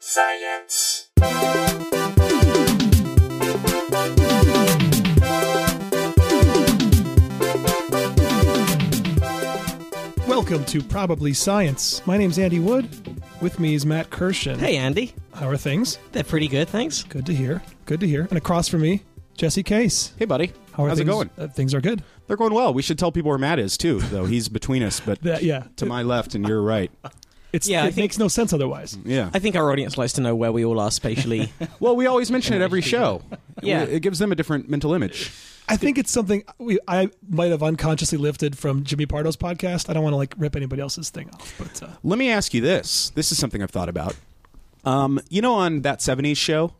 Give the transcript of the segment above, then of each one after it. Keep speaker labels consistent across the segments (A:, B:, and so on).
A: science.
B: Welcome to Probably Science. My name's Andy Wood. With me is Matt Kirshen.
C: Hey, Andy.
B: How are things?
C: They're pretty good, thanks.
B: Good to hear. Good to hear. And across from me, Jesse Case.
D: Hey, buddy.
B: How are
D: How's
B: things?
D: it going?
B: Uh, things are good.
D: They're going well. We should tell people where Matt is too, though. He's between us, but
B: That- yeah.
D: to my left and your right.
B: It's,
C: Yeah, I
B: it
C: think-
B: makes no sense otherwise.
D: Mm, Yeah.
C: I think our audience likes to know where we all are spatially.
D: Well, we always mention it every show.
C: Yeah.
D: It gives them a different mental image.
B: I think it's something we, I might have unconsciously lifted from Jimmy Pardo's podcast. I don't want to like rip anybody else's thing off, but uh,
D: Let me ask you this. This is something I've thought about. Um, you know, on that '70s show,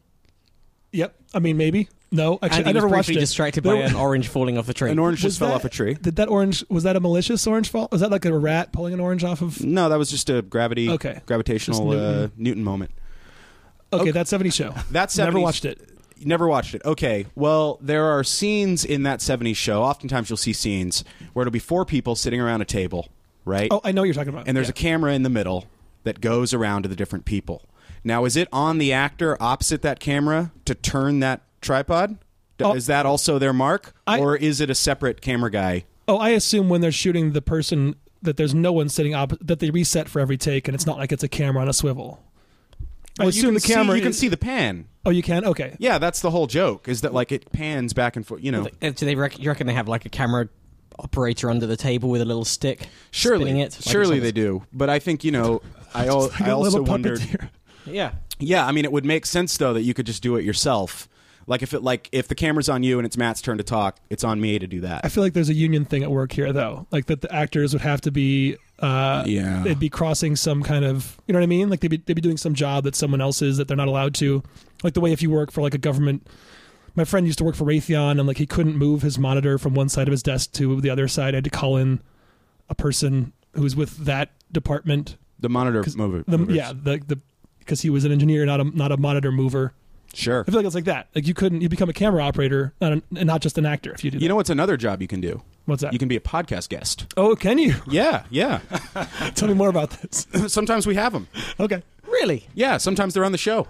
B: yep. I mean, maybe. No, actually,
C: Andy
B: I never
C: was
B: watched
C: briefly
B: it.
C: distracted
B: There
C: by
B: were-
C: an orange falling off a tree.
D: an orange
B: was
D: just fell
B: that-
D: off a tree.
B: Did that orange? Was that a malicious orange fall? Was that like a rat pulling an orange off of?
D: No, that was just a gravity,
B: Okay.
D: gravitational
B: Just Newton.
D: Uh, Newton moment.
B: Okay, that seventy show.
D: That 70s
B: never watched it.
D: You never watched it. Okay. Well, there are scenes in that '70s show. Oftentimes, you'll see scenes where it'll be four people sitting around a table, right?
B: Oh, I know what you're talking about.
D: and there's a camera in the middle that goes around to the different people. Now, is it on the actor opposite that camera to turn that tripod? D-
B: Oh.
D: Is that also their mark,
B: I-
D: or is it a separate camera guy?
B: Oh, I assume when they're shooting the person that there's no one sitting up that they reset for every take, and it's not like it's a camera on a swivel. I
D: Well,
B: assume the camera.
D: See, you can
B: is-
D: see the pan.
B: Oh, you can. Okay.
D: Yeah, that's the whole joke. Is that like it pans back and forth? You know,
C: Uh, Do they rec- you reckon they have like a camera operator under the table with a little stick? spinning
D: surely,
C: it. Like
D: surely
C: it's
D: they do. But I think you know, I, al-
B: Like
D: I
B: a
D: also
B: little
D: wondered.
B: puppeteer.
C: on- Yeah.
D: Yeah, I mean, it would make sense though that you could just do it yourself. Like if it like if the camera's on you and it's Matt's turn to talk, it's on me to do that.
B: I feel like there's a union thing at work here, though. Like that the actors would have to be. Uh,
D: Yeah.
B: They'd be crossing some kind of. You know what I mean? Like they'd be, they'd be doing some job that someone else is that they're not allowed to. Like the way if you work for like a government. My friend used to work for Raytheon, and like he couldn't move his monitor from one side of his desk to the other side. I had to call in a person who was with that department.
D: the monitor mover.
B: The,
D: movers.
B: yeah, the the because he was an engineer, not a not a monitor mover.
D: sure.
B: I feel like it's like that. Like you couldn't you become a camera operator, not an, and not just an actor if you do.
D: You
B: that.
D: know what's another job you can do?
B: What's that?
D: You can be a podcast guest.
B: oh, can you?
D: Yeah, yeah.
B: Tell me more about this.
D: sometimes we have them.
B: Okay.
C: Really?
D: Yeah, sometimes they're on the show.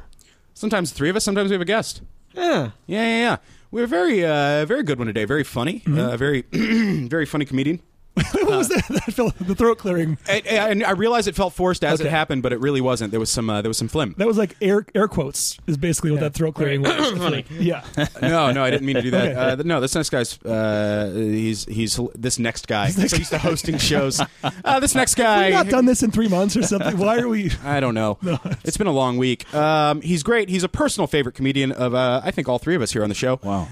D: Sometimes three of us. Sometimes we have a guest.
C: Yeah.
D: Yeah, yeah, yeah. We have a very, uh, very good one today. Very funny. Uh, very, very funny comedian.
B: what was that? that felt, the throat clearing.
D: And, and I realize it felt forced as
B: Okay.
D: it happened, but it really wasn't. There was some, uh, there was some phlegm.
B: That was like air air quotes is basically what that throat clearing was. I feel like. Yeah.
D: no, no, I didn't mean to do that. Uh, th- no, this next guy's uh, he's he's this next guy. He's used to hosting shows. Uh, this next guy.
B: We've not done this in three months or something. Why are we?
D: I don't know. it's been a long week. Um, he's great. He's a personal favorite comedian of uh, I think all three of us here on the show.
E: Wow.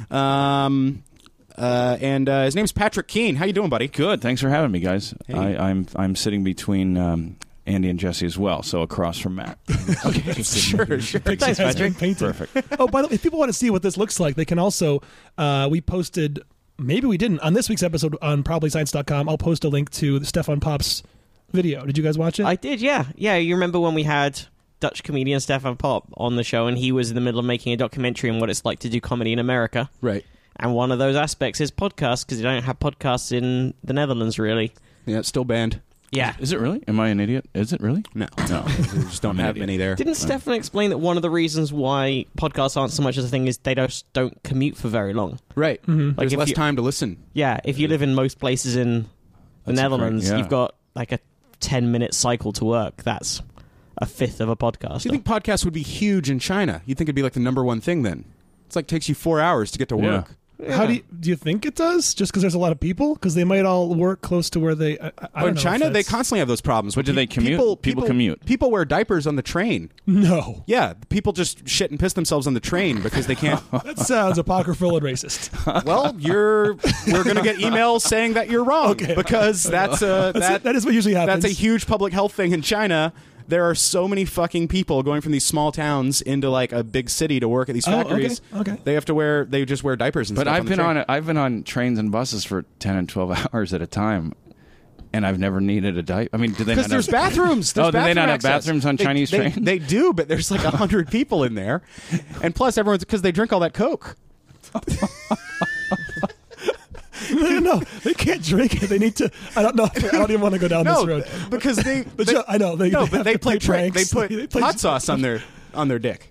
D: Um, uh, and uh, his name's Patrick Keene. How you doing, buddy?
E: Good. Thanks for having me, guys. I, I'm I'm sitting between um, Andy and Jesse as well, so across from Matt.
D: Okay, sure, sure.
B: Thanks, Patrick. Perfect. Oh, by the way, if people want to see what this looks like, they can also. Uh, we posted. Maybe we didn't on this week's episode on probablyscience.com. I'll post a link to Stefan Pop's video. Did you guys watch it?
C: I did, yeah. Yeah, you remember when we had Dutch comedian Stefan Pop on the show and he was in the middle of making a documentary on what it's like to do comedy in America.
D: Right.
C: And one of those aspects is podcasts because you don't have podcasts in the Netherlands, really.
D: Yeah, it's still banned.
C: Yeah.
E: Is it really? Am I an idiot? Is it really?
D: No,
E: No.
D: we just don't
E: I'm an
D: have
E: idiot.
D: many there.
C: Didn't Stefan explain that one of the reasons why podcasts aren't so much as a thing is they just don't commute for very long?
D: Right.
E: Mm.
C: Like,
B: Mm-hmm.
D: There's
C: if
D: less
C: you-
D: time to listen.
C: Yeah, if you live in most places in the
E: That's
C: Netherlands,
E: correct, yeah.
C: you've got like a 10 minute cycle to work. That's a fifth of a podcast.
D: Do you think podcasts would be huge in China? You'd think it'd be like the number one thing then. It's like takes you four hours to get to
E: Yeah.
D: work.
B: How do you, do you think it does? Just because there's a lot of people? Because they might all work close to where they. I, I I
D: But
B: don't
D: in
B: know if
D: China, they
B: that's-
D: constantly have those problems.
E: But do
D: Pe-
E: they commute? People commute.
D: People wear diapers on the train.
B: No,
D: Yeah, people just shit and piss themselves on the train because they can't.
B: that sounds apocryphal and racist.
D: well, you're we're gonna get emails saying that you're wrong because that's a
B: That's-
D: that,
B: that is what usually happens.
D: that's a huge public health thing in China. There are so many fucking people going from these small towns into like a big city to work at these
B: Oh, okay,
D: factories.
B: okay.
D: They have to wear they just wear diapers and
E: But
D: stuff.
E: I've
D: the
E: been
D: train.
E: on I've been on trains and buses for ten and twelve hours at a time, and I've never needed a diaper. I mean, do they?
D: Because
E: not
D: there's
E: have-
D: bathrooms. There's
E: oh, do
D: bathroom
E: they not have
D: access.
E: bathrooms on
D: They-
E: Chinese
D: they,
E: trains?
D: They do, but there's like a hundred people in there, and plus everyone's because they drink all that Coke.
B: no, no, they can't drink it. They need to. I don't know. I don't even want to go down
D: No,
B: this road.
D: because they.
B: But
D: they
B: yeah, I know, they-
D: no,
B: they
D: but
B: have
D: they
B: to
D: play
B: play pranks.
D: They put
B: They play-
D: hot sauce on their on their dick.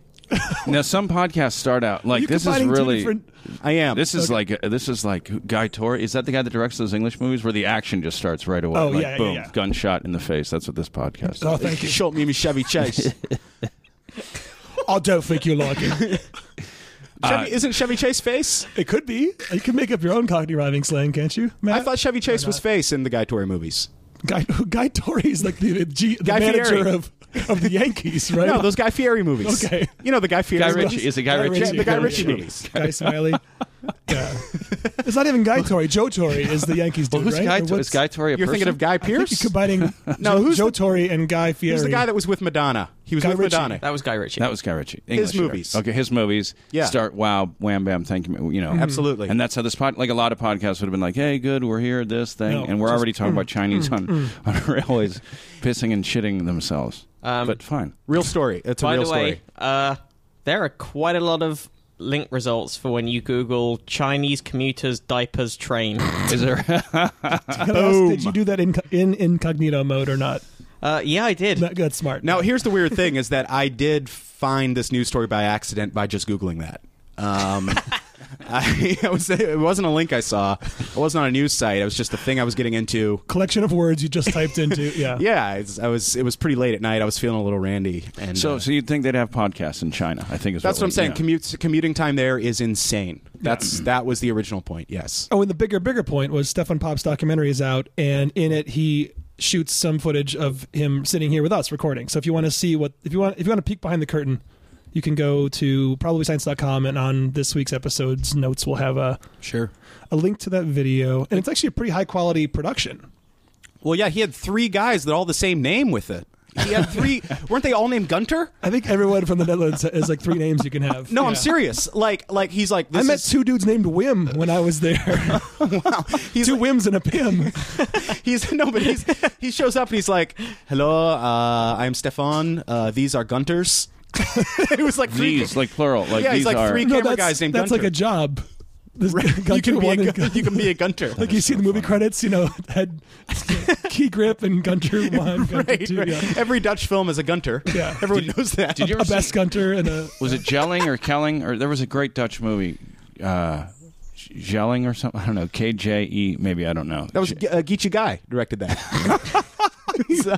E: Now some podcasts start out like
B: You're
E: this is
B: combining two
E: really
B: different-
D: I am.
E: this is like this is like Guy Tori. Is that the guy that directs those English movies where the action just starts right away?
B: Oh,
E: like,
B: yeah, yeah,
E: boom,
B: yeah.
E: gunshot in the face. That's what this podcast. is.
B: Oh, thank you.
D: Short me, me Chevy Chase.
B: I don't think you like it.
E: Uh,
D: Chevy, isn't Chevy Chase face?
B: It could be. You can make up your own cockney rhyming slang, can't you? Matt?
D: I thought Chevy Chase was face in the Guy Tori movies.
B: Guy, Guy Torrey is like the, the, G, the
D: Guy
B: manager
D: Fieri.
B: of of the Yankees, right?
D: No, those Guy Fieri movies.
B: Okay.
D: You know the Guy Fieri
E: Guy
D: movies?
E: Ritchie is it Guy,
B: Guy
E: Ritchie?
D: Yeah, the Guy
B: Guy
D: Ritchie
B: Ritchie.
D: movies.
B: Guy Smiley. Yeah. It's not even Guy Torrey. Joe Torrey is the Yankees dude,
E: Well, who's
B: right?
E: Guy?
B: Or
E: Tori?
B: what's-
E: Is Guy Tori a
D: You're thinking
E: person?
D: of Guy
B: I think you're
D: Pierce?
B: combining
D: No,
B: Joe,
D: who's
B: Joe
D: the-
B: Torrey and Guy Fieri.
D: Who's the guy that was with Madonna? He was
B: Guy
D: with
B: Ritchie.
D: Madonna.
C: That was Guy Ritchie.
E: That was Guy Ritchie. English
D: movies.
E: Okay, his movies.
D: Yeah. Mm-hmm.
E: Start. Wow. Wham. Bam. Thank you. You know.
D: Absolutely.
E: And that's how this pod. Like a lot of podcasts would have been like, "Hey, good. We're here. This thing."
B: No,
E: and we're
B: just, mm-hmm.
E: already talking about Chinese on on railways, pissing and shitting themselves.
C: Um,
E: but fine.
D: Real story. It's a
C: By
D: real
C: the way,
D: story.
C: uh, there are quite a lot of link results for when you Google Chinese commuters diapers train.
E: Is there?
B: Can I ask, did you do that in, in incognito mode or not?
C: uh, yeah, I did.
B: That, that's smart.
D: Now, here's the weird thing: is that I did find this news story by accident by just googling that. Um, I, I was, it wasn't a link I saw. It wasn't on a news site. It was just a thing I was getting into.
B: collection of words you just typed into. Yeah.
D: Yeah, it's, I was. It was pretty late at night. I was feeling a little randy. And
E: so,
D: uh,
E: so you'd think they'd have podcasts in China? I think is
D: that's what
E: what
D: I'm saying.
E: Commute.
D: Commute, commuting time there is insane. That's that was the original point. Yes.
B: Oh, and the bigger, bigger point was Stefan Pop's documentary is out, and in it he shoots some footage of him sitting here with us recording. So if you want to see what, if you want, if you want to peek behind the curtain, you can go to probablyscience.com, and on this week's episode's notes, we'll have a
D: Sure.
B: a link to that video, and it's actually a pretty high quality production.
D: Well, yeah, he had three guys that all the same name with it. He had three. weren't they all named Gunter?
B: I think everyone from the Netherlands has like three names you can have.
D: No, I'm
B: Yeah.
D: serious. Like, like he's like.
B: I
D: This
B: met
D: is-
B: two dudes named Wim when I was there.
D: he's
B: two
D: like-
B: Wims and a Pim.
D: He's no, but he's he shows up and he's like, "Hello, uh, I'm Stefan. Uh, these are Gunters." it was like three.
E: These, like plural, like
D: Yeah, he's
E: these
D: like
E: are.
D: three-
B: No,
D: Camera
B: that's,
D: guy's named
B: that's
D: Gunter.
B: like a job. This
D: you
B: Gunter
D: can be a
B: one and
D: gun-
B: Gunter-
D: you can be a Gunter.
B: Like you see the movie credits, you know, had key grip and Gunter one, Gunter
D: Right,
B: two,
D: right.
B: yeah.
D: Every Dutch film is a Gunter.
B: Yeah.
D: everyone knows that.
E: Did you
B: a
E: ever
B: best Gunter and a
E: Was it Gelling or Kelling or there was a great Dutch movie, uh, Gelling or something? I don't know. K J E maybe I don't know.
D: that was uh, Geechee Guy directed that. So,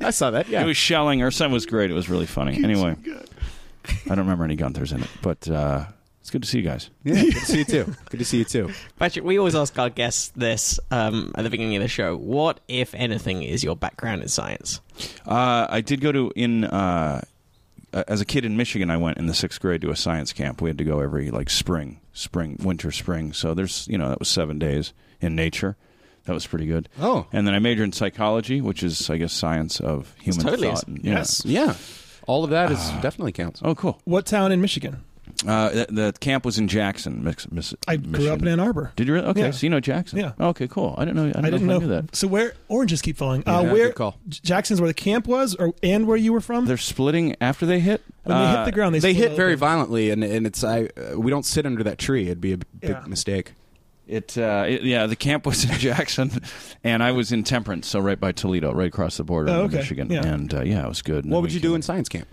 D: I saw that.
E: It
D: Yeah,
E: was Shelling or something. It was great. It was really funny. Anyway, I don't remember any Gunthers in it, but uh, it's good to see you guys.
D: yeah. Good to see you too. Good to see you too.
C: Patrick, we always ask our guests this um, at the beginning of the show. What, if anything, is your background in science?
E: Uh, I did go to in uh, uh, as a kid in Michigan. I went in the sixth grade to a science camp. We had to go every like spring, spring, winter, spring. So there's you know that was seven days in nature. That was pretty good.
D: Oh.
E: and then I majored in psychology, which is I guess science of human
C: totally
E: thought.
C: is-
E: and- yeah.
B: yes.
D: Yeah, all of that is definitely counts.
E: Oh, cool.
B: What town in Michigan?
E: Uh, the, the camp was in Jackson, Mix, Miss,
B: I grew
E: Michigan.
B: up in Ann Arbor.
E: Did you really? Okay,
B: Yeah.
E: so you know Jackson.
B: Yeah.
E: Okay, cool. I didn't know. I, didn't
B: I didn't
E: know,
B: know.
E: if I knew that.
B: So where oranges keep falling? uh,
D: Yeah,
B: where
D: good call.
B: J- Jackson's where the camp was, or and where you were from?
E: They're splitting after they hit.
B: when they hit
E: uh,
B: the ground, they,
D: They
B: split
D: hit very
B: open.
D: violently, and and it's I uh, we don't sit under that tree. It'd be a b- big
B: Yeah.
D: mistake.
E: It, uh, it- yeah, the camp was in Jackson, and I was in Temperance, so right by Toledo, right across the border
B: Oh,
E: in
B: okay.
E: Michigan,
B: Yeah.
E: and uh, yeah, it was good. And
D: What
E: then
D: would
E: we
D: you do
E: came-
D: in science camp?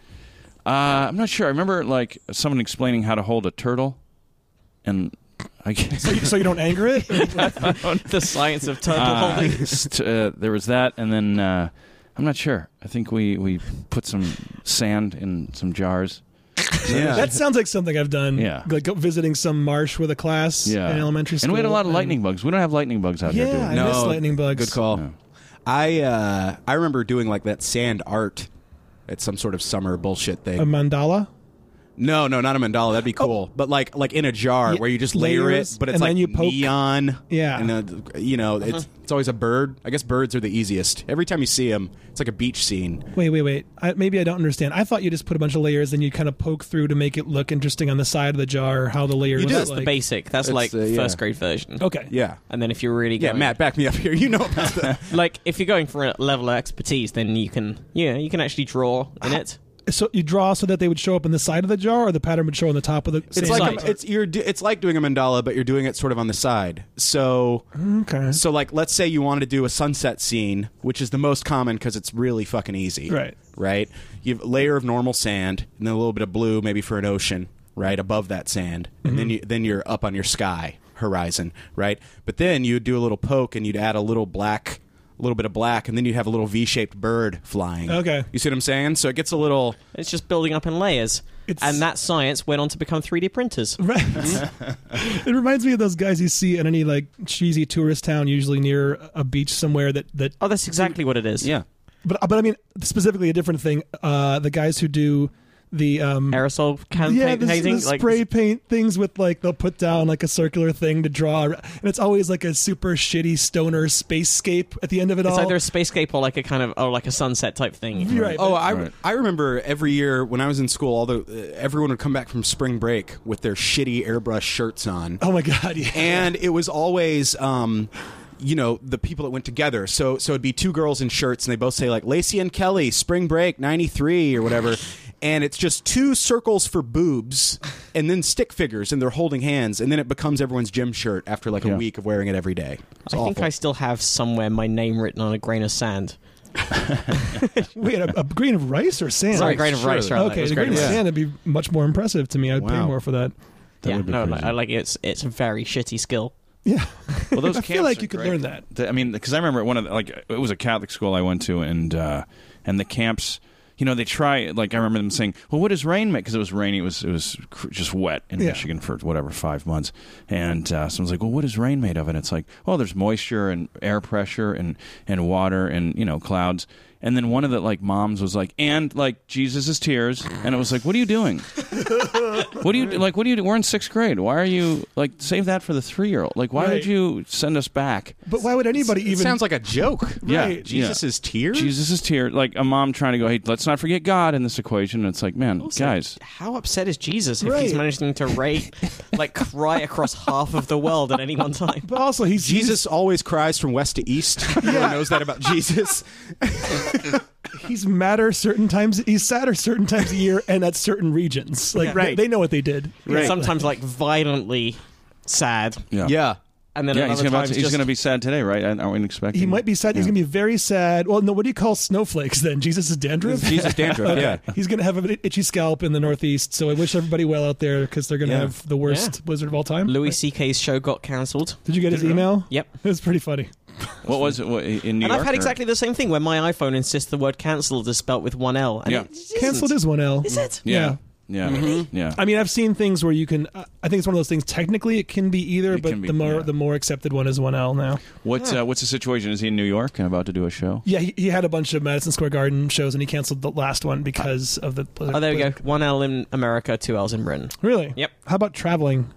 E: Uh, I'm not sure. I remember like someone explaining how to hold a turtle, and I guess
B: So you, so you don't anger it.
C: the science of turtle
E: uh,
C: holding.
E: st- uh, there was that, and then uh, I'm not sure. I think we we put some sand in some jars.
D: Yeah,
B: That sounds like something I've done.
E: Yeah.
B: like go- visiting some marsh with a class
E: Yeah,
B: in elementary school.
E: and we had a lot of lightning bugs. We don't have lightning bugs out here, do we?
B: Yeah, I miss lightning bugs.
D: Good call.
E: No.
D: I uh, I remember doing like that sand art at some sort of summer bullshit thing.
B: A mandala.
D: no, no, not a mandala. That'd be cool, but like like in a jar
B: Oh. Yeah,
D: where you just layer
B: layers,
D: it, but it's
B: and
D: like
B: then you poke.
D: neon.
B: Yeah. Uh-huh.
D: and then, you know it's it's always a bird. I guess birds are the easiest. Every time you see them, it's like a beach scene.
B: Wait, wait, wait. I, maybe I don't understand. I thought you just put a bunch of layers, and you kind of poke through to make it look interesting on the side of the jar, or how the layer.
D: You
B: looks
D: do.
C: That's
B: like.
C: the basic. That's
D: It's,
C: like
D: uh, yeah.
C: first grade version.
B: Okay.
D: Yeah,
C: And then if you're really
D: yeah.
C: going,
D: Matt, back me up here. You know about that.
C: like if you're going for a level of expertise, then you can yeah you can actually draw in it.
B: so you draw so that they would show up in the side of the jar, or the pattern would show on the top of the.
D: It's
C: Same
D: like
C: size.
D: a, it's you're do- it's like doing a mandala, but you're doing it sort of on the side. So
B: okay,
D: so like let's say you wanted to do a sunset scene, which is the most common because it's really fucking easy.
B: Right.
D: Right. You have a layer of normal sand and then a little bit of blue, maybe for an ocean, right above that sand, and
B: Mm-hmm.
D: then you then you're up on your sky horizon, right. But then you'd do a little poke and you'd add a little black. A little bit of black, and then you'd have a little V-shaped bird flying.
B: Okay.
D: you see what I'm saying? So it gets a little.
C: It's just building up in layers.
B: It's-
C: And that science went on to become 3D printers.
B: Right. it reminds me of those guys you see in any like cheesy tourist town, usually near a beach somewhere. That that,
C: Oh, that's exactly what it is.
E: Yeah.
B: but but I mean specifically a different thing. Uh, the guys who do the um,
C: Aerosol can
B: yeah,
C: paint-
B: the,
C: painting,
B: the
C: like
B: spray paint things with like they'll put down like a circular thing to draw, and it's always like a super shitty stoner spacescape at the end of it
C: it's
B: all.
C: either a spacescape or like a kind of oh like a sunset type thing.
B: You're right.
D: Oh, I,
E: Right.
D: I remember every year when I was in school, all the uh, everyone would come back from spring break with their shitty airbrush shirts on,
B: oh my god, yeah.
D: and it was always. Um, you know the people that went together, so so it'd be two girls in shirts, and they both say like Lacey and Kelly, Spring Break '93 or whatever, and it's just two circles for boobs, and then stick figures, and they're holding hands, and then it becomes everyone's gym shirt after like
E: Yeah.
D: a week of wearing it every day. It's
C: I think
D: awful.
C: I still have somewhere my name written on a grain of sand.
B: Wait, a, a grain of rice or sand?
C: Sorry, grain of
D: sure.
C: rice. Rather. It
B: Okay,
C: was
B: the grain
C: grain
B: of
C: of
B: sand would be much more impressive to me. I'd pay
D: Wow.
B: more for that.
E: That
C: yeah,
E: would be
C: no,
E: crazy.
C: no, I like it's it's a very shitty skill.
B: Yeah,
E: Well, those
B: I feel
E: camps
B: like
E: are
B: you could
E: great.
B: learn that.
E: The- I mean, because I remember one of the, like it was a Catholic school I went to, and uh, and the camps, you know, they try like I remember them saying, "Well, what does rain mean?" Because it was rainy, it was it was cr- just wet in
B: Yeah.
E: Michigan for whatever five months, and uh, someone's like, "Well, what is rain made of?" And it's like, "Well, there's moisture and air pressure and and water and you know clouds." And then one of the like moms was like, "And like Jesus' tears," and it was like, "What are you doing?" What do you like? What do you? do? We're in sixth grade. Why are you like save that for the three year old? Like, why
B: Right.
E: would you send us back?
B: But why would anybody
D: it
B: even?
D: sounds like a joke.
E: Yeah,
B: Right.
D: Jesus'
E: yeah.
D: is tears.
E: Jesus is here. Like a mom trying to go, hey, let's not forget God in this equation. And it's like, man,
C: Also,
E: guys,
C: how upset is Jesus if
B: Right.
C: he's managing to rake, like cry across half of the world at any one time?
B: but also, he's
D: Jesus always cries from west to east. Everyone knows that about Jesus.
B: he's madder certain times. He's sadder certain times of year and at certain regions. Like
C: Yeah.
B: they-
D: Right.
B: they know what they did.
E: Right.
C: Sometimes like violently sad,
E: yeah,
D: Yeah.
C: and then
E: yeah. He's
C: another
E: gonna,
C: time
E: about to- he's
C: just
E: gonna be sad today, right? I, I wouldn't expect.
B: He
E: him.
B: might be sad. He's
E: Yeah.
B: going to be very sad. Well, no, what do you call snowflakes then? Jesus is dandruff?
D: Jesus dandruff, yeah.
B: He's going to have an itchy scalp in the Northeast. So I wish everybody well out there because they're going to
D: Yeah.
B: have the worst
C: Yeah.
B: blizzard of all time.
C: Louis C.K.'s show got cancelled.
B: Did you get his email?
C: Yep.
B: It was pretty funny.
E: What was it what, in New
C: and
E: York?
C: I've had
E: or-
C: exactly the same thing where my iPhone insists the word cancelled is spelt with one L. And
E: Yeah.
C: it just isn't.
B: Cancelled is one L.
C: Is it?
E: Yeah, yeah, yeah.
B: I mean, I've seen things where you can. Uh, I think it's one of those things. Technically, it can be either,
E: It
B: but
E: can be,
B: the more
E: yeah.
B: the more accepted one is one L now.
E: What's uh, what's the situation? Is he in New York and about to do a show?
B: Yeah, he, he had a bunch of Madison Square Garden shows, and he canceled the last one because of the. Blizzard.
C: Oh, there we go. One L in America, two L's in Britain.
B: Really?
C: Yep.
B: How about traveling?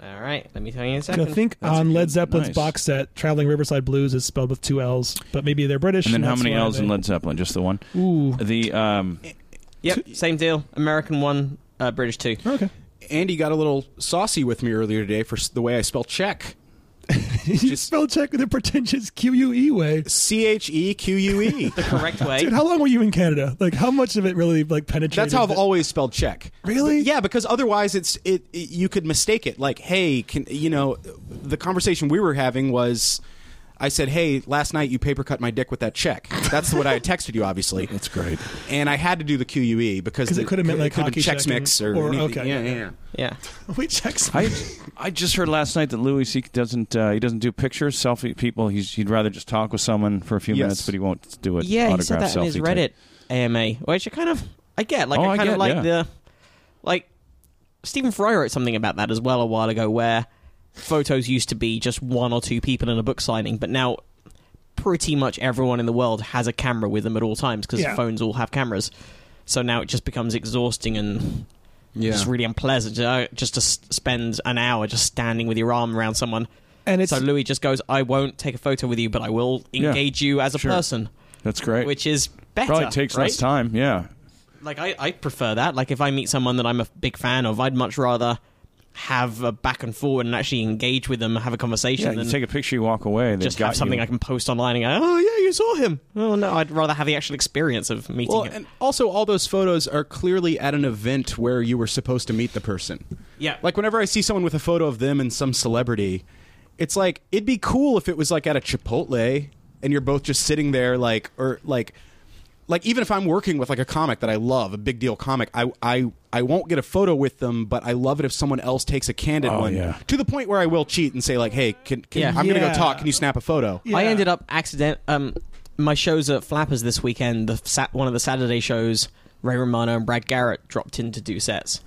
C: All right, let me tell you in a
B: I
C: second.
B: think
E: That's
B: on Led
E: good.
B: Zeppelin's
E: Nice.
B: box set, "Traveling Riverside Blues" is spelled with two L's, but maybe they're British.
E: And then how
B: that's
E: many
B: why
E: L's
B: they-
E: in Led Zeppelin? Just the one.
B: Ooh,
E: The um,
C: Yep, same deal. American one, uh, British two.
B: Oh, okay.
D: Andy got a little saucy with me earlier today for s- the way I spell check.
B: you spell check with a pretentious Q U E way.
D: C H E Q U E.
C: The correct way.
B: Dude, how long were you in Canada? Like, how much of it really like penetrated?
D: That's how I've
B: the-
D: always spelled check.
B: Really?
D: Yeah, because otherwise it's it, it- you could mistake it. Like, hey, can you know the conversation we were having was I said, "Hey, last night you paper cut my dick with that check." That's what I had texted you obviously. That's
E: great.
D: And I had to do the QUE because
B: 'Cause it
D: the-
B: could have meant, like,
D: could've been
B: hockey
D: checks
B: check
D: mix
B: and-
D: or,
B: or-
D: anything.
B: okay.
D: Yeah, yeah, yeah.
C: Yeah.
B: we checked.
E: I I just heard last night that Louis C doesn't uh, he doesn't do pictures, selfie people. He's he'd rather just talk with someone for a few
D: Yes.
E: minutes, but he won't do it.
C: Yeah, he
E: autograph
C: said that in
E: selfie
C: his
E: type.
C: Reddit AMA, which I kind of I get. Like
E: Oh,
C: I
E: I
C: kind
E: get,
C: of like
E: yeah.
C: the like Stephen Fry wrote something about that as well a while ago, where photos used to be just one or two people in a book signing, but now pretty much everyone in the world has a camera with them at all times because
B: Yeah.
C: phones all have cameras. So now it just becomes exhausting and just really unpleasant uh, just to s- spend an hour just standing with your arm around someone.
B: and it's
C: So Louis just goes, "I won't take a photo with you, but I will
E: Yeah.
C: engage you as a
E: Sure.
C: person."
E: That's great.
C: which is better.
E: probably takes
C: right?
E: less time. Yeah,
C: Like I, I prefer that. Like if I meet someone that I'm a big fan of, I'd much rather have a back and forward and actually engage with them, have a conversation,
E: Yeah, you
C: than
E: take a picture, you walk away. they've
C: just
E: got
C: have something
E: you.
C: I can post online and go, oh yeah, you saw him. Oh no, I'd rather have the actual experience of meeting
D: Well,
C: him.
D: and also all those photos are clearly at an event where you were supposed to meet the person.
C: Yeah.
D: Like whenever I see someone with a photo of them and some celebrity, it's like it'd be cool if it was like at a Chipotle and you're both just sitting there like or like like even if I'm working with like a comic that I love, a big deal comic, I I I won't get a photo with them, but I love it if someone else takes a candid
E: Oh,
D: one
E: yeah.
D: to the point where I will cheat and say like, "Hey, can, can
C: Yeah.
D: I'm going to
B: Yeah.
D: go talk. Can you snap a photo?"
B: Yeah.
C: I ended up accident. Um, my shows at Flappers this weekend. The sat one of the Saturday shows. Ray Romano and Brad Garrett dropped in to do sets,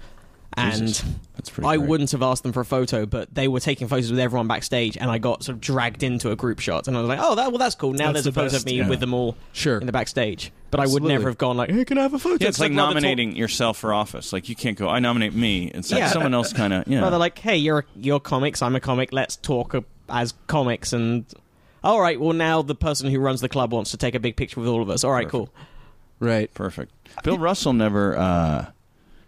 C: and
E: Jesus. That's pretty
C: I
E: great.
C: wouldn't have asked them for a photo, but they were taking photos with everyone backstage, and I got sort of dragged into a group shot, and I was like, "Oh, that well, that's cool." Now
B: That's
C: there's a
B: the
C: photo
B: best,
C: of me
E: yeah.
C: with them all
D: Sure.
C: in the backstage, but I would never
D: Absolutely.
C: have gone like, "Hey, can I have a photo?"
E: Yeah, it's,
C: I'd
E: like
C: rather talk-
E: nominating yourself for office. Like you can't go. I nominate me. It's like
C: Yeah.
E: someone else kind of. Yeah.
C: Rather like, "Hey, you're a, you're comics. I'm a comic. Let's talk a- as comics." And all right, well, now the person who runs the club wants to take a big picture with all of us. All right, cool.
D: Right.
E: Perfect. Bill Russell never uh,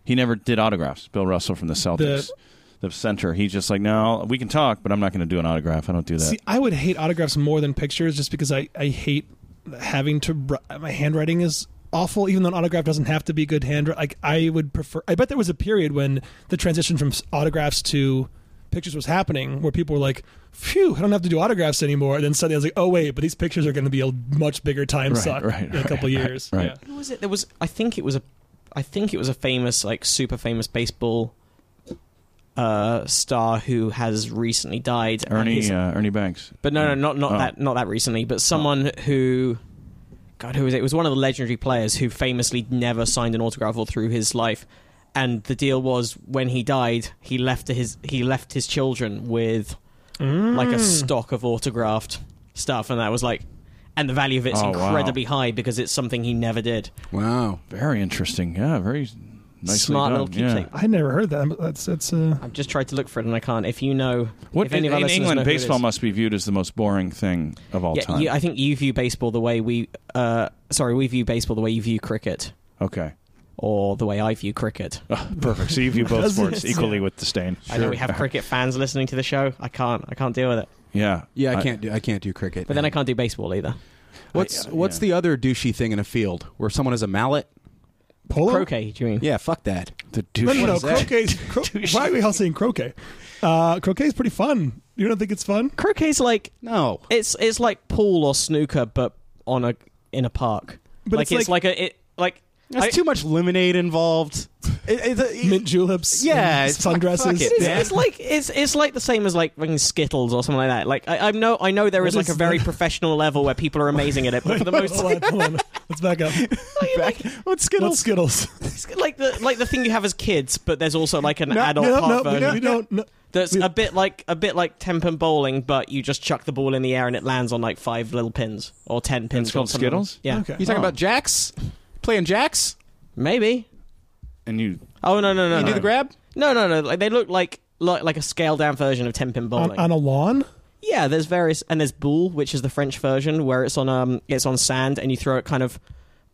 E: he never did autographs. Bill Russell from the Celtics, the, center. He's just like, no, we can talk, but I'm not going to do an autograph. I don't do that.
B: See, I would hate autographs more than pictures, just because I I hate having to. br- My handwriting is awful, even though an autograph doesn't have to be good handwriting. Like I would prefer. I bet there was a period when the transition from s- autographs to pictures was happening, where people were like, "Phew, I don't have to do autographs anymore." And then suddenly I was like, "Oh wait, but these pictures are going to be a much bigger time
E: Right,
B: suck
E: right,
B: in a couple
E: right,
B: years."
E: right.
B: Yeah.
C: Who was it? There was I think it was a I think it was a famous like super famous baseball uh star who has recently died. and
E: Ernie
C: his-
E: uh, Ernie Banks.
C: but no, no, not not
E: Oh.
C: that not that recently, but someone who God, who was it? It was one of the legendary players who famously never signed an autograph all through his life. And the deal was when he died, he left to his he left his children with like
E: Mm.
C: a stock of autographed stuff and that was like and the value of it's
E: Oh, wow.
C: incredibly high because it's something he never did.
D: Wow.
E: Very interesting. Yeah, very nicely
C: Smart
E: done.
C: little keepsake.
E: Yeah.
B: I never heard that. That's that's. Uh,
C: I've just tried to look for it and I can't. If you know,
E: What
C: if any of
E: in,
C: our
E: in
C: listeners know
E: England,
C: who it
E: baseball
C: is-
E: must be viewed as the most boring thing of all
C: Yeah,
E: time.
C: you, I think you view baseball the way we, uh, sorry, we view baseball the way you view cricket,
E: okay.
C: or the way I view cricket.
B: Oh,
E: Perfect. So you view both
B: Doesn't-
E: sports equally with disdain.
C: I know we have cricket fans listening to the show. I can't, I can't deal with it.
E: Yeah.
D: Yeah, I can't do I can't do cricket.
C: But then I can't do baseball either.
D: What's
E: I- uh,
D: what's
E: yeah.
D: the other douchey thing in a field where someone has a mallet?
B: polo?
C: Croquet, do you mean?
D: Yeah, fuck that.
E: The
B: No,
E: douche.
B: no, no.
D: is that?
B: Croquet's. Cro- why are we all saying croquet? Uh, croquet is pretty fun. You don't think it's fun?
C: Croquet's like
D: No.
C: it's it's like pool or snooker, but on a in a park.
B: But
C: like
B: it's
C: like, a it like
D: There's
C: I-
D: too much lemonade involved. It- it-
B: mint juleps.
D: Yeah,
B: and
D: it's- fuck-
B: sundresses.
D: fuck it.
C: It's,
D: Yeah.
C: it's like it's it's like the same as like fucking skittles or something like that. Like I, I know I know there
B: What
C: is like
B: is
C: a very
B: the-
C: professional level where people are amazing at it, but for the most
B: hold on, hold on. Let's back up.
D: back- what's
B: What's
D: Skittles?
B: Skittles?
C: it's like the like the thing you have as kids, but there's also like an
B: no,
C: adult
B: no,
C: part
B: no, we
C: version
B: don't. We don't no.
C: that's
B: we-
C: a bit like a bit like temp and bowling, but you just chuck the ball in the air and it lands on like five little pins or ten pins.
E: called
C: or something.
E: Skittles?
C: Yeah,
B: Okay.
D: You talking about jacks? Playing jacks?
C: maybe.
E: And you
C: Oh no no no
D: You
C: no
D: do the grab?
C: no no no! Like, they look like. Like, like a scaled down version of ten pin bowling.
B: on, on a lawn.
C: Yeah, there's various, and there's boule, which is the French version, where it's on um, it's on sand, and you throw it kind of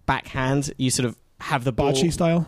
C: backhand. You sort of have the ball,
B: Bocce style.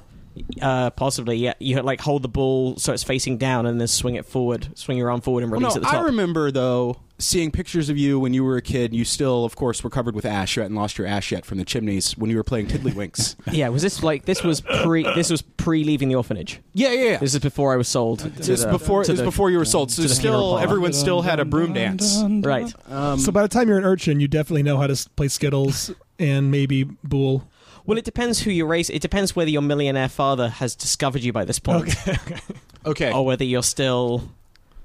C: uh, possibly. Yeah, you like hold the ball so it's facing down, and then swing it forward, swing your arm forward, and
B: Oh,
D: Well,
C: release
D: no,
C: at the
D: I
C: top.
D: remember though seeing pictures of you when you were a kid. You still, of course, were covered with ash. You hadn't lost your ash yet from the chimneys when you were playing Tiddlywinks.
C: yeah, was this like this was pre this was pre leaving the orphanage?
D: yeah, yeah, yeah.
C: This is before I was sold. to
D: This is
C: the-
D: before
C: to
D: this is
C: the-
D: before you were sold. So
C: to the funeral
D: still,
C: parlor.
D: everyone still had a broom dance.
C: right.
D: Um,
B: so by the time you're an urchin, you definitely know how to s- play Skittles and maybe boule.
C: Well, it depends who you race. It depends whether your millionaire father has discovered you by this point,
D: okay.
C: or whether you're still,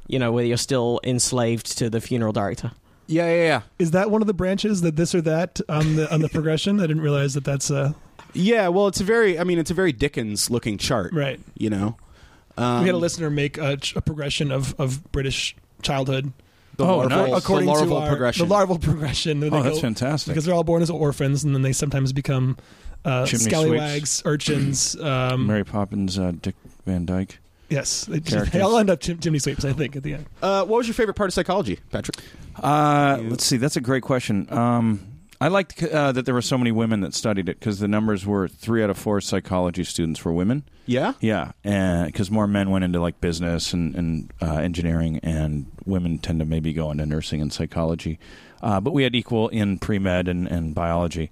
C: you know, whether you're still enslaved to the funeral director.
D: Yeah, yeah, yeah.
B: Is that one of the branches that this or that on the on the progression? I didn't realize that that's uh,
D: Yeah, well, it's a very, I mean, it's a very Dickens looking chart,
B: right.
D: you know. Um,
B: we had a listener make a, ch- a progression of of British childhood
D: Um, The
E: Oh,
D: larval,
E: nice.
D: the
B: according
D: larval
B: to our,
D: progression.
B: The larval progression. where they
E: Oh, that's
B: go-
E: fantastic.
B: Because they're all born as orphans, and then they sometimes become uh,
E: Chimney
B: scallywags, urchins. Um,
E: Mary Poppins, uh, Dick Van Dyke.
B: yes, they, just,
E: Characters.
B: they all end up chim- chimney sweeps, I think, at the end.
D: uh, what was your favorite part of psychology, Patrick?
E: Uh, let's see. That's a great question. Um, I liked uh, that there were so many women that studied it because the numbers were three out of four psychology students were women.
D: Yeah?
E: Yeah, because more men went into like business and and uh, engineering, and women tend to maybe go into nursing and psychology. Uh, but we had equal in pre med and, and biology.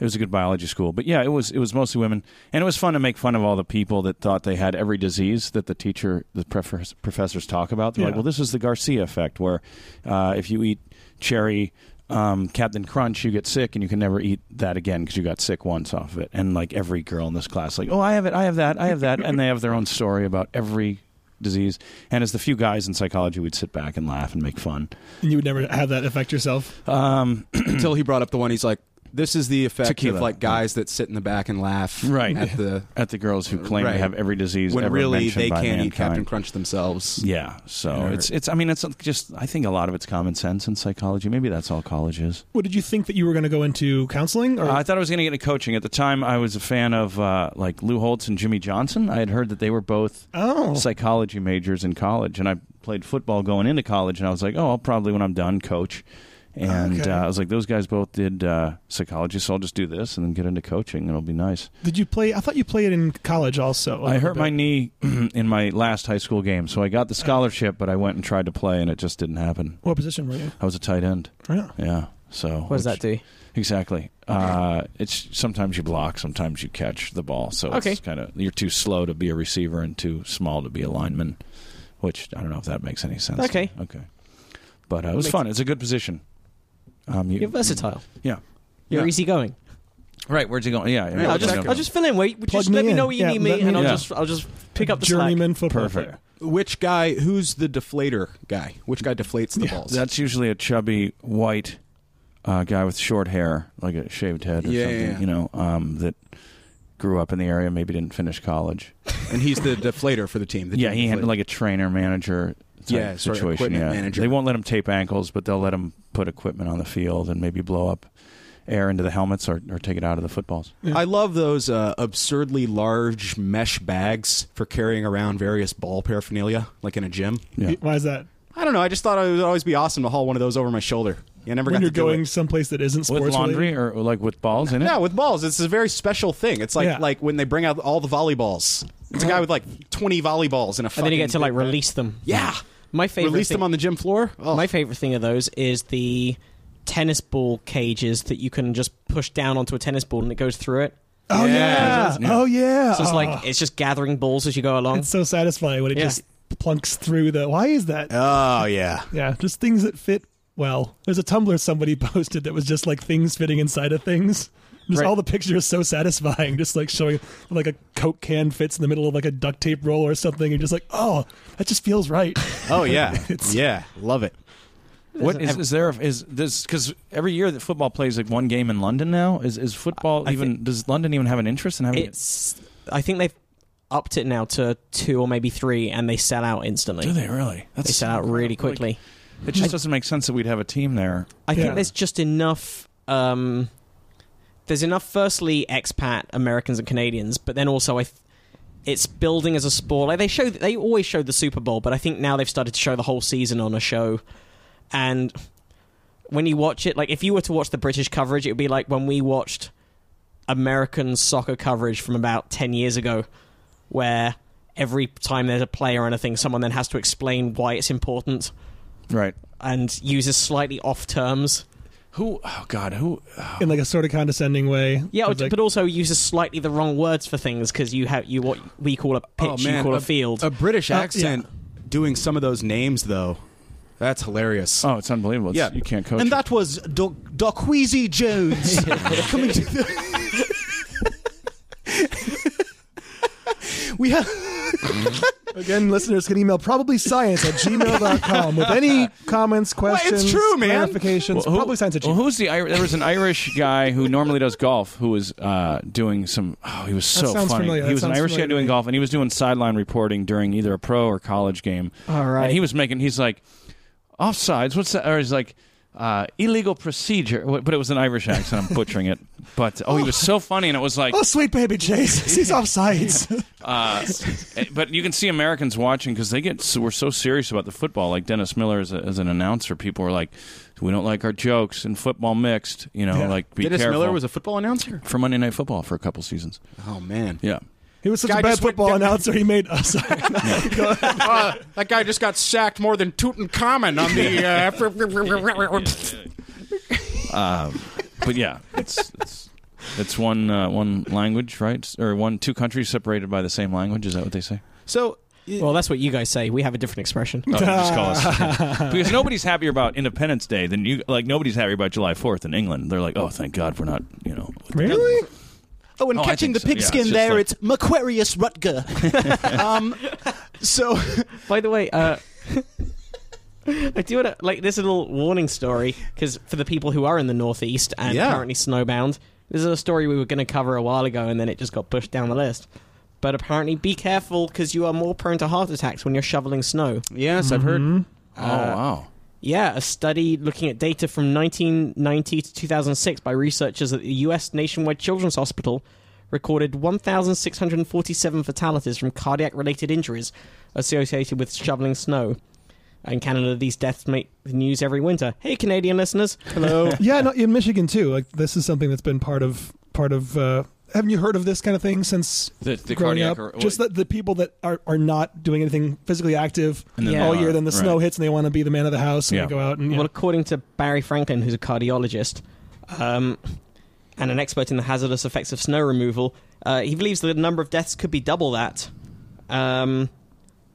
E: It was a good biology school, but yeah, it was it was mostly women, and it was fun to make fun of all the people that thought they had every disease that the teacher, the pref- professors talk about. They're like,
B: Yeah.
E: well, this is the Garcia effect, where uh, if you eat cherry um, Captain Crunch, you get sick and you can never eat that again because you got sick once off of it. And like every girl in this class, like, oh, I have it, I have that, I have that, and they have their own story about every disease. And as the few guys in psychology, we'd sit back and laugh and make fun.
B: And you would never have that affect yourself.
E: Um,
D: Until he brought up the one he's like, this is the effect
E: Tequila.
D: of like guys that sit in the back and laugh
E: Right.
D: at the
E: at the girls who claim
D: Right.
E: they have every disease
D: when
E: ever
D: really
E: mentioned
D: they
E: by
D: can't eat
E: mankind.
D: Captain Crunch themselves.
E: Yeah, so
D: Or-
E: it's it's. I mean, it's just. I think a lot of it's common sense in psychology. Maybe that's all college is.
B: What did you think that you were going to go into counseling? Or
E: Uh, I thought I was going to get into coaching. At the time, I was a fan of uh, like Lou Holtz and Jimmy Johnson. I had heard that they were both
B: oh,
E: psychology majors in college, and I played football going into college, and I was like, oh, I'll probably when I'm done coach. And
B: Okay.
E: uh, I was like, those guys both did uh, psychology, so I'll just do this and then get into coaching, and it'll be nice.
B: did you play? I thought you played in college also. a
E: I
B: little
E: hurt my
B: bit.
E: knee in my last high school game, so I got the scholarship, but I went and tried to play, and it just didn't happen.
B: What position were you?
E: I was a tight end.
B: Yeah.
E: Yeah. So
C: What does that do?
E: Exactly. Uh, it's sometimes you block, sometimes you catch the ball. So
C: Okay.
E: it's kind of you're too slow to be a receiver and too small to be a lineman, which I don't know if that makes any sense.
C: Okay.
E: Okay. But uh, it was
C: Makes-
E: fun. It's a good position. Um, you,
C: You're versatile.
E: Yeah.
C: You're
E: Yeah.
C: easygoing.
E: right. Where's he going? Yeah. yeah,
D: Yeah,
C: I'll
D: let's
C: just
D: go.
C: I'll just fill in. Wait, just
B: me
C: let me
B: in.
C: know when you
B: Yeah,
C: need me,
B: let me
C: and I'll
E: in.
C: just I'll just pick up the slack.
B: Journeyman football
E: perfect.
B: player.
D: Which guy? Who's the deflator guy? Which guy deflates the balls?
E: That's usually a chubby white uh, guy with short hair, like a shaved head or
D: Yeah,
E: something.
D: yeah, yeah.
E: You know, um, that grew up in the area, maybe didn't finish college.
D: and he's the deflator for the team. The
E: yeah,
D: team
E: he had
D: deflator.
E: like a trainer manager type
D: Yeah, sort of
E: situation.
D: equipment
E: yeah,
D: manager.
E: they won't let him tape ankles, but they'll let him put equipment on the field and maybe blow up air into the helmets or, or take it out of the footballs.
D: I love those uh, absurdly large mesh bags for carrying around various ball paraphernalia, like in a gym.
E: Yeah.
B: Why is that?
D: I don't know. I just thought it would always be awesome to haul one of those over my shoulder. Yeah, I never
B: when
D: got
B: you're
D: to do
B: going
D: it.
B: someplace that isn't sports
E: With laundry or like with balls in it.
D: Yeah, with balls, it's a very special thing. It's like
B: Yeah.
D: like when they bring out all the volleyballs. It's a guy with like twenty volleyballs in a.
C: And then you get to like release them.
D: Yeah,
C: My favorite
D: release
C: thing,
D: them on the gym floor. Oh.
C: my favorite thing of those is the tennis ball cages that you can just push down onto a tennis ball and it goes through it.
B: Oh yeah.
E: Yeah.
B: Oh yeah.
C: So it's
B: Oh.
C: like it's just gathering balls as you go along.
B: it's so satisfying when it
C: Yeah.
B: just plunks through the. Why is that?
D: oh yeah.
B: Yeah, just things that fit well. There's a Tumblr somebody posted that was just like things fitting inside of things. Just
C: Right.
B: all the pictures so satisfying, just like showing like a Coke can fits in the middle of like a duct tape roll or something, and just like, oh, that just feels right.
D: Oh yeah. yeah. Love it.
E: What is, is there? Is this because every year that football plays like one game in London now? Is is football
C: I- I
E: even? does London even have an interest in having? it?
C: It's I think they've upped it now to two or maybe three, and they sell out instantly.
E: Do they really? That's
C: They sell out really
E: incredible. Like,
C: quickly.
E: it just doesn't make sense that we'd have a team there.
C: I
B: Yeah.
C: think there's just enough. Um, there's enough. Firstly, expat Americans and Canadians, but then also I. Th- it's building as a sport. Like they show, they always showed the Super Bowl, but I think now they've started to show the whole season on a show. And when you watch it, like if you were to watch the British coverage, it would be like when we watched American soccer coverage from about ten years ago, where every time there's a play or anything, someone then has to explain why it's important
E: Right.
C: and uses slightly off terms.
E: Who? Oh God. Who? oh,
B: in like a sort of condescending way.
C: Yeah,
B: It's like,
C: but also uses slightly the wrong words for things because you have you what we call a pitch, you call a, field.
D: Oh, A British
B: Uh,
D: accent doing some of those names though. That's hilarious.
E: oh, it's unbelievable. It's, You can't coach.
D: And
E: it.
D: that was Do- Doqueezy Jones coming to the. we have.
B: again, listeners can email probably science at gmail.com with any comments, questions,
D: true, man.
B: clarifications.
E: who-
B: probably science at
E: well,
B: gmail.
E: who's the Ir- there was an Irish guy who normally does golf who was uh, doing some oh he was so
B: sounds
E: funny
B: familiar. That
E: he was an
B: sounds
E: Irish guy
B: familiar to
E: doing
B: me.
E: golf and he was doing sideline reporting during either a pro or college game
C: All right.
E: and he was making he's like offsides what's that or he's like uh, illegal procedure Wh- but it was an Irish accent I'm butchering it but oh he was so funny and it was like
B: Oh, sweet baby Jesus, he's off sides.
E: uh, but you can see Americans watching because they get so, we're so serious about the football. Like Dennis Miller as, a, as an announcer, people were like, we don't like our jokes and football mixed. You know,
B: Yeah.
E: like be
D: Dennis
E: careful.
D: Miller was a football announcer.
E: for Monday Night Football for a couple seasons.
D: Oh man,
E: Yeah,
B: He was such
D: Guy
B: a bad
D: just went
B: football
D: down-
B: announcer. He made us. Sorry.
D: Uh, that guy just got sacked more than Tutankhamun on the. Uh,
E: but yeah, it's it's it's one uh, one language, right? Or one two countries separated by the same language. Is that what they say?
D: so uh,
C: Well, that's what you guys say. We have a different expression.
E: Oh, just call us. because nobody's happier about Independence Day than you. Like nobody's happier about July Fourth in England. They're like, oh, thank God we're not. You know,
B: really?
D: Oh, and
E: Oh, I
D: catching the
E: think so.
D: pigskin
E: Yeah, it's just
D: there,
E: like-
D: it's Macquarius Rutger. um, so,
C: By the way, uh, I do want to like this is a little warning story because for the people who are in the Northeast and
D: Yeah.
C: currently snowbound, this is a story we were going to cover a while ago, and then it just got pushed down the list. But apparently, be careful because you are more prone to heart attacks when you're shoveling snow.
D: yes, I've heard.
E: oh wow,
C: Yeah, a study looking at data from 1990 to 2006 by researchers at the U.S. Nationwide Children's Hospital recorded 1,647 fatalities from cardiac-related injuries associated with shoveling snow. In Canada, these deaths make the news every winter. Hey, Canadian listeners! Hello.
B: Yeah, no, in Michigan too. Like this is something that's been part of part of. Uh, haven't you heard of this kind of thing since
E: The- the
B: growing
E: cardiac
B: up?
E: or-
B: Just that the people that are, are not doing anything physically active
E: And then
C: Yeah.
B: all
E: they
B: year,
E: are,
B: then the
E: right.
B: snow hits and they want to be the man of the house and
E: Yeah.
B: they go out and.
C: Well, according to Barry Franklin, who's a cardiologist um, and an expert in the hazardous effects of snow removal, uh, he believes that the number of deaths could be double that. Um,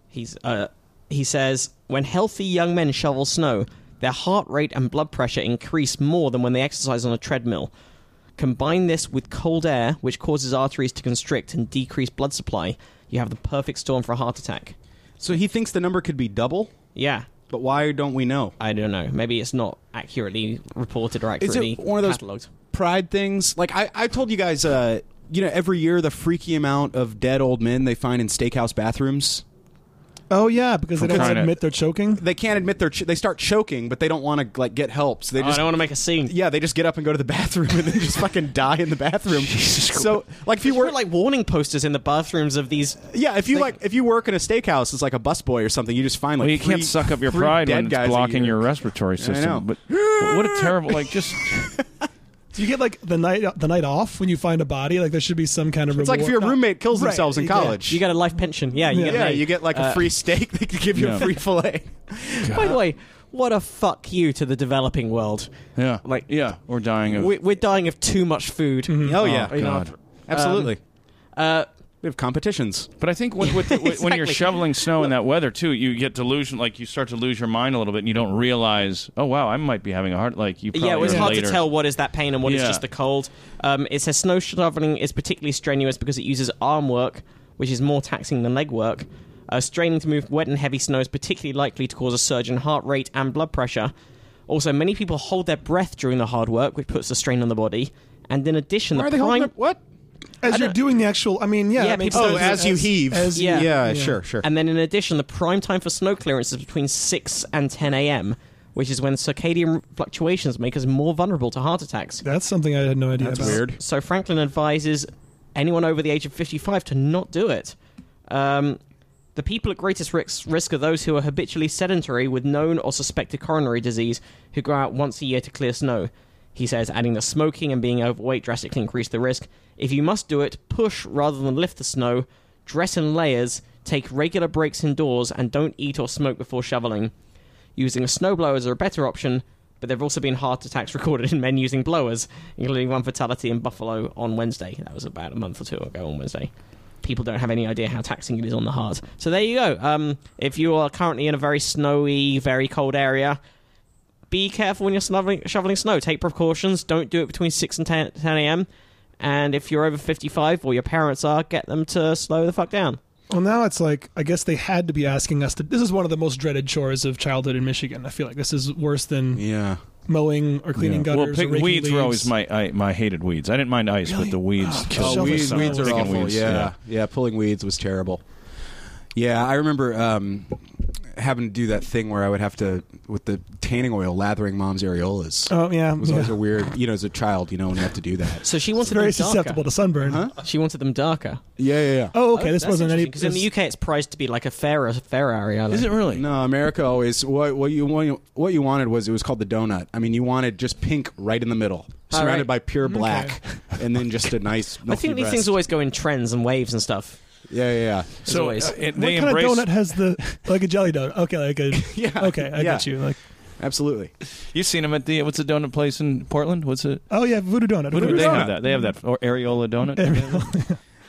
C: he's, uh, he says, when healthy young men shovel snow, their heart rate and blood pressure increase more than when they exercise on a treadmill. Combine this with cold air, which causes arteries to constrict and decrease blood supply. You have the perfect storm for a heart attack.
D: So he thinks the number could be double,
C: Yeah,
D: but why don't we know?
C: I don't know. Maybe it's not accurately reported or
D: Is
C: accurately
D: it one of those
C: catalogued.
D: pride things? Like I, I told you guys, uh, you know, every year the freaky amount of dead old men they find in steakhouse bathrooms.
B: Oh yeah, because they
E: From
B: don't
E: China.
B: admit they're choking.
D: They can't admit they're ch- they start choking, but they don't want to like get help, so they
C: Oh, I
D: just
C: don't want to make a scene.
D: yeah, they just get up and go to the bathroom and they just fucking die in the bathroom. so like if you
C: There were
D: work
C: like warning posters in the bathrooms of these.
D: yeah, if you like if you work in a steakhouse as like a busboy or something, you just find like
E: Well, you
D: three-
E: can't suck up your
D: three
E: pride
D: dead
E: when
D: guys
E: it's
D: a
E: blocking
D: year.
E: your respiratory system.
D: know.
E: But, but what a terrible like just
B: Do you get like the night the night off when you find a body? Like there should be some kind of.
D: It's like if your roommate kills
B: Right,
D: themselves in
B: yeah.
D: college.
C: You get a life pension. Yeah, you
B: Yeah.
C: get. an
D: yeah,
C: A.
D: you get like a
C: Uh,
D: free steak. They could give you a
E: Yeah.
D: free fillet.
C: By the way, what a fuck you to the developing world.
E: yeah
C: Like-
E: yeah or dying of
C: We, we're dying of too much food.
D: Oh yeah,
C: You know,
E: God.
D: absolutely.
C: Uh,
D: we have competitions.
E: But I think with, with, with, when you're
C: Exactly.
E: shoveling snow in that weather too, you get delusion. Like you start to lose your mind a little bit, and you don't realize, oh wow, I might be having a heart. Like you, probably
C: yeah, it was hard
E: later.
C: to tell what is that pain and what is
E: Yeah.
C: just the cold. Um, it says snow shoveling is particularly strenuous because it uses arm work, which is more taxing than leg work. Uh, straining to move wet and heavy snow is particularly likely to cause a surge in heart rate and blood pressure. Also, many people hold their breath during the hard work, which puts a strain on the body. And in addition,
D: Why are
C: the
D: they holding
C: prime
D: up? What?
B: as you're
C: don't-
B: doing the actual, I mean, yeah,
C: Yeah,
B: it makes
C: people-
D: Oh,
B: sense.
D: as, you heave.
B: as
C: Yeah.
D: yeah,
B: Yeah.
D: sure, sure.
C: And then in addition, the prime time for snow clearance is between 6 and 10 a.m., which is when circadian fluctuations make us more vulnerable to heart attacks.
B: that's something I had no idea.
D: That's
B: about.
D: weird.
C: So Franklin advises anyone over the age of 55 to not do it. Um, the people at greatest risk, risk are those who are habitually sedentary with known or suspected coronary disease who go out once a year to clear snow. He says adding that smoking and being overweight drastically increase the risk. If you must do it, push rather than lift the snow, dress in layers, take regular breaks indoors, and don't eat or smoke before shoveling. Using a snowblower is a better option, but there have also been heart attacks recorded in men using blowers, including one fatality in Buffalo on Wednesday. That was about a month or two ago on Wednesday. People don't have any idea how taxing it is on the heart. So there you go. Um, if you are currently in a very snowy, very cold area, be careful when you're shoveling, shoveling snow. Take precautions. Don't do it between 6 and 10, 10 a.m. And if you're over 55 or your parents are, get them to slow the fuck down.
B: Well, now it's like I guess they had to be asking us to. This is one of the most dreaded chores of childhood in Michigan. I feel like this is worse than
D: Yeah.
B: mowing or cleaning
E: Yeah.
B: gutters.
E: well,
B: or
E: pick,
B: raking
E: weeds were
B: leaves.
E: always my I, my hated weeds. I didn't mind ice,
B: Really?
E: but the weeds
B: Oh,
E: killed
B: God.
E: me.
D: weeds,
B: so-
D: weeds are
E: Picking
D: awful.
E: weeds,
D: yeah. yeah, pulling weeds was terrible. Yeah, I remember. Um, having to do that thing where I would have to with the tanning oil lathering mom's areolas.
B: Oh yeah,
D: it was always
B: yeah.
D: a weird, you know, as a child, you know, when you have to do that.
C: So she wanted
B: very
C: them
B: susceptible
C: darker.
B: to sunburn.
D: Huh?
C: She wanted them darker.
D: Yeah, yeah, yeah.
B: Oh, okay. this wasn't any.
C: because in the UK it's prized to be like a fairer, fairer area.
E: Is it really?
D: No, America always what what you what you- what you wanted was it was called the donut. I mean, you wanted just pink right in the middle,
C: All
D: surrounded
C: Oh, right. Mm-hmm.
D: by pure black, and then just a nice.
C: I think
D: milky
C: these things
D: breast.
C: always go in trends and waves and stuff.
D: Yeah, yeah,
C: So,
E: So uh,
C: always.
E: it-
B: what
E: they
B: kind
E: embrace.
B: of donut has the like a jelly donut? Okay, like a
D: yeah. yeah.
B: okay, I
D: yeah,
B: got you. Like
D: Absolutely.
E: You've seen them at the what's the donut place in Portland? What's it?
B: oh yeah, voodoo donut.
E: What do
B: Voodoo
E: they
B: donut.
E: have that? They have that or areola donut.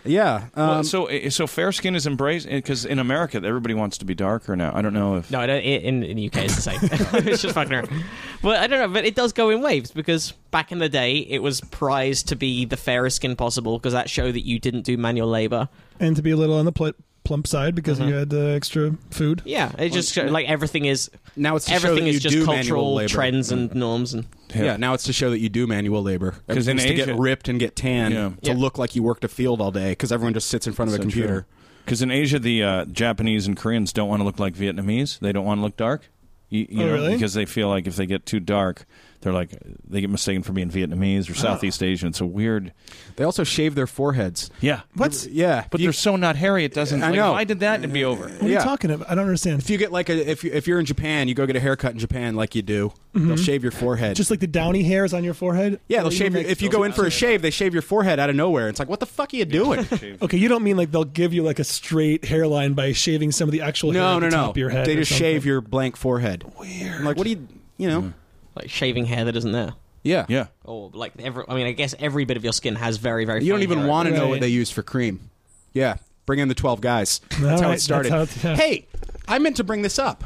D: Yeah. Um,
E: Well, so uh, so fair skin is embraced because in America everybody wants to be darker now. I don't know if
C: No, I don't, in, in the UK it's the same. it's just fucking around. But I don't know, but it does go in waves because back in the day it was prized to be the fairest skin possible because that showed that you didn't do manual labor.
B: and to be a little on the pl- plump side because you had uh, extra food.
C: Yeah, it just showed, like everything is
D: now it's to show
C: everything
D: that
C: is
D: you
C: just
D: do manual
C: cultural
D: labor. Mm.
C: trends and norms and
D: Yeah. now it's to show that you do manual labor.
E: 'Cause in
D: Everything's to get
E: Asia-
D: ripped and get tan
E: Yeah.
D: to
C: Yeah.
D: look like you worked a field all day because everyone just sits in front of a computer.
E: Because in Asia, the uh, Japanese and Koreans don't want to look like Vietnamese. They don't want to look dark. You, you
B: Oh,
E: know,
B: really?
E: Because they feel like if they get too dark, they're like they get mistaken for being Vietnamese or Southeast Asian. It's a weird.
D: They also shave their foreheads.
E: Yeah.
B: What?
D: Yeah,
E: But
D: You-
E: they're so not hairy. It doesn't.
D: I
E: like,
D: know.
E: If I did that, it'd be over.
B: What are
D: Yeah.
B: you talking about? I don't understand.
D: If you get like a if you, if you're in Japan, you go get a haircut in Japan like you do. They'll shave your forehead.
B: Mm-hmm. Just like the downy hairs on your forehead.
D: yeah,
B: Or
D: they'll shave
B: even,
D: your.
B: like-
D: If you go in for a shave, they shave your forehead out of nowhere. It's like, what the fuck are you doing?
B: Okay, you don't mean like they'll give you like a straight hairline by shaving some of the actual hair
D: no,
B: at
D: no,
B: the
D: no.
B: top of your head.
D: They
B: or
D: just
B: something.
D: shave your blank forehead. Weird. I'm like, what do you? You know?
C: like shaving hair that isn't there.
D: Yeah.
E: Yeah.
C: Or like every, I mean, I guess every bit of your skin has very, very.
D: You don't
C: fine
D: even
C: hair.
D: want to know
B: Right.
D: what they use for cream. Yeah. Bring in the twelve guys. That's
B: All
D: how
B: right,
D: it
B: that's
D: started.
B: how it- yeah.
D: Hey, I meant to bring this up.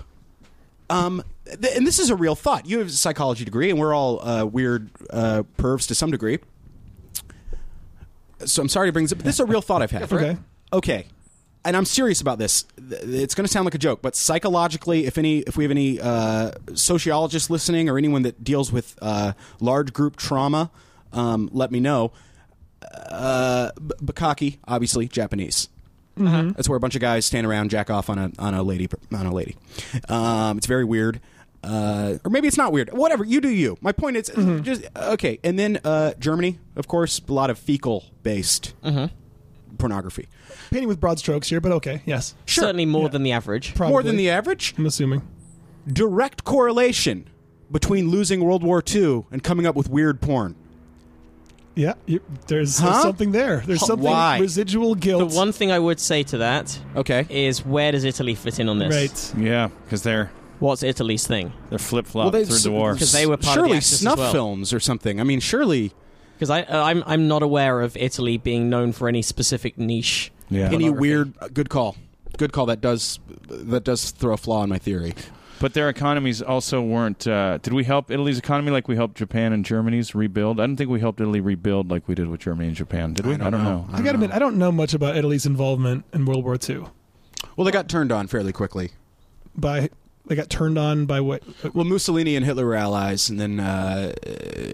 D: Um, th- and this is a real thought. You have a psychology degree, and we're all uh, weird uh, pervs to some degree. So I'm sorry to bring this up, but this is a real thought I've had.
B: Okay.
D: Okay. And I'm serious about this. Th- It's going to sound like a joke, but psychologically, if any, if we have any uh, sociologists listening or anyone that deals with uh, large group trauma, um, let me know. Uh, B- Bukkake, obviously Japanese.
C: Mm-hmm.
D: That's where a bunch of guys stand around, jack off on a on a lady on a lady. Um, it's very weird, uh, or maybe it's not weird. Whatever you do, you. My point is
C: Mm-hmm.
D: just okay. And then uh, Germany, of course, a lot of fecal based
C: Mm-hmm.
D: pornography,
B: Painting with broad strokes here, but okay, yes,
D: Sure.
C: Certainly more than the average.
B: probably.
D: more than the average.
B: I'm assuming.
D: Direct correlation between losing World War II and coming up with weird porn.
B: Yeah, you, there's,
D: Huh?
B: there's something there. There's
D: Huh,
B: something
D: why?
B: residual
C: The
B: guilt.
C: one thing I would say to that
D: Okay,
C: is where does Italy fit in on this?
B: right.
E: Yeah. Because they're
C: What's Italy's thing?
E: they're flip flop
D: they-
E: through the war.
C: 'Cause they were part of the
D: surely
C: Axis as
D: snuff
C: well.
D: films or something. I mean, surely
C: Because I, uh, I'm, I'm not aware of Italy being known for any specific niche.
E: Yeah.
D: any
C: Pornography.
D: weird. Good call. Good call. That does that does throw a flaw in my theory.
E: But their economies also weren't. Uh, did we help Italy's economy like we helped Japan and Germany's rebuild? I don't think we helped Italy rebuild like we did with Germany and Japan. Did we? I don't, know.
B: I gotta admit, I don't know much about Italy's involvement in World War II.
D: Well, they got turned on fairly quickly.
B: By they got turned on by what?
D: Well, Mussolini and Hitler were allies, and then uh,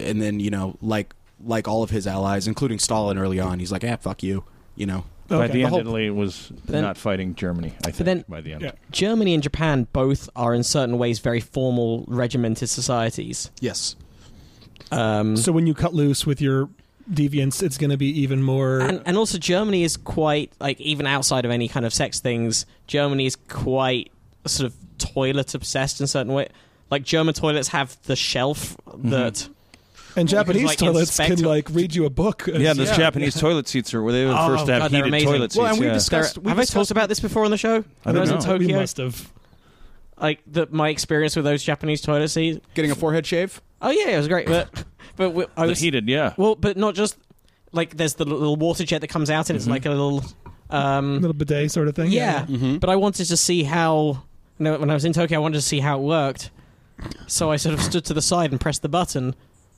D: and then you know, like like all of his allies, including Stalin early on, he's like, "Ah, fuck you," you know.
E: By
B: Okay.
E: the end,
D: whole-
E: Italy was
C: then-
E: not fighting Germany. I think
C: then-
E: by the end.
B: Yeah.
C: Germany and Japan both are in certain ways very formal, regimented societies.
D: Yes.
C: Um,
B: So when you cut loose with your deviance, it's going to be even more.
C: and, and also, Germany is quite, like, even outside of any kind of sex things, Germany is quite sort of toilet obsessed in certain way. Like, German toilets have the shelf
E: Mm-hmm.
C: that.
B: and
C: Well, because,
B: Japanese
C: like,
B: toilets
C: inspect-
B: can like read you a book.
E: Yeah,
B: the
E: those Japanese toilet seats are where they were the
C: Oh,
E: first to have
C: God, they're
E: heated
C: amazing.
E: toilet seats.
D: Well, and we
E: yeah.
D: discussed.
C: There-
D: we
C: have I
D: discussed-
C: talked about this before on the show?
E: I
C: When
E: don't
C: was in
E: know.
B: we
C: Tokyo,
B: must have.
C: like the, my experience with those Japanese toilet seats.
D: getting a forehead shave?
C: Oh yeah, it was great, but but we, I
E: The
C: was
E: heated, yeah.
C: well, but not just like there's the little water jet that comes out and it's like a little, um,
B: little bidet sort of thing.
C: yeah.
D: Mm-hmm.
C: But I wanted to see how. You know, when I was in Tokyo, I wanted to see how it worked, so I sort of stood to the side and pressed the button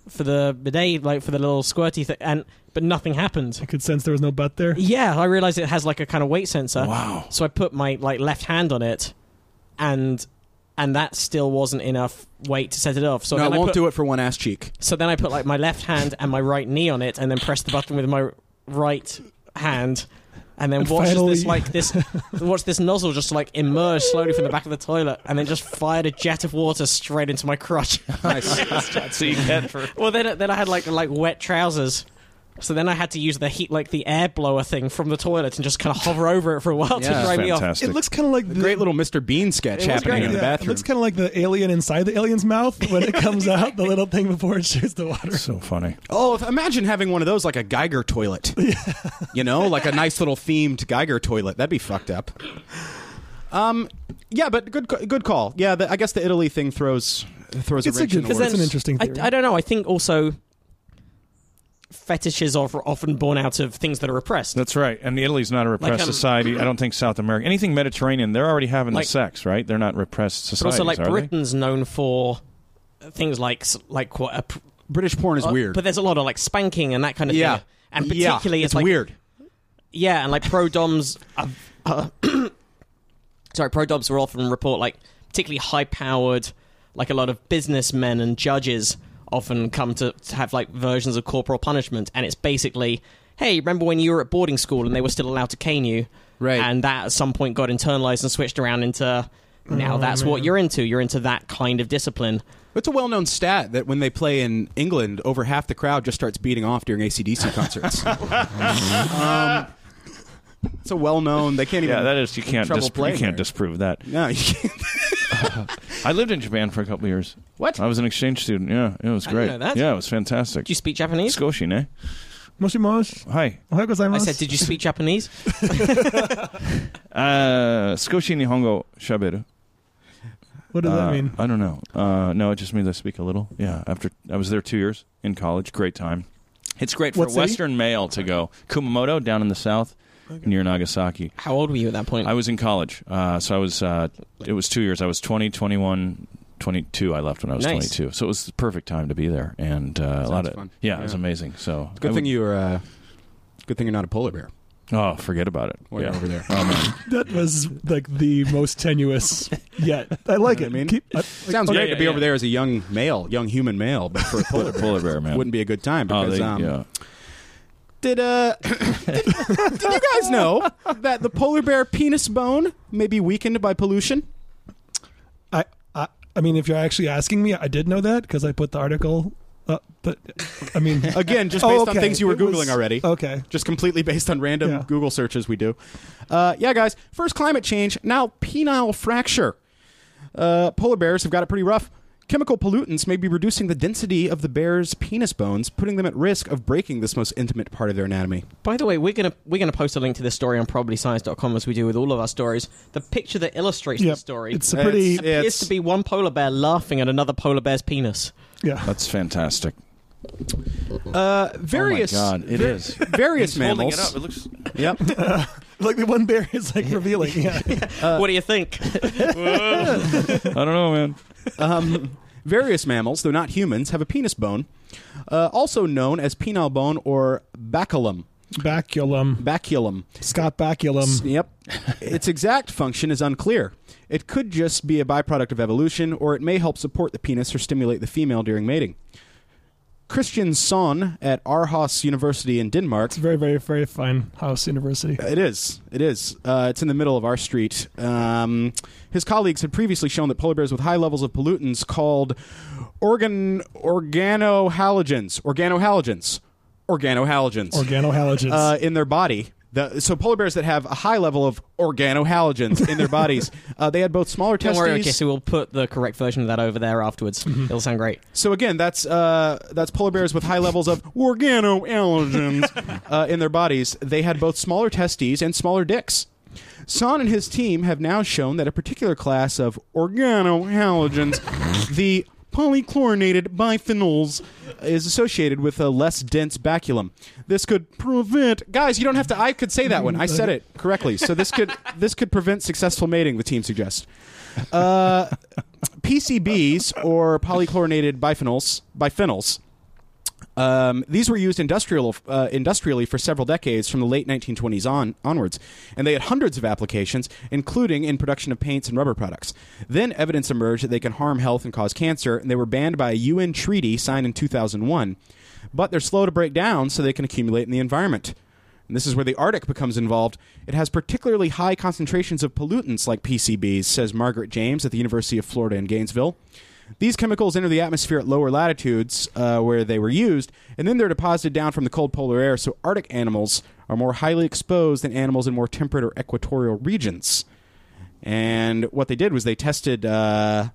C: for the bidet, like for the little squirty thing, and but nothing happened.
B: I could sense there was no butt there.
C: Yeah, I realized it has like a kind of weight sensor.
E: wow.
C: So I put my like left hand on it, and and that still wasn't enough weight to set it off. So
D: no, I
C: then
D: won't
C: I put,
D: do it for one ass cheek.
C: So then I put like my left hand and my right knee on it, and then pressed the button with my right hand, and then
B: And
C: watches
B: finally-
C: this like this watch this nozzle just like emerge slowly from the back of the toilet, and then just fired a jet of water straight into my crotch.
A: so you get for
C: well, then then I had like like wet trousers. So then I had to use the heat, like the air blower thing from the toilet, and just kind of hover over it for a while
D: Yeah.
C: to dry me off.
E: Fantastic.
B: It looks kind of like the,
D: Great little Mr. Bean sketch
C: It was
D: happening
C: great,
D: in
B: yeah,
D: the
B: It
D: bathroom.
B: looks kind of like the alien inside the alien's mouth when it comes out, the little thing before it shoots the water.
E: so funny.
D: Oh, if- imagine having one of those like a Geiger toilet. you know, like a nice little themed Geiger toilet. That'd be fucked up. Um, yeah, but good, c- good call. Yeah, the, I guess the Italy thing throws throws
B: It's a
D: a wrench
B: good-
D: in the
B: Because
D: works.
B: then- an interesting
C: I,
B: theory.
C: I don't know. I think also fetishes are often born out of things that are repressed.
E: That's right. And Italy's not a repressed
C: um,
E: society. I don't think South America. Anything Mediterranean, they're already having
C: Like-
E: the sex, right? They're not repressed
C: but
E: societies,
C: also, like
E: are they?
C: Britain's known for things like s- like what a, pr-
D: British porn is
C: uh,
D: weird.
C: But there's a lot of like spanking and that kind of
D: yeah,
C: thing. And
D: Yeah,
C: particularly
D: it's,
C: it's, like,
D: weird.
C: Yeah, and like pro doms. Uh, uh, sorry, pro doms will often report like particularly high powered, like a lot of businessmen and judges often come to, to have like versions of corporal punishment, and it's basically, hey, remember when you were at boarding school and they were still allowed to cane you?
D: Right.
C: And that at some point got internalized and switched around into. Now that's what you're into. You're into that kind of discipline.
D: It's a well-known stat that when they play in England, over half the crowd just starts beating off during ACDC concerts. um, it's a well-known. They can't even.
E: Yeah, that is. You can't.
D: trouble
E: Dis- you
D: playing
E: can't
D: there.
E: disprove that.
D: No, you can't.
E: I lived in Japan for a couple of years.
D: What?
E: I was an exchange student. Yeah, it was
C: I didn't
E: great.
C: know that.
E: Yeah, it was fantastic.
C: Did you speak Japanese?
E: Skoshi, ne?
B: Moshimosh.
E: Hi.
B: Ohayou gozaimasu.
C: I said, did you speak Japanese?
E: Uh, Skoshi nihongo shaberu.
B: What does
E: Uh,
B: that mean?
E: I don't know. Uh, no, it just means I speak a little. Yeah, after I was there two years in college. Great time. It's great for
B: What
E: a
B: city?
E: Western male to go Kumamoto down in the south near Nagasaki.
C: How old were you at that point?
E: I was in college, uh, so I was. Uh, it was two years. I was 20, 21, 22. I left when I was
C: Nice.
E: 22, so it was the perfect time to be there, and uh, a lot
D: Sounds
E: of
D: fun.
E: Yeah, it was
D: Yeah.
E: amazing. So I
D: Good
E: would-
D: thing you're. Uh, good thing you're not a polar bear.
E: Oh, forget about it.
D: Or
E: Yeah.
D: over there.
E: Oh man,
B: That was like the most tenuous yet. I like
D: You know
B: it.
D: what I mean?
B: Keep- I-
D: Sounds
E: Yeah,
D: great
E: yeah,
D: to be over
E: yeah.
D: there as a young male, young human male, but for a polar bear,
E: polar bear man.
D: wouldn't be a good time
E: oh,
D: because
E: they-
D: um,
E: yeah.
D: did uh did, did you guys know that the polar bear penis bone may be weakened by pollution?
B: I, I, I mean, if you're actually asking me, I did know that because I put the article up. But I mean, oh, based
D: Again,
E: Oh,
D: just based on things you were googling already.
B: Okay.
D: Just completely based on random
B: Yeah.
D: Google searches we do. Uh, yeah, guys. First climate change, now penile fracture. Uh, polar bears have got it pretty rough. Chemical pollutants may be reducing the density of the bear's penis bones, putting them at risk of breaking this most intimate part of their anatomy.
C: By the way, we're gonna we're gonna post a link to this story on probablyscience.com as we do with all of our stories. The picture that illustrates
B: Yep.
C: the story
B: It's a pretty.
D: It's-
C: appears to be one polar bear laughing at another polar bear's penis.
B: yeah.
E: That's fantastic.
D: Uh, various,
E: oh my god, it is.
D: various
E: He's holding
D: mammals.
E: it up. It looks
D: Yep.
B: Like the one bear is like revealing. Yeah.
C: what do you think?
E: I don't know, man.
D: Um, various mammals, though not humans, have a penis bone, uh, also known as penile bone or baculum.
B: Baculum.
D: Baculum.
B: Scott Baculum.
D: Yep. its exact function is unclear. It could just be a byproduct of evolution, or it may help support the penis or stimulate the female during mating. Christian Son at Aarhus University in Denmark.
B: It's a very, very, very fine house university.
D: It is. It is. Uh, it's in the middle of our street. Um, his colleagues had previously shown that polar bears with high levels of pollutants called organ organohalogens, organohalogens, organohalogens
B: Organohalogens.
D: uh, in their body. The, so polar bears that have a high level of organohalogens in their bodies, uh, they had both smaller
C: Don't worry, okay,
D: testes.
C: so we'll put the correct version of that over there afterwards. It'll sound great.
D: So again, that's uh, that's polar bears with high levels of organoallergens uh, in their bodies. They had both smaller testes and smaller dicks. Son and his team have now shown that a particular class of organohalogens, the polychlorinated biphenyls, is associated with a less dense baculum. This could prevent guys. You don't have to. I could say that one. I said it correctly. So this could this could prevent successful mating. The team suggests. Uh, PCBs or polychlorinated biphenyls, biphenyls. Um, these were used industrial, uh, industrially for several decades from the late 1920s on, onwards, and they had hundreds of applications, including in production of paints and rubber products. Then evidence emerged that they can harm health and cause cancer, and they were banned by a UN treaty signed in 2001. But they're slow to break down, so they can accumulate in the environment. And and this is where the Arctic becomes involved, it has particularly high concentrations of pollutants like PCBs, says Margaret James at the University of Florida in Gainesville. These chemicals enter the atmosphere at lower latitudes uh, where they were used, and then they're deposited down from the cold polar air, so Arctic animals are more highly exposed than animals in more temperate or equatorial regions. And what they did was they tested uh,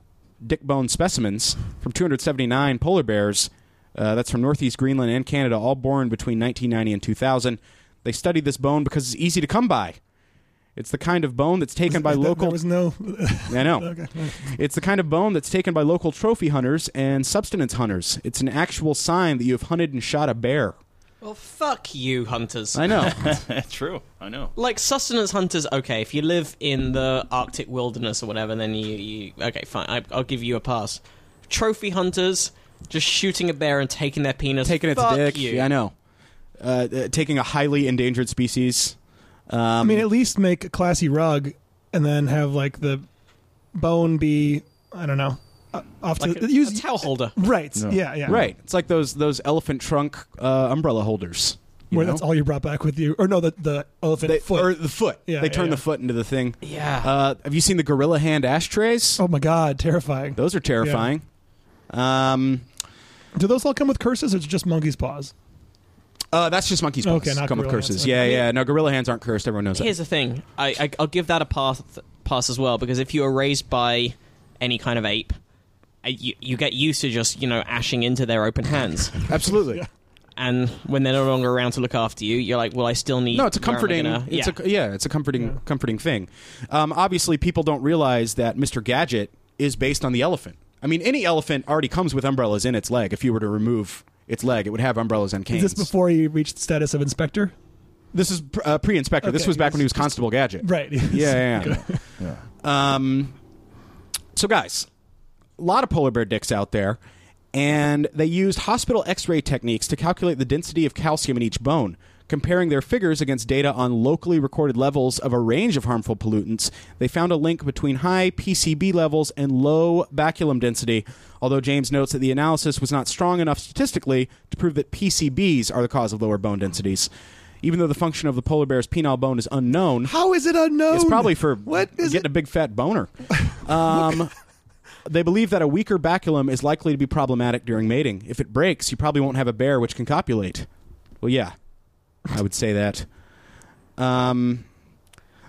D: dick bone specimens from 279 polar bears. Uh, that's from Northeast Greenland and Canada, all born between 1990 and 2000. They studied this bone because it's easy to come by. It's the kind of bone that's taken by
B: There-
D: local.
B: There was no.
D: I know. It's the kind of bone that's taken by local trophy hunters and substance hunters. It's an actual sign that you have hunted and shot a bear.
C: Well, fuck you, hunters.
D: I know.
E: True. I know.
C: like sustenance hunters okay if you live in the arctic wilderness or whatever then you, you okay fine I, i'll give you a pass trophy hunters just shooting a bear and taking their penis
D: taking its
C: Fuck
D: dick.
C: you.
D: Yeah, I know. Uh, uh, taking a highly endangered species. Um,
B: I mean, at least make a classy rug, and then have like the bone be I don't know uh, off to
C: like a, a
B: use
C: towel holder
B: right.
E: No.
B: Yeah, yeah.
D: right. It's like those those elephant trunk uh, umbrella holders. you
B: Where
D: know?
B: that's all you brought back with you, or no, the the elephant
D: They-
B: foot.
D: or the foot.
B: Yeah,
D: they
B: yeah,
D: turn
B: yeah.
D: the foot into the thing.
C: yeah
D: Uh, have you seen the gorilla hand ashtrays?
B: oh my god, terrifying.
D: Those are terrifying. Um,
B: Do those all come with curses, or is it just monkey's paws?
D: uh, that's just monkeys.
B: Okay,
D: paws
B: not
D: come with
B: gorilla hands,
D: curses.
B: okay.
D: Yeah, yeah. No, gorilla hands aren't cursed. Everyone knows that.
C: here's the thing I, I i'll give that a pass pass as well because if you are raised by any kind of ape uh, you, you get used to just you know ashing into their open hands
D: Absolutely.
C: and when they're no longer around to look after you you're like well i still need
D: No, it's a
C: where am I
D: comforting.
C: gonna-
D: It's
C: yeah.
D: a yeah, it's a comforting comforting thing. Um, obviously, people don't realize that Mr. Gadget is based on the elephant. I mean, any elephant already comes with umbrellas in its leg. If you were to remove its leg, it would have umbrellas and canes.
B: Is this before you reached the status of inspector?
D: This is pr- uh, pre-inspector. this
B: Okay,
D: was back when he was
B: yes,
D: Constable Gadget.
B: Right.
D: Yeah, yeah, yeah. Um, so, guys, a lot of polar bear dicks out there, and they used hospital x ray techniques to calculate the density of calcium in each bone. Comparing their figures against data on locally recorded levels of a range of harmful pollutants, they found a link between high PCB levels and low baculum density. Although James notes that the analysis was not strong enough statistically to prove that PCBs are the cause of lower bone densities. Even though the function of the polar bear's penile bone is unknown,
B: How is it unknown?
D: it's probably for
B: what is
D: getting
B: it?
D: a big fat boner. Um, they believe that a weaker baculum is likely to be problematic during mating. If it breaks, you probably won't have a bear which can copulate. Well, yeah, I would say that. Um,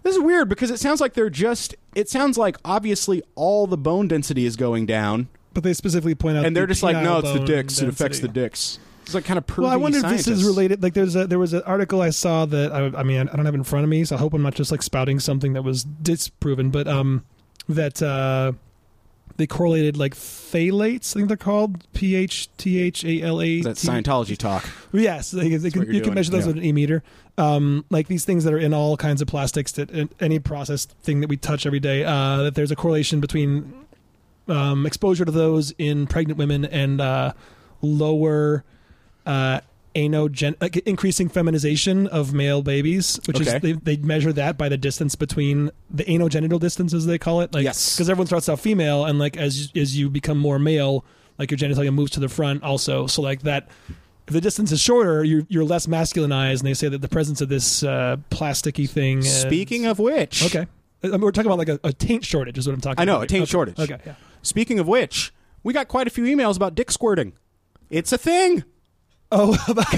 D: this is weird because it sounds like they're just. It sounds like obviously all the bone density is going down,
B: But they specifically point out,
D: and they're
B: the
D: just like,
B: penile
D: no, it's the
B: bone
D: dicks. It affects the
B: density.
D: dicks. It's like kind of pervy
B: Well, I wonder if this
D: scientists.
B: is related. Like, there's a there was an article I saw that I, I mean I don't have it in front of me, so I hope I'm not just like spouting something that was disproven. But um, that uh, they correlated like phthalates, I think they're called P H T H A L A.
D: That's Scientology talk.
B: Yes, they, they
D: what
B: can,
D: you're
B: you can
D: doing,
B: measure those
D: yeah.
B: with an e meter. Um, like these things that are in all kinds of plastics that in any processed thing that we touch every day. Uh, that there's a correlation between um, exposure to those in pregnant women and uh, lower uh, anogen, like increasing feminization of male babies, which
D: Okay.
B: is they, they measure that by the distance between the anogenital distance, as they call it. Like,
D: Yes.
B: because everyone starts out female, and like as as you become more male, like your genitalia moves to the front also. So like that. If the distance is shorter, you're, you're less masculinized, and they say that the presence of this uh, plasticky thing. is-
D: Speaking of which,
B: okay, I mean, we're talking about like a, a taint shortage, is what I'm talking.
D: I know,
B: about
D: a
B: here.
D: taint
B: Okay.
D: shortage.
B: Okay, yeah.
D: Speaking of which, we got quite a few emails about dick squirting. It's a thing.
B: Oh, about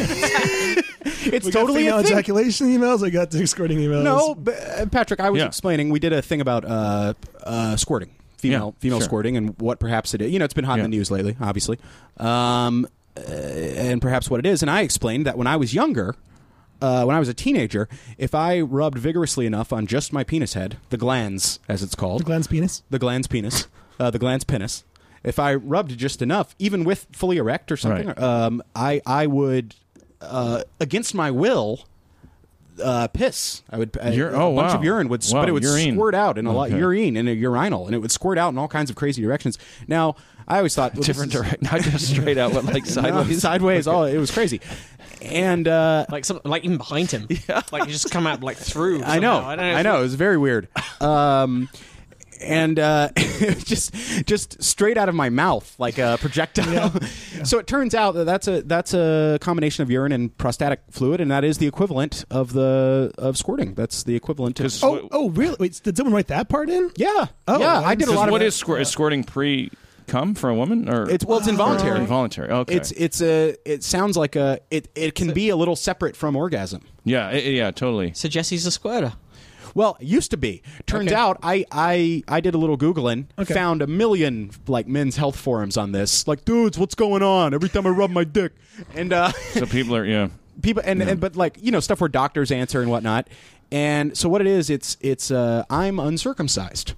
D: It's
B: we got
D: totally
B: female
D: a thing.
B: ejaculation emails. I got dick squirting emails.
D: No, but, uh, Patrick, I was
E: Yeah.
D: explaining. We did a thing about uh, uh, squirting, female
E: Yeah,
D: female
E: sure.
D: squirting, and what perhaps it is. You know, it's been hot in
E: Yeah.
D: the news lately, obviously, um, uh, and perhaps what it is. And I explained that when I was younger. Uh, when I was a teenager, if I rubbed vigorously enough on just my penis head, the glands, as it's called,
B: Glenn's penis.
D: the gland's penis, uh, the gland's penis. If I rubbed just enough, even with fully erect or something,
E: Right.
D: um, I I would uh, against my will uh, piss. I would I-
E: Ur-
D: a
E: oh,
D: bunch
E: wow.
D: of urine would, s-
E: Wow,
D: but it would
E: urine.
D: squirt out in a lot
E: Okay.
D: urine in a urinal, and it would squirt out in all kinds of crazy directions. Now I always thought well, this
E: Different
D: is-
E: direction, not just straight out, but like
D: no,
E: sideways.
D: sideways, all it was crazy, and uh,
C: like some, like even behind him. Yeah. Like you just come out like through.
D: I know.
C: somehow.
D: I
C: I
D: know.
C: don't know.
D: It was very weird. Um, and uh, it was just just straight out of my mouth like a projectile. So it turns out that that's a that's a combination of urine and prostatic fluid, and that is the equivalent of the of squirting. That's the equivalent to.
E: 'Cause
B: Oh, oh, really? Wait, did someone write that part in?
D: yeah,
B: Oh,
D: yeah, I
B: I
D: did a
E: Because
D: lot of.
E: what
D: it.
E: is squir- is squirting pre cum for a woman or
D: It's- well, it's involuntary.
E: Involuntary. Okay.
D: It's it's a it sounds like a it it can be a little separate from orgasm.
E: yeah. i- i- yeah. Totally.
C: So Jesse's a squirter.
D: Well, it used to be. Turns
B: Okay.
D: out I I I did a little googling,
B: Okay.
D: found a million like men's health forums on this. Like, dudes, what's going on? Every time I rub my dick, and uh,
E: So people are yeah.
D: people and, and but like you know stuff where doctors answer and whatnot. And so what it is, it's it's uh, I'm uncircumcised.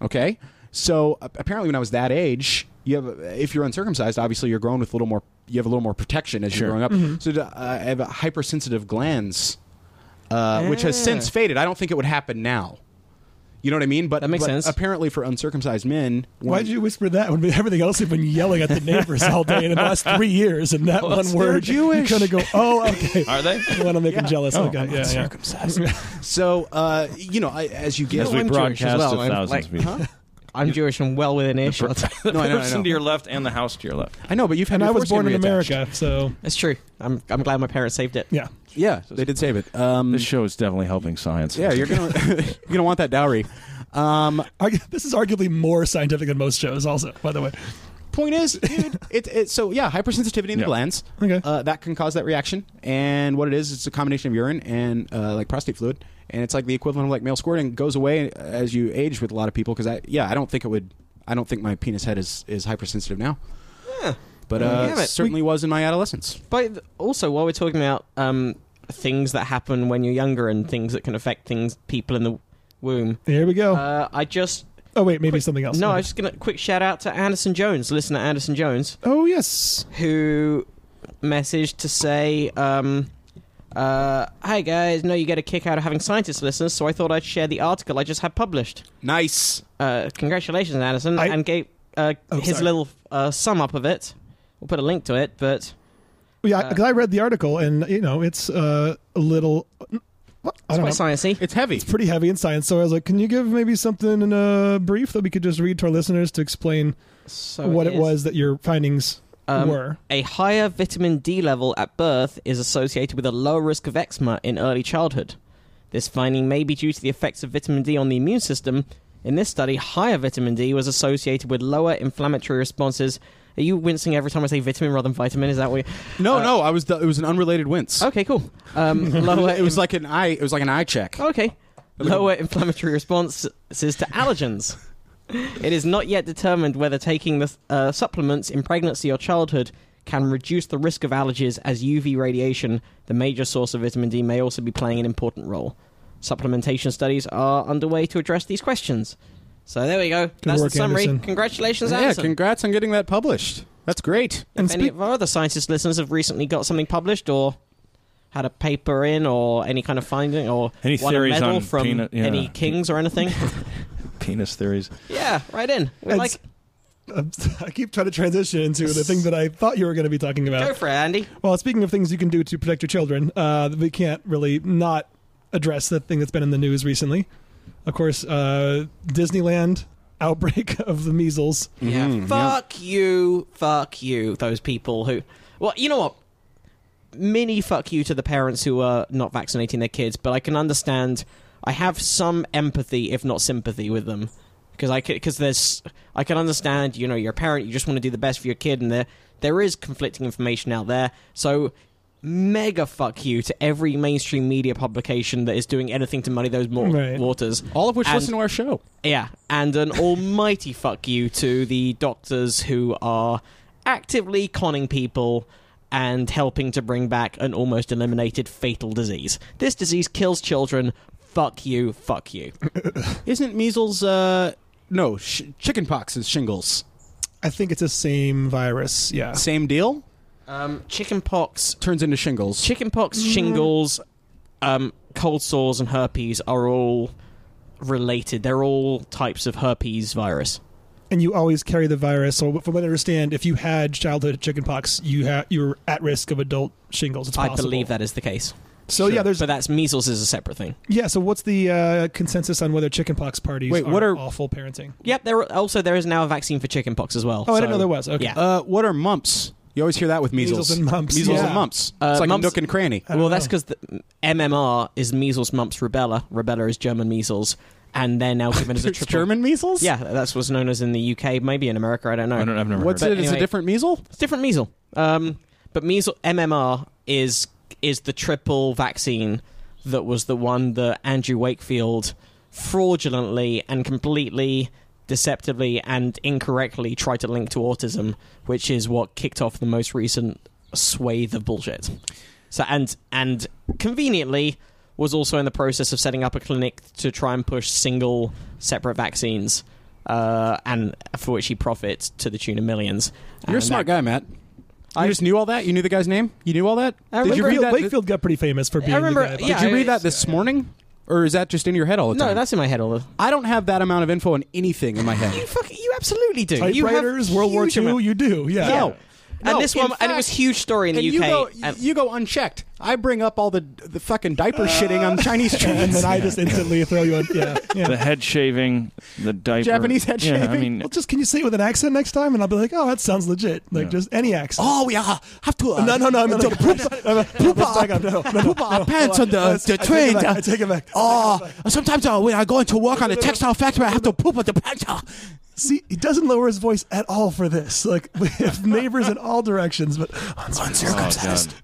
D: Okay, so a- apparently when I was that age, you have if you're uncircumcised, obviously you're growing with a little more. You have a little more protection as
E: Sure.
D: you're growing up. So uh, I have a hypersensitive glands, uh, which has since faded. I don't think it would happen now. You know what I mean? But
C: That makes
D: but
C: sense.
D: Apparently, for uncircumcised men,
B: Why
D: when-
B: did you whisper that when everything else you've been yelling at the neighbors all day in the last three years? And that one word,
D: Jewish.
B: you kind of go, oh, okay.
E: Are they?
B: I want to make them jealous.
E: Oh,
B: like, I- yeah, yeah.
D: So uh, you know, I, as you get
E: As we
C: I'm Jewish
E: broadcast
C: as well,
E: to
C: I'm
E: thousands
C: like-
E: of people.
C: I'm Jewish and well within earshot.
E: The
D: No, I know, I
E: person
D: know.
E: to your left and the house to your left.
D: I know, but you've had
B: And I
D: your
B: was born in
D: foreskin reattached.
B: America, so
C: That's true. I'm I'm glad my parents saved it.
B: yeah.
D: Yeah, they did save it. Um,
E: This show is definitely helping science.
D: Yeah, you're gonna you're gonna want that dowry. Um,
B: Argu- This is arguably more scientific than most shows, also, by the way.
D: point is, dude, it, it so yeah, hypersensitivity in
E: Yeah.
D: the glands.
B: Okay.
D: Uh, that can cause that reaction, and what it is, it's a combination of urine and uh, like prostate fluid, and it's like the equivalent of like male squirting It goes away as you age with a lot of people. Because I yeah, I don't think it would. I don't think my penis head is is hypersensitive now. But
C: Well,
D: uh,
C: damn it.
D: certainly was in my adolescence.
C: But th- also, while we're talking about um, things that happen when you're younger and things that can affect things people in the womb,
B: Here we go.
C: uh, I just
B: oh, wait, maybe
C: quick-
B: something else.
C: no, I was just gonna quick shout out to Anderson Jones, listener Anderson Jones,
B: Oh, yes.
C: who messaged to say, um, uh, "Hi guys, know you get a kick out of having scientists listeners, so I thought I'd share the article I just had published.
D: Nice.
C: Uh, congratulations, Anderson,
B: I-
C: and gave uh,
B: Oh,
C: his
B: sorry.
C: little uh, sum up of it. We'll put a link to it, but."
B: Yeah,
C: Uh,
B: because I read the article, and, you know, it's uh, a little. I don't know.
C: Quite sciencey.
D: It's heavy.
B: it's pretty heavy in science. So I was like, can you give maybe something in a brief that we could just read to our listeners to explain
C: So
B: what it,
C: Oh, is.
B: was that your findings
C: Um,
B: were?
C: A higher vitamin D level at birth is associated with a lower risk of eczema in early childhood. This finding may be due to the effects of vitamin D on the immune system. In this study, higher vitamin D was associated with lower inflammatory responses. Are you wincing every time I say vitamin rather than vitamin? Is that what? You...
D: No,
C: Uh,
D: no, I was the, it was an unrelated wince.
C: Okay, cool. Um, lower.
D: It was like an eye. It was like an eye check.
C: Okay. Lower inflammatory responses to allergens. it is not yet determined whether taking the uh, supplements in pregnancy or childhood can reduce the risk of allergies, as UV radiation, the major source of vitamin D, may also be playing an important role. Supplementation studies are underway to address these questions. So there we go. That's
B: work,
C: the summary.
B: Anderson.
C: Congratulations,
D: Yeah,
C: Anderson.
D: congrats on getting that published. That's great.
B: And
C: if any
B: speak-
C: of our other scientist listeners have recently got something published or had a paper in or any kind of finding or
E: Any
C: won a
E: theories
C: medal
E: on
C: from
E: peanut- yeah.
C: any kings or anything,
E: Penis theories.
C: yeah, right in. We
B: It's-
C: like
B: I'm- Um, I keep trying to transition to the thing that I thought you were going to be talking about.
C: go for it, Andy.
B: Well, speaking of things you can do to protect your children, uh, we can't really not address the thing that's been in the news recently. Of course, uh, Disneyland outbreak of the measles.
C: yeah, fuck you, fuck you. Those people who, well, you know what? Mini fuck you to the parents who are not vaccinating their kids, but I can understand. I have some empathy, if not sympathy, with them because I because there's I can understand. You know, you're a parent, you just want to do the best for your kid, and there there is conflicting information out there. So mega fuck you to every mainstream media publication that is doing anything to muddy those more
B: Right.
C: waters.
D: All of which
C: And-
D: listen to our show.
C: Yeah, and an almighty fuck you to the doctors who are actively conning people and helping to bring back an almost eliminated fatal disease. This disease kills children. Fuck you, fuck you.
D: Isn't measles? uh No, sh- chickenpox is shingles.
B: I think it's the same virus. Yeah.
D: Same deal.
C: Um, chickenpox,
D: Turns into shingles.
C: chickenpox,
B: Mm-hmm.
C: shingles, um, cold sores, and herpes are all related. They're all types of herpes virus.
B: And you always carry the virus. So, from what I understand, if you had childhood chickenpox, you ha- you're at risk of adult shingles. It's
C: I
B: possible.
C: believe that is the case.
B: So yeah, there's
C: but that's measles is a separate thing.
B: yeah. So what's the uh, consensus on whether chickenpox parties
D: Wait,
B: are,
D: what are-
B: awful parenting?
C: Yep. There are, also there is now a vaccine for chickenpox as well.
B: Oh, I didn't
C: so-
B: know there was. Okay.
C: Yeah.
D: Uh, what are mumps? You always hear that with measles.
B: Measles and mumps,
D: Measles
B: yeah.
D: and mumps.
C: Uh,
D: it's like
C: mumps-
D: a nook and cranny.
B: I don't
C: well, that's
B: know.
C: because MMR is measles, mumps, rubella. Rubella is German measles, and they're now given as a
D: It's
C: triple.
D: German measles?
C: Yeah, that's what's known as in the UK. Maybe in America, I don't know.
E: I don't, I've never
D: What's it?
E: heard. of
C: But
D: It's a
C: anyway-
D: different measles?
C: It's different measles. Um, but measles MMR is is the triple vaccine that was the one that Andrew Wakefield fraudulently and completely deceptively and incorrectly tried to link to autism, which is what kicked off the most recent swathe of bullshit. So and and conveniently was also in the process of setting up a clinic to try and push single separate vaccines, uh, and for which he profits to the tune of millions.
D: You're a
C: And
D: smart
C: that-
D: guy, Matt.
C: I-
D: you just knew all that? You knew the guy's name? You knew all that?
C: I
D: Did you
C: remember-
D: read that?
B: Wakefield got pretty famous for being. the
C: remember-
B: guy-
C: yeah,
D: Did you
C: I-
D: read that this morning? Or is that just in your head all the time?
C: No, that's in my head all the.
D: I don't have that amount of info on anything in my
C: You
D: head.
C: fuck, you absolutely do. You have
B: typewriters, World War
C: huge
B: II.
C: amount-
B: You do, yeah.
C: Yeah.
D: No.
C: and
D: No,
C: this
D: in
C: one, and it
D: fact-
C: was huge story in
D: and
C: the um,
D: you
C: UK.
D: go,
C: and-
D: you go unchecked. I bring up all the the fucking diaper shitting on Chinese
B: And
D: trains.
B: then I just instantly throw you on. Yeah, yeah.
E: The head shaving, the diaper.
D: Japanese head
E: Yeah, I
D: shaving.
E: mean,
B: Well, just can you say it with an accent next time? And I'll be like, oh, that sounds legit. Like
E: Yeah.
B: just any accent.
D: oh, we are have to. Uh,
B: no, no, no, I'm not.
D: to poop,
B: Poop No, no, no.
D: poop our pants on the, the
B: I
D: train.
B: take it back. I take it back.
D: Oh, sometimes uh, when I go into work on the textile factory, I have to poop on the pants. uh.
B: See, he doesn't lower his voice at all for this. Like we have neighbors in all directions, but
E: oh,
D: Uncircumcised.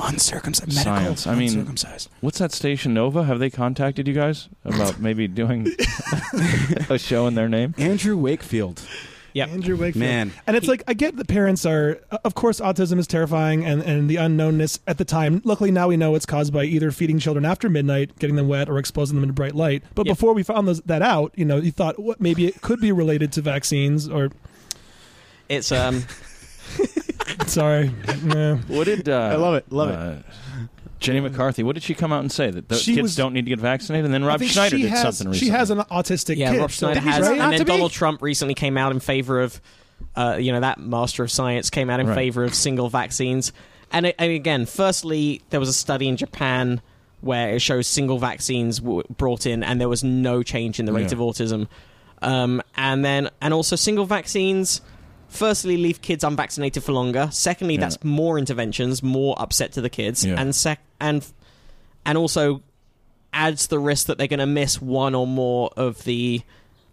D: Uncircumcised. Medical.
E: Science. I mean-
D: uncircumcised.
E: what's that station Nova? Have they contacted you guys about maybe doing a show in their name?
D: Andrew Wakefield.
C: yep.
B: Andrew Wakefield.
D: Man.
B: And it's like I get the parents are uh, of course autism is terrifying and, and the unknownness at the time. Luckily now we know it's caused by either feeding children after midnight, getting them wet, or exposing them to bright light. But
C: Yeah.
B: before we found those, that out, you know, you thought what maybe it could be related to vaccines or
C: It's um.
B: sorry. no.
E: What did uh,
D: I love it, love it.
E: uh, Jenny McCarthy. What did she come out and say that the
B: She
E: kids
B: was-
E: don't need to get vaccinated? And then
B: I
E: Rob
B: think
E: Schneider
B: she
E: did
B: has,
E: something recently.
B: She has an autistic
C: Yeah,
B: kid.
C: Rob
B: so-
C: Schneider
D: Didn't he
C: has,
D: try not
C: and
D: to
C: then
D: be?
C: Donald Trump recently came out in favor of, uh, you know, that master of science came out in
E: Right.
C: favor of single vaccines. And, it- and again, firstly, there was a study in Japan where it shows single vaccines w- brought in, and there was no change in the rate
E: Yeah.
C: of autism. Um, and then, and also single vaccines. Firstly, leave kids unvaccinated for longer. Secondly,
E: Yeah.
C: that's more interventions, more upset to the kids,
E: Yeah.
C: and sec and and also adds the risk that they're going to miss one or more of the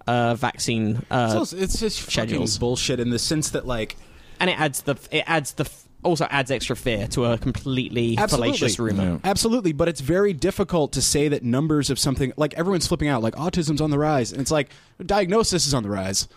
C: uh, vaccine, uh,
D: So it's just fucking
C: schedules.
D: bullshit in the sense that like
C: and it adds the it adds the also adds extra fear to a completely
D: Absolutely.
C: fallacious rumor.
E: Yeah.
D: Absolutely, but it's very difficult to say that numbers of something like everyone's flipping out, like autism's on the rise, and it's like diagnosis is on the rise.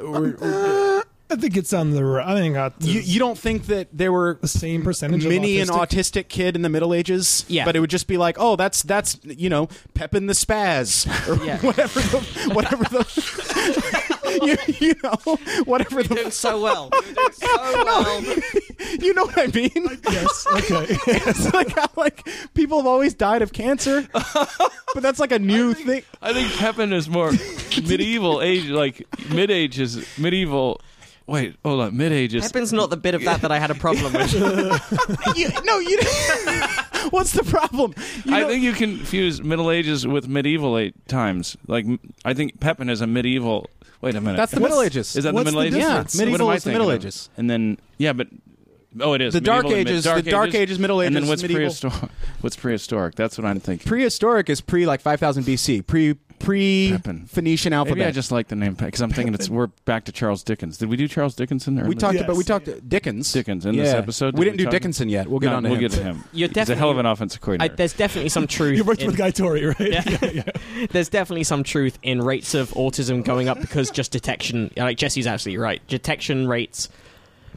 D: Or- or-
B: I think it's on the. r- I think autism.
D: you, you don't think that there were
B: the same percentage
D: many
B: of
D: an
B: autistic?
D: autistic kid in the Middle Ages,
C: Yeah.
D: but it would just be like, oh, that's that's you know Pepin the Spaz or
C: Yeah.
D: whatever, the, whatever the you, you know whatever the
C: so well, You're doing so well.
D: you know what I mean.
B: yes. Okay.
D: it's like how like people have always died of cancer, but that's like a new thing.
E: I think Pepin is more medieval age, like mid age is medieval. Wait, hold on, mid age is
C: Pepin's not the bit of that that I had a problem with.
D: you, no, you. what's the problem? You
E: I
D: know-
E: think you confuse Middle Ages with medieval eight times. Like m- I think Pepin is a medieval. Wait a minute.
D: that's the Middle Ages.
E: Is that
B: what's
E: the Middle
B: the
E: Ages?
B: difference?
D: Yeah, medieval
E: what am I
D: is the Middle
E: thinking of?
D: Ages.
E: And then yeah, but oh, it is
D: The Dark
E: Medieval and mid-
D: Ages, the Dark Ages, Middle
E: and then
D: Ages,
E: what's
D: medieval.
E: prehistoric? What's prehistoric? That's what I'm thinking.
D: prehistoric is pre like 5000 BC, pre pre
E: Pepin.
D: Phoenician alphabet.
E: Maybe I just like the name because I'm thinking it's we're back to Charles Dickens. Did we do Charles Dickinson? Or
D: we talked
B: Yes.
D: about we talked Dickens.
E: Dickens in
D: yeah.
E: this episode.
D: We
E: Did
D: didn't do
E: talk-
D: Dickinson yet. We'll get
E: No,
D: on to
E: we'll
D: him.
E: get to him.
C: You're
E: He's a hell of
C: definitely-
E: an offensive
C: I,
E: coordinator.
C: there's definitely some truth.
B: You worked
C: in-
B: with Guy Tori, right?
C: there's definitely some truth in rates of autism going up because just detection. Like Jesse's absolutely right. Detection rates.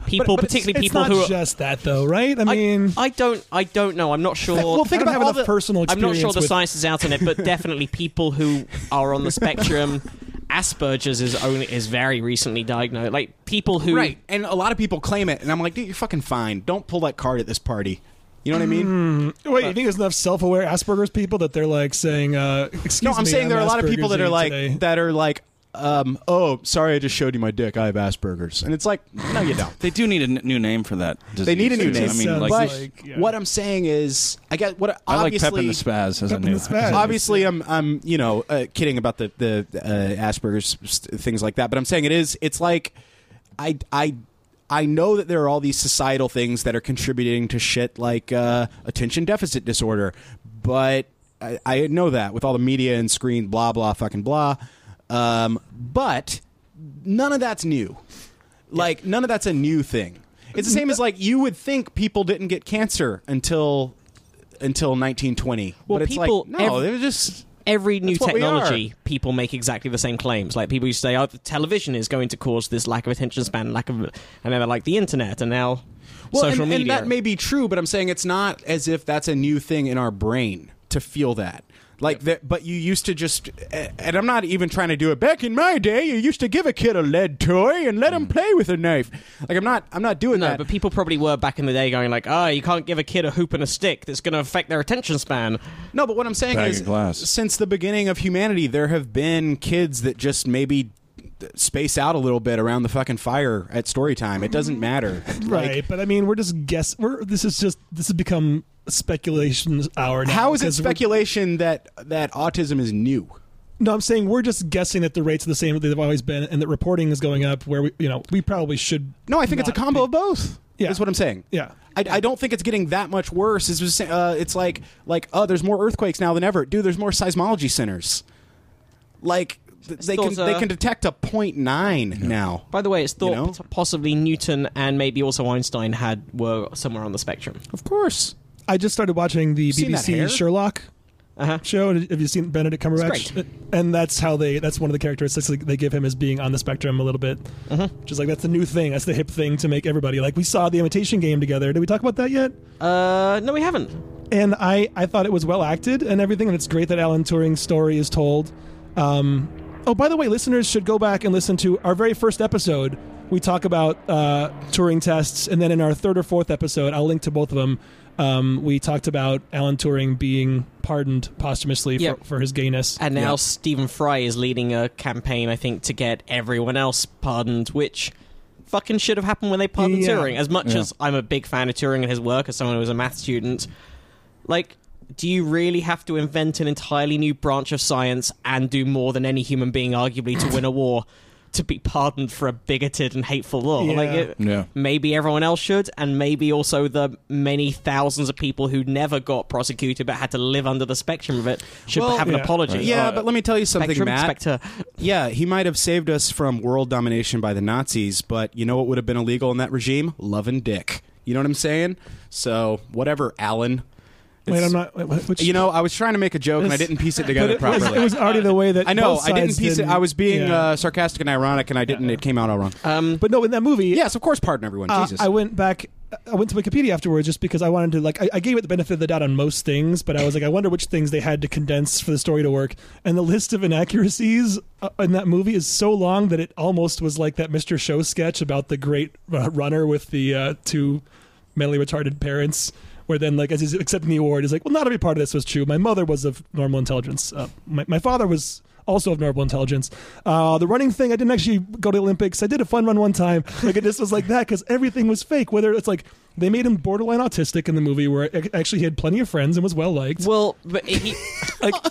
C: People,
B: But it's-
C: particularly
B: it's
C: people
B: not
C: who are,
B: just that, though, right? I mean,
C: I don't, I don't know. I'm not sure.
B: well, think
D: I don't
B: about
D: have
B: all
D: enough
B: the personal
C: I'm
B: experience.
C: not sure the
B: with,
C: science is out on it, but definitely people who are on the spectrum. Asperger's is only is very recently diagnosed. Like people who,
D: Right. And a lot of people claim it and I'm like, "Dude, you're fucking fine. Don't pull that card at this party." You know what I
B: Mm.
D: mean?
B: Wait, you think there's enough self-aware Asperger's people that they're like saying, uh, "Excuse
D: No, I'm
B: me,
D: saying there are a lot of people that
B: Asperger's-ing
D: are like
B: today.
D: that are like um, "Oh, sorry, I just showed you my dick. I have Asperger's," and it's like, "No, you don't."
E: They do need a n- new name for that. Disease
D: They need a new
E: too.
D: name.
E: I mean, like,
D: but
B: like, yeah.
D: what I'm saying is, I guess what
E: I like
D: obviously,
E: Pep and the Spaz as a
B: Pep and
E: new.
B: the Spaz.
E: as a new-
D: obviously I'm I'm you know uh, kidding about the the uh, Asperger's st- things like that, but I'm saying it is it's like I I I know that there are all these societal things that are contributing to shit like uh, attention deficit disorder, but I, I know that with all the media and screen blah blah fucking blah, um, but none of that's new. Like none of that's a new thing. It's the same as like you would think people didn't get cancer until until 1920.
C: Well,
D: but it's
C: people-
D: like no,
C: ev-
D: they were just
C: Every new
D: That's what we
C: technology, people make exactly the same claims. Like people used to say, "Oh, the television is going to cause this lack of attention span, lack of," and then they're like the internet, and now
D: well,
C: social
D: and,
C: media.
D: and that may be true, but I'm saying it's not as if that's a new thing in our brain to feel that. Like that, but you used to just, and I'm not even trying to do it. Back in my day, you used to give a kid a lead toy and let him play with a knife. Like I'm not, I'm not doing
C: No,
D: that.
C: but people probably were back in the day going like, "Oh, you can't give a kid a hoop and a stick. That's going to affect their attention span."
D: No, but what I'm saying
E: Bag
D: is,
E: of glass.
D: since the beginning of humanity, there have been kids that just maybe space out a little bit around the fucking fire at story time. It doesn't matter.
B: right? but I mean, we're just guess. We're this is just this has become speculation hour. Now
D: How is it
B: because we're-
D: speculation that that autism is new?
B: No, I'm saying we're just guessing that the rates are the same that they've always been, and that reporting is going up. Where we, you know, we probably should.
D: No, I think it's a
B: not
D: combo
B: be-
D: of both.
B: Yeah.
D: Is what I'm saying.
B: Yeah.
D: I, I don't think it's getting that much worse. It's, just, uh, it's like like oh, there's more earthquakes now than ever. Dude, there's more seismology centers. Like th- they can
C: thought, uh,
D: they can detect a point nine now.
C: By the way, it's thought
D: You know?
C: possibly Newton and maybe also Einstein had were somewhere on the spectrum.
D: Of course.
B: I just started watching the
D: Seen that hair?
B: BBC Sherlock
C: Uh-huh.
B: show. Have you seen Benedict Cumberbatch?
C: great.
B: And that's how they. That's one of the characteristics that they give him as being on the spectrum a little bit.
D: Uh-huh.
B: Just like that's the new thing. That's the hip thing to make everybody like. We saw the Imitation Game together. Did we talk about that yet?
C: Uh, no, we haven't.
B: and I, I thought it was well acted and everything, and it's great that Alan Turing's story is told. Um, oh, by the way, listeners should go back and listen to our very first episode. We talk about uh, Turing tests, and then in our third or fourth episode, I'll link to both of them. Um, we talked about Alan Turing being pardoned posthumously
C: Yeah.
B: for, for his gayness.
C: And now
D: Yeah.
C: Stephen Fry is leading a campaign, I think, to get everyone else pardoned, which fucking should have happened when they pardoned
B: Yeah.
C: Turing. As much
E: Yeah.
C: as I'm a big fan of Turing and his work, as someone who was a math student, like, do you really have to invent an entirely new branch of science and do more than any human being, arguably, to win a war? To be pardoned for a bigoted and hateful law,
B: Yeah.
C: like it,
E: Yeah.
C: maybe everyone else should, and maybe also the many thousands of people who never got prosecuted but had to live under the spectrum of it should
D: Well,
C: have an
B: yeah.
C: apology.
D: Yeah,
C: Uh,
D: but let me tell you something,
C: Spectrum
D: Matt.
C: Spectre.
D: Yeah, he might have saved us from world domination by the Nazis, but you know what would have been illegal in that regime? Love and dick. You know what I'm saying? So whatever, Alan.
B: Wait,
D: It's-
B: I'm not. wait, what- which,
D: You know, I was trying to make a joke and I
B: It's-
D: didn't piece it
B: but
D: together
B: it was,
D: properly.
B: it was already the way that
D: I know
B: both
D: I didn't
B: sides
D: piece it.
B: didn't-
D: I was being
B: yeah.
D: uh, sarcastic and ironic, and I didn't. It came out all wrong.
C: Um,
B: but no, in that movie,
D: yes, of course, pardon everyone.
B: Uh,
D: Jesus,
B: I went back. I went to Wikipedia afterwards just because I wanted to like. I, I gave it the benefit of the doubt on most things, but I was like, I wonder which things they had to condense for the story to work. And the list of inaccuracies uh, in that movie is so long that it almost was like that Mr. Show sketch about the great uh, runner with the uh, two mentally retarded parents. Where then, like, as he's accepting the award, he's like, "Well, not every part of this was true. My mother was of normal intelligence. Uh, my, my father was also of normal intelligence. Uh, the running thing, I didn't actually go to the Olympics. I did a fun run one time. Like it just was like that because everything was fake. Whether it's like they made him borderline autistic in the movie, where ac- actually he had plenty of friends and was well liked.
C: well, but he,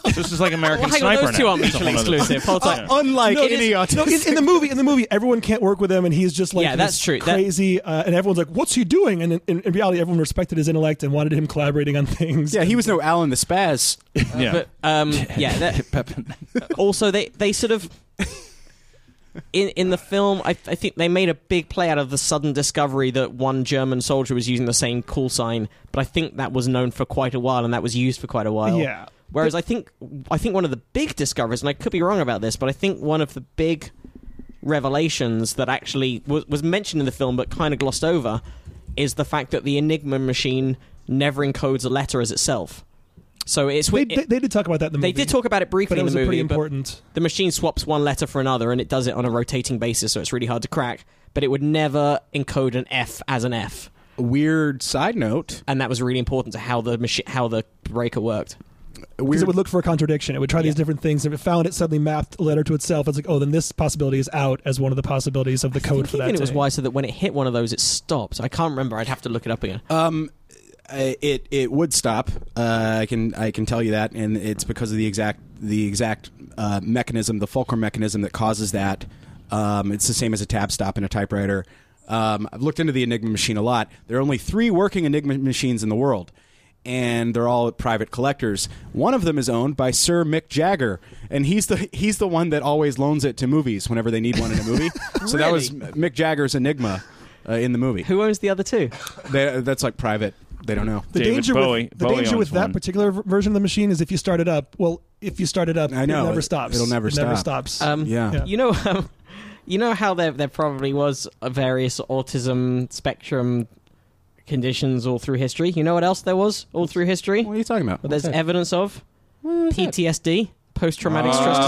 F: This is like American
C: well, hang on,
F: Sniper.
C: those two
F: now.
C: aren't
F: It's a
C: mutually
F: whole other-
C: exclusive. Hold
E: Uh,
C: on.
D: unlike
B: No,
D: any
B: it's- no,
D: autistic.
B: in, in the movie, in the movie, everyone can't work with him, and he's just like
C: Yeah, that's
B: this
C: true. That-
B: crazy, uh, and everyone's like, "What's he doing?" And in, in, in reality, everyone respected his intellect and wanted him collaborating on things.
D: yeah, he was no Alan the Spaz.
E: yeah.
C: But um, yeah, that,
E: Pep and-
C: also they they sort of in in the film I, I think they made a big play out of the sudden discovery that one german soldier was using the same call sign but i think that was known for quite a while and that was used for quite a while
B: Yeah.
C: whereas i think i think one of the big discoveries and i could be wrong about this but i think one of the big revelations that actually was, was mentioned in the film but kind of glossed over is the fact that the enigma machine never encodes a letter as itself so it's
B: they,
C: it-
B: they, they did talk about that in the
C: they
B: movie.
C: did talk about it briefly
B: but it
C: in
B: was
C: the
B: a
C: movie
B: pretty
C: but-
B: important.
C: the machine swaps one letter for another and it does it on a rotating basis, so it's really hard to crack, but it would never encode an F as an F.
D: Weird side note.
C: And that was really important to how the machi- how the breaker worked.
B: Because
D: weird.
B: it would look for a contradiction. It would try these
C: Yeah.
B: different things. If it found it suddenly mapped a letter to itself, it's like, oh, then this possibility is out as one of the possibilities of the
C: I
B: code
C: think
B: for that.
C: even it was
B: day.
C: why so that when it hit one of those, it stopped. I can't remember. I'd have to look it up again.
D: Um, uh, it it would stop. Uh, I can I can tell you that, and it's because of the exact the exact uh, mechanism, the fulcrum mechanism that causes that. Um, it's the same as a tab stop in a typewriter. Um, I've looked into the Enigma machine a lot. There are only three working Enigma machines in the world, and they're all private collectors. One of them is owned by Sir Mick Jagger, and he's the he's the one that always loans it to movies whenever they need one in a movie. So that was Mick Jagger's Enigma uh, in the movie.
C: Who owns the other two?
D: They, that's like private. They don't know.
B: the
E: David
B: danger
E: Bowie-
B: with, the
E: Bowie
B: danger
E: owns
B: with that
E: one.
B: particular v- version of the machine is if you start it up. Well, if you start it up,
D: I know,
B: it never
D: it-
B: stops.
D: it'll never
B: it never
D: stop.
B: stops.
C: Um,
D: Yeah.
B: Yeah.
C: You know, um, you know how there there probably was uh, various autism spectrum conditions all through history. You know what else there was all through history?
D: What are you talking about?
C: Well, there's evidence of PTSD, post traumatic stress
E: Ah,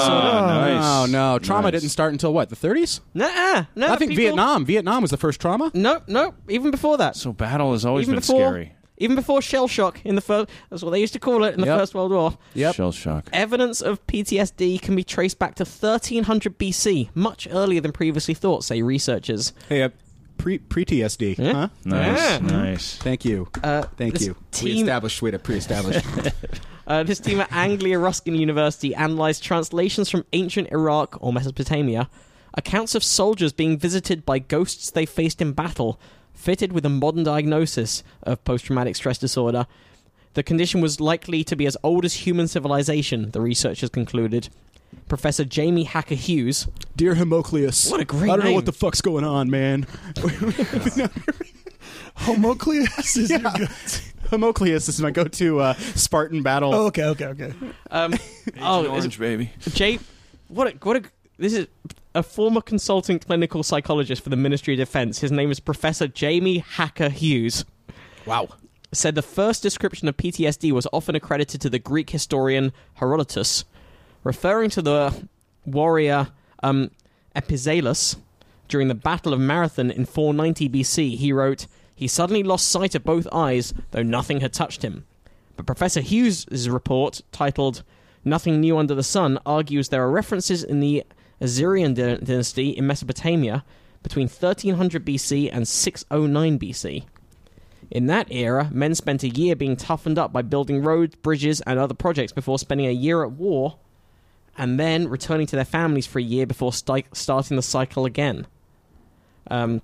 C: disorder.
E: nice.
D: Oh, No, no. Trauma
E: Nice.
D: didn't start until what? The 30s?
C: Nuh-uh. No,
D: I think
C: people-
D: Vietnam. Vietnam was the first trauma.
C: No, no. Even before that,
E: So battle has always
C: even
E: been
C: before,
E: scary.
C: even before shell shock in the first. That's what they used to call it in the
D: Yep.
C: First World War.
D: Yep.
E: Shell shock.
C: Evidence of PTSD can be traced back to 1300 BC, much earlier than previously thought, say researchers.
D: Hey, uh, pre PTSD.
C: Yeah.
D: Huh?
E: Nice,
C: Yeah.
E: nice.
D: Thank you.
C: Uh,
D: Thank
C: this
D: you. We
C: Team,
D: established we had a pre-established.
C: uh, this team at Anglia Ruskin University analysed translations from ancient Iraq or Mesopotamia, accounts of soldiers being visited by ghosts they faced in battle, fitted with a modern diagnosis of post traumatic stress disorder. The condition was likely to be as old as human civilization, the researchers concluded. Professor Jamie Hacker Hughes.
D: Dear Hermocleus.
C: What a great
D: I don't know
C: name.
D: what the fuck's going on, man.
B: Homocleus is your good.
D: Hermocleus is my go-to uh, Spartan battle.
B: Oh, okay, okay, okay.
C: Um,
E: An
C: oh, is-
E: orange baby.
C: Jay, what a, what a this is a former consulting clinical psychologist for the Ministry of Defence. His name is Professor Jamie Hacker Hughes.
D: Wow.
C: Said the first description of PTSD was often accredited to the Greek historian Herodotus, referring to the warrior um, Epizelus during the Battle of Marathon in 490 BC. He wrote, "He suddenly lost sight of both eyes, though nothing had touched him." But Professor Hughes' report, titled Nothing New Under the Sun, argues there are references in the Assyrian dy- dynasty in Mesopotamia between 1300 BC and 609 BC. In that era, men spent a year being toughened up by building roads, bridges, and other projects before spending a year at war and then returning to their families for a year before sti- starting the cycle again. Um,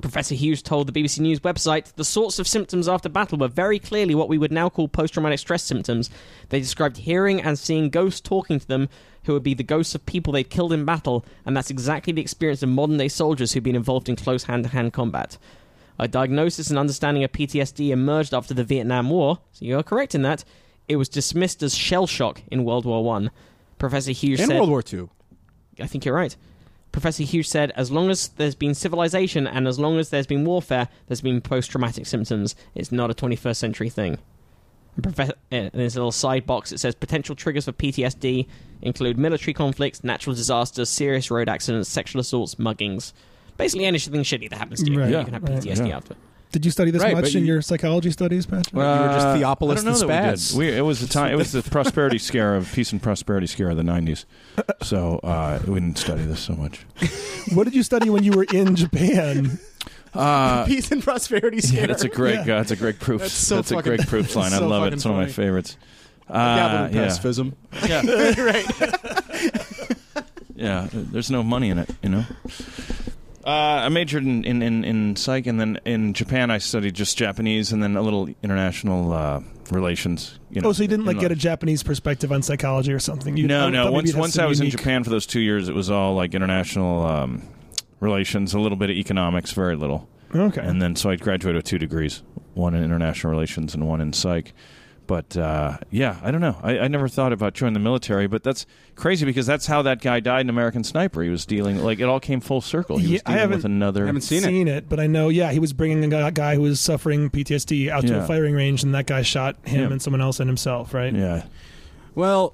C: Professor Hughes told the BBC News website the sorts of symptoms after battle were very clearly what we would now call post traumatic stress symptoms. They described hearing and seeing ghosts talking to them, who would be the ghosts of people they'd killed in battle, and that's exactly the experience of modern day soldiers who've been involved in close hand to hand combat. A diagnosis and understanding of PTSD emerged after the Vietnam War, so you are correct in that. It was dismissed as shell shock in World War One. Professor Hughes
D: And
C: said,
D: World War II.
C: I think you're right. Professor Hughes said, as long as there's been civilization and as long as there's been warfare, there's been post traumatic symptoms. It's not a 21st century thing. And profe- and there's a little side box that says potential triggers for PTSD include military conflicts, natural disasters, serious road accidents, sexual assaults, muggings. Basically, anything shitty that happens to you.
B: Right.
E: Yeah.
C: You can have
B: Right.
C: PTSD
E: Yeah.
C: after.
B: Did you study this
D: Right,
B: much
D: but
B: in
D: you-
B: your psychology studies, Patrick?
D: you were just
E: Uh,
D: Theophilus
E: I don't know
D: the
E: that we did.
D: Spaz.
E: We, it was the time. It was the prosperity scare of peace and prosperity scare of the '90s. So uh, we didn't study this so much.
B: what did you study when you were in Japan?
E: Uh,
D: Peace and prosperity.
E: yeah,
D: Scare.
E: that's a great. Uh, that's a great proof.
D: That's so
E: a
D: fucking-
E: great proofs line. I
D: so
E: love it.
D: fucking
E: It's one of my
D: funny.
E: favels. Uh,
D: Gavel
E: yeah.
D: pacifism.
E: yeah, there's no money in it, you know. Uh, I majored in, in, in, in psych, and then in Japan I studied just Japanese, and then a little international uh, relations. You know,
B: oh, so you didn't like
E: in
B: get a
E: life.
B: Japanese perspective on psychology or something? You,
E: no,
B: I thought
E: no.
B: maybe
E: Once
B: you'd have
E: once
B: some
E: I was in
B: unique-
E: Japan for those two years, it was all like international um, relations, a little bit of economics, very little,
B: Okay.
E: and then so I graduated with two degrees, one in international relations and one in psych. But uh, yeah, I don't know. I, I never thought about joining the military, but that's crazy because that's how that guy died in American Sniper. He was dealing like it all came full circle. He
B: Yeah,
E: was
B: I
E: dealing
B: haven't-
E: with another.
D: haven't seen it.
B: but I know. Yeah, he was bringing a gu- guy who was suffering PTSD out to
E: Yeah.
B: a firing range, and that guy shot him
E: Yeah.
B: and someone else and himself. Right?
E: Yeah,
D: Well,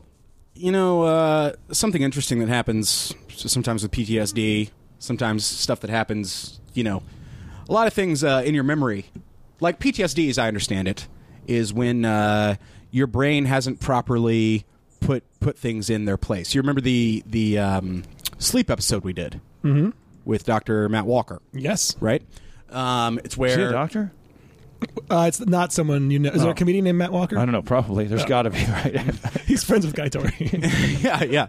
D: you know, uh, something interesting that happens sometimes with PTSD, sometimes stuff that happens, you know, a lot of things uh, in your memory. Like PTSD, as I understand it, is when uh, your brain hasn't properly put put things in their place. You remember the the um, sleep episode we did
E: Mm-hmm.
D: with Dr. Matt Walker,
B: Yes.
D: right? Um, it's
E: Is
D: where
E: he a doctor?
B: Uh, it's not someone you know. Is there a comedian named Matt Walker?
E: Oh. I don't know. Probably. There's got to be, right?
B: He's friends with Guy Tori.
D: yeah, yeah.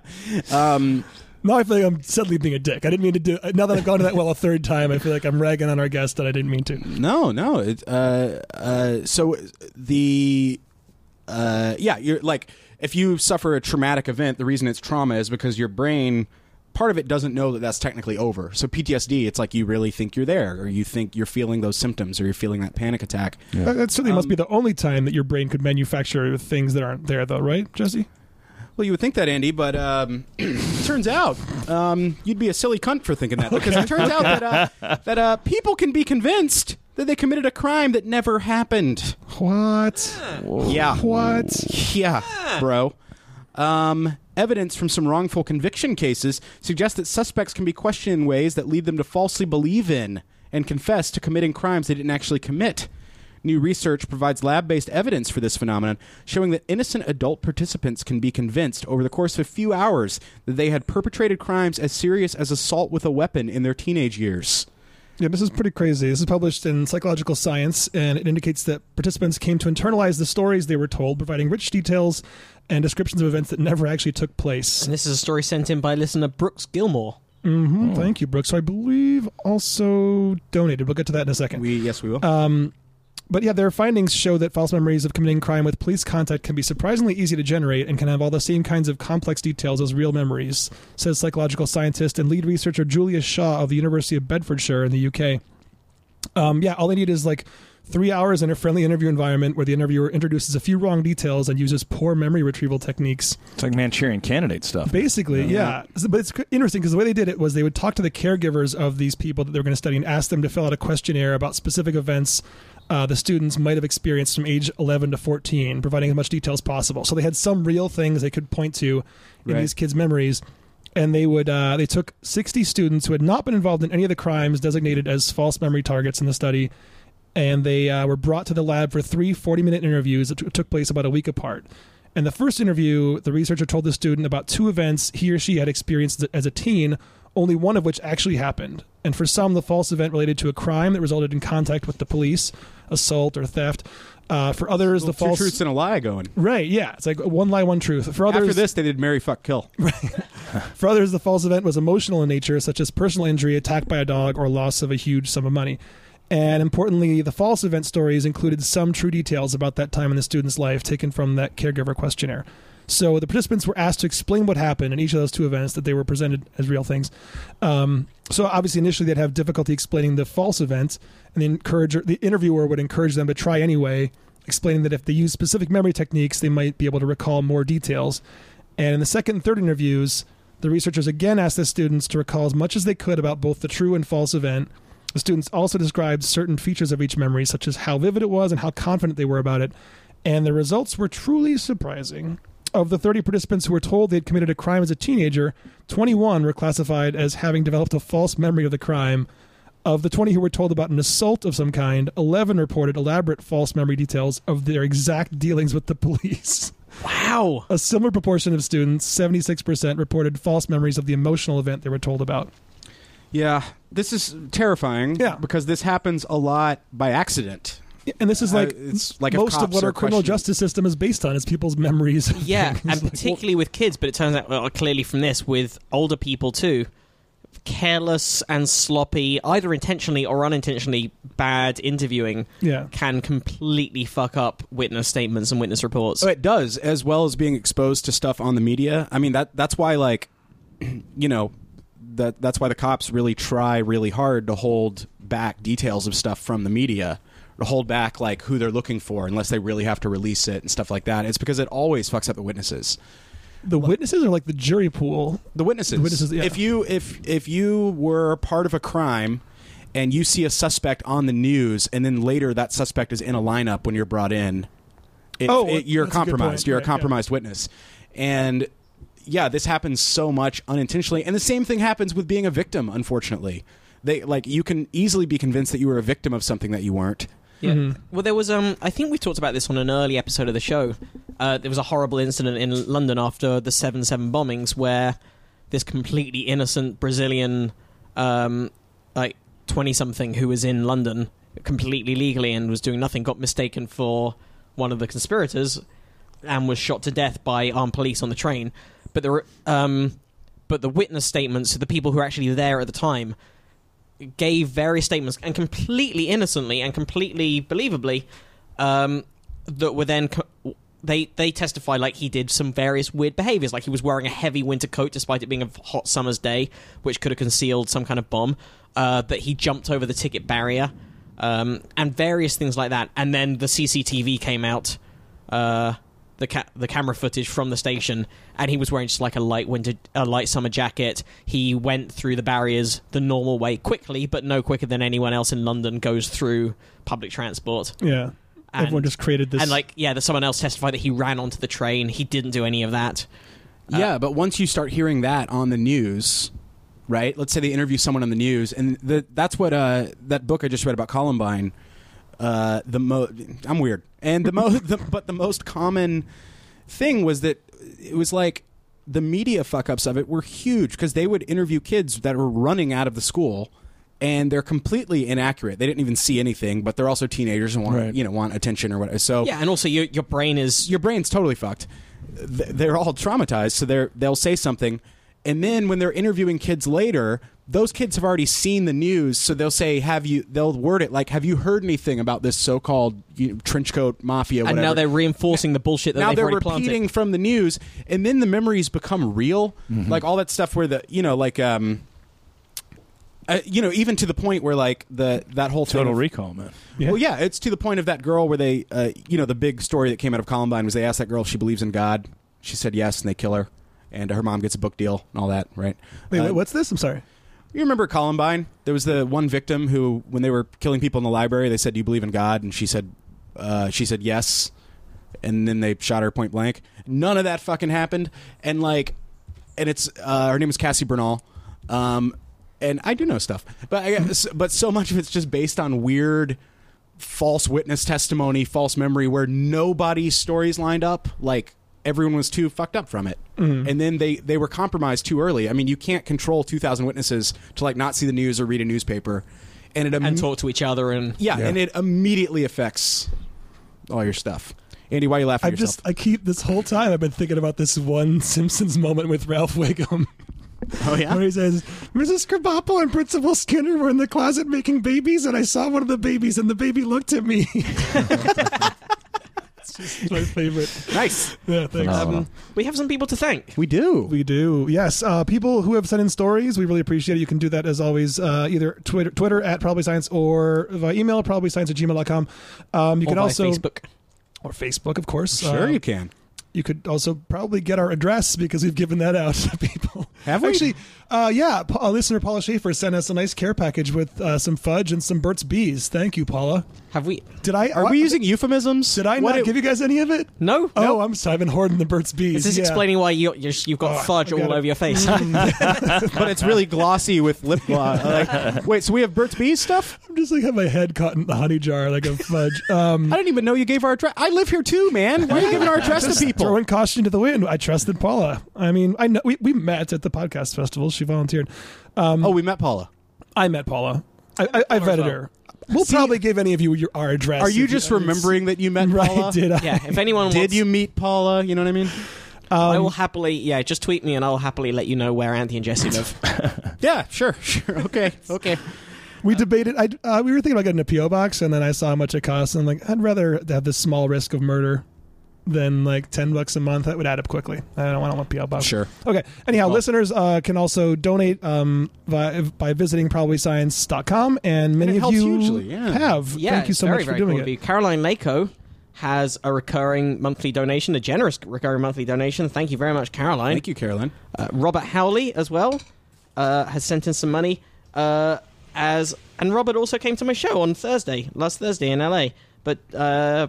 D: Um,
B: now I feel like I'm suddenly being a dick. I didn't mean to do. Now that I've gone to that well a third time, I feel like I'm ragging on our guest that I didn't mean to.
D: No, no. It, uh, uh, so the uh, yeah, you're like if you suffer a traumatic event, the reason it's trauma is because your brain part of it doesn't know that that's technically over. So PTSD, it's like you really think you're there, or you think you're feeling those symptoms, or you're feeling that panic attack.
B: That, that certainly must
D: Um,
B: be the only time that your brain could manufacture things that aren't there, though, right, Jesse?
D: Well, you would think that, Andy, but um, it turns out um, you'd be a silly cunt for thinking that because it turns out that uh, that uh, people can be convinced that they committed a crime that never happened.
B: What?
D: Yeah.
B: What?
D: Yeah, bro. Um, evidence from some wrongful conviction cases suggests that suspects can be questioned in ways that lead them to falsely believe in and confess to committing crimes they didn't actually commit. New research provides lab based evidence for this phenomenon, showing that innocent adult participants can be convinced over the course of a few hours that they had perpetrated crimes as serious as assault with a weapon in their teenage years.
B: Yeah, this is pretty crazy. This is published in Psychological Science, and it indicates that participants came to internalize the stories they were told, providing rich details and descriptions of events that never actually took place.
C: And this is a story sent in by listener Brooks Gilmore.
B: hmm Thank you, Brooks. So I believe also donated. We'll get to that in a second.
D: We, yes, we will.
B: Uh, Um, But yeah, their findings show that false memories of committing crime with police contact can be surprisingly easy to generate and can have all the same kinds of complex details as real memories, says psychological scientist and lead researcher Julia Shaw of the University of Bedfordshire in the UK. Um, yeah, all they need is like three hours in a friendly interview environment where the interviewer introduces a few wrong details and uses poor memory retrieval techniques.
E: it's like Manchurian candidate stuff.
B: Basically, yeah. So- but it's cr- interesting because the way they did it was they would talk to the caregivers of these people that they were going to study and ask them to fill out a questionnaire about specific events uh, the students might have experienced from age 11 to 14, providing as much detail as possible. So they had some real things they could point to in
D: Right.
B: these kids' memories. And they would uh, they took 60 students who had not been involved in any of the crimes designated as false memory targets in the study, and they uh, were brought to the lab for three 40 minute interviews that t- took place about a week apart. In the first interview, the researcher told the student about two events he or she had experienced th- as a teen, only one of which actually happened. And for some, the false event related to a crime that resulted in contact with the police, assault, or theft. Uh, for others, the
D: Two
B: false.
D: truths and a lie going.
B: Right, yeah. It's like one lie, one truth. For others,
D: After this, they did marry, fuck, kill.
B: for others, the false event was emotional in nature, such as personal injury, attack by a dog, or loss of a huge sum of money. And importantly, the false event stories included some true details about that time in the student's life taken from that caregiver questionnaire. So the participants were asked to explain what happened in each of those two events that they were presented as real things. Um, so obviously, initially they'd have difficulty explaining the false event, and the encourager, the interviewer would encourage them to try anyway, explaining that if they use specific memory techniques, they might be able to recall more details. And in the second and third interviews, the researchers again asked the students to recall as much as they could about both the true and false event. The students also described certain features of each memory, such as how vivid it was and how confident they were about it. And the results were truly surprising. Of the 30 participants who were told they had committed a crime as a teenager, 21 were classified as having developed a false memory of the crime. Of the 20 who were told about an assault of some kind, 11 reported elaborate false memory details of their exact dealings with the police.
C: Wow.
B: A similar proportion of students, 76%, reported false memories of the emotional event they were told about.
D: Yeah, this is terrifying.
B: Yeah.
D: because this happens a lot by accident.
B: And this is like,
D: Uh, it's like if
B: most of
D: cops
B: what
D: are
B: our criminal
D: questioning-
B: justice system is based on is people's memories. of
C: Yeah,
B: things.
C: and
B: Like,
C: particularly with kids, but it turns out well, clearly from this with older people too. Careless and sloppy, either intentionally or unintentionally, bad interviewing
B: Yeah.
C: can completely fuck up witness statements and witness reports.
D: Oh, it does, as well as being exposed to stuff on the media. I mean that that's why like you know that that's why the cops really try really hard to hold back details of stuff from the media, to hold back like who they're looking for unless they really have to release it and stuff like that. It's because it always fucks up the witnesses.
B: the witnesses are like the jury pool.
D: The witnesses.
B: The witnesses, yeah.
D: If you if if you were part of a crime and you see a suspect on the news and then later that suspect is in a lineup when you're brought in, it,
B: Oh,
D: it- you're
B: that's a good
D: compromised.
B: point.
D: You're
B: Right,
D: a
B: yeah.
D: compromised witness. And yeah, this happens so much unintentionally. And the same thing happens with being a victim, unfortunately. They like you can easily be convinced that you were a victim of something that you weren't.
C: Yeah.
B: Mhm.
C: Well, there was um. I think we talked about this on an early episode of the show. Uh, there was a horrible incident in London after the seven seven bombings where this completely innocent Brazilian, um, like twenty something who was in London completely legally and was doing nothing got mistaken for one of the conspirators and was shot to death by armed police on the train. But there were um, but the witness statements, the people who were actually there at the time, gave various statements and completely innocently and completely believably um, that were then co- they they testified like he did some various weird behaviors like he was wearing a heavy winter coat despite it being a hot summer's day which could have concealed some kind of bomb uh, that he jumped over the ticket barrier um, and various things like that and then the CCTV came out uh, the ca- the camera footage from the station, and he was wearing just like a light winter, a light summer jacket. He went through the barriers the normal way, quickly, but no quicker than anyone else in London goes through public transport.
B: Yeah.
C: And-
B: Everyone just created this.
C: And like, yeah, that someone else testified that he ran onto the train. He didn't do any of that.
D: yeah, but once you start hearing that on the news, right? Let's say they interview someone on the news, and the, that's what uh, that book I just read about Columbine. Uh, the mo- I'm weird, and the most, the, but the most common thing was that it was like the media fuck ups of it were huge because they would interview kids that were running out of the school. And they're completely inaccurate. They didn't even see anything, but they're also teenagers and want
B: Right.
D: you know want attention or whatever.
B: Oh.
D: So
C: Yeah, and also your your brain is
D: your brain's totally fucked. Th- They're all traumatized, so they're they'll say something, and then when they're interviewing kids later, those kids have already seen the news, so they'll say, "Have you?" They'll word it like, "Have you heard anything about this so-called you know, trench coat mafia?" Whatever.
C: and now they're reinforcing the bullshit that
D: now
C: they've
D: they're
C: already planted.
D: repeating from the news, and then the memories become real, like all that stuff where the you know like um. Uh, you know, even to the point where like the that whole thing
E: Total
D: of-
E: Recall, man.
B: Yeah.
D: well, yeah, it's to the point of that girl where they, uh, you know, the big story that came out of Columbine was they asked that girl if she believes in God. She said yes, and they kill her. And her mom gets a book deal and all that, right?
B: Wait,
D: Uh,
B: wait, what's this? I'm sorry.
D: You remember Columbine? There was the one victim who, when they were killing people in the library, they said, "Do you believe in God?" And she said, uh, "She said yes." And then they shot her point blank. None of that fucking happened. And like, and it's uh, her name is Cassie Bernal. Um, and I do know stuff, but I guess, but so much of it's just based on weird false witness testimony, false memory, where nobody's stories lined up. Like everyone was too fucked up from it,
B: Mm-hmm.
D: and then they they were compromised too early. I mean, you can't control two thousand witnesses to like not see the news or read a newspaper, and it im-
C: and talk to each other and
D: yeah, and it immediately affects all your stuff. Andy, why are you laughing?
B: I
D: at yourself?
B: just I keep this whole time I've been thinking about this one Simpsons moment with Ralph Wiggum.
D: oh yeah,
B: Where he says, Mrs. Krabappel and Principal Skinner were in the closet making babies, and I saw one of the babies, and the baby looked at me. it's just my favorite.
D: nice.
B: Yeah, thanks.
E: Phenomenal.
C: um, we have some people to thank.
D: We do.
B: We do. Yes. Uh, people who have sent in stories, we really appreciate it. You can do that as always, uh, either Twitter, Twitter at Probably Science or via email, probably science at gmail.com. Um, you
C: Or
B: can
C: via
B: also,
C: Facebook.
B: or Facebook, of course.
D: Sure,
B: Um,
D: you can.
B: you could also probably get our address because we've given that out to people.
D: Have we?
B: Actually, uh, yeah, Pa- uh, listener Paula Schaefer sent us a nice care package with uh, some fudge and some Burt's Bees. Thank you, Paula.
C: Have we?
B: Did I?
D: Are
B: what-
D: we using euphemisms?
B: Did I
D: What
B: not
D: it-
B: give you guys any of it?
C: No.
B: Oh,
C: no.
B: I'm sorry. I've been hoarding the Burt's Bees.
C: Is this
B: Yeah.
C: explaining why you you're- you've got
B: Oh,
C: fudge
B: I Mm.
C: all
B: got it.
C: over your face?
D: but it's really glossy with lip gloss. Like, wait, so we have Burt's Bees stuff?
B: I'm just like have my head caught in the honey jar like a fudge. Um,
D: I didn't even know you gave our address. I live here too, man. Why are you giving our address to people?
B: throwing caution to the wind. I trusted Paula. I mean, I know we, we met at the podcast festival. She volunteered.
D: oh, we met Paula.
B: I met Paula. I, I, I've read her. We'll probably give any of you your our address.
D: Are you
B: if
D: just remembering that you met
B: Right?
D: Paula?
B: Did um, I?
C: yeah. If anyone
D: Did
C: wants,
D: you meet Paula? You know what I mean?
C: I will happily. Yeah, just tweet me and I'll happily let you know where Anthony and Jesse live.
D: Yeah, sure, sure. Okay, okay.
B: We debated. I uh, we were thinking about getting a PO box, and then I saw how much it costs, and I'm like, I'd rather have this small risk of murder than like ten bucks a month. That would add up quickly. I don't want a PO box.
D: Sure.
B: Okay. Anyhow, listeners uh, can also donate um, by, by visiting probablyscience.com, and many
D: it
B: of
D: helps
B: you
D: hugely, yeah.
B: have.
C: yeah.
B: Thank you
C: it's
B: so
C: very,
B: much
C: very
B: for doing
C: cool of
B: it.
C: you. Caroline Lako has a recurring monthly donation, a generous recurring monthly donation. Thank you very much, Caroline.
D: Thank you, Carolyn.
C: Uh, Robert Howley as well uh, has sent in some money. Uh, as and Robert also came to my show on Thursday, last Thursday in LA, but uh,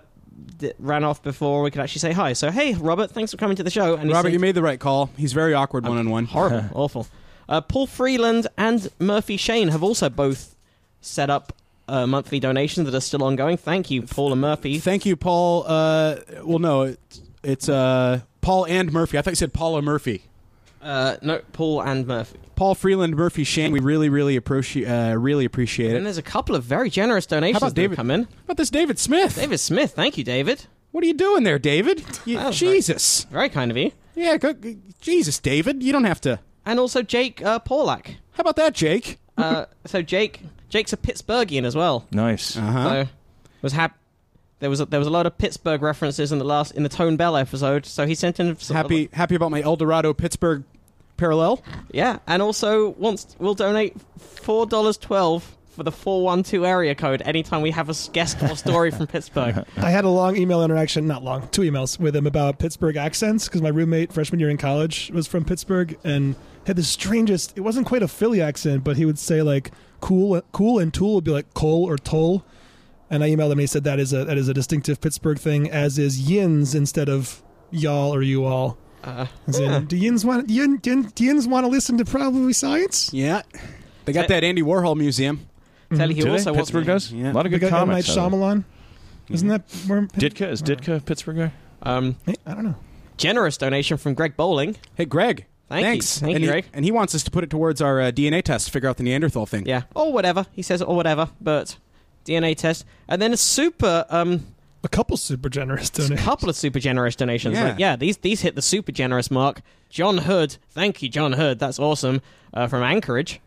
C: d- ran off before we could actually say hi. So hey, Robert, thanks for coming to the show. And he
D: Robert,
C: sent-
D: you made the right call. He's very awkward one on one.
C: horrible, awful. Uh, Paul Freeland and Murphy Shane have also both set up uh, monthly donations that are still ongoing. Thank you, Paul and Murphy.
D: Thank you, Paul. Uh, well, no, it's, it's uh, Paul and Murphy. I thought you said Paula Murphy.
C: Uh, no, Paul and Murphy.
D: Paul Freeland, Murphy Shane. We really, really appreciate, uh, really appreciate
C: And
D: it.
C: there's a couple of very generous donations
D: How about
C: that have
D: David?
C: come in.
D: How about this, David Smith?
C: David Smith, thank you, David.
D: What are you doing there, David? You-
C: That was very-
D: Jesus.
C: Very kind of you.
D: Yeah, go, g- Jesus, David. You don't have to.
C: And also Jake uh, Porlak.
D: How about that, Jake?
C: Uh, so Jake, Jake's a Pittsburghian as well.
E: Nice.
D: Uh-huh.
C: So was hap- There was a, there was a lot of Pittsburgh references in the last in the Tone Bell episode. So he sent in some,
D: happy, happy about my El Dorado Pittsburgh parallel.
C: yeah, and also wants will donate four dollars twelve for the four one two area code anytime we have a s- guest or story from Pittsburgh.
B: I had a long email interaction, not long, two emails with him about Pittsburgh accents because my roommate freshman year in college was from Pittsburgh and had the strangest. It wasn't quite a Philly accent, but he would say like "cool," "cool," and "tool" would be like "coal" or "toll." And I emailed him and he said that is a that is a distinctive Pittsburgh thing, as is "yins" instead of "y'all" or "you all."
C: Uh,
B: As in, do yins want yin, yin, do yins want to listen to probably science?
D: Yeah, they got that Andy Warhol Museum.
C: Tell you, he
E: Do they?
C: also wants-
E: Pittsburgh does?
D: Yeah.
E: A lot of
B: We
E: good
B: got M. Night
E: comments. out of
B: Shyamalan. Isn't that where
E: it. Ditka is Ditka a Pittsburgh guy?
C: um,
B: I don't know.
C: generous donation from Greg Bowling.
D: Hey, Greg.
C: Thank you.
D: Thanks.
C: Thank
D: and
C: you,
D: he,
C: Greg.
D: And he wants us to put it towards our uh, DNA test to figure out the Neanderthal thing.
C: Yeah, or whatever he says, or whatever. But DNA test, and then a super um,
B: A couple super generous
C: a
B: donations.
C: couple of super generous donations.
D: Yeah.
C: Like, yeah, these these hit the super generous mark. John Hood, thank you, John Hood. That's awesome uh, from Anchorage.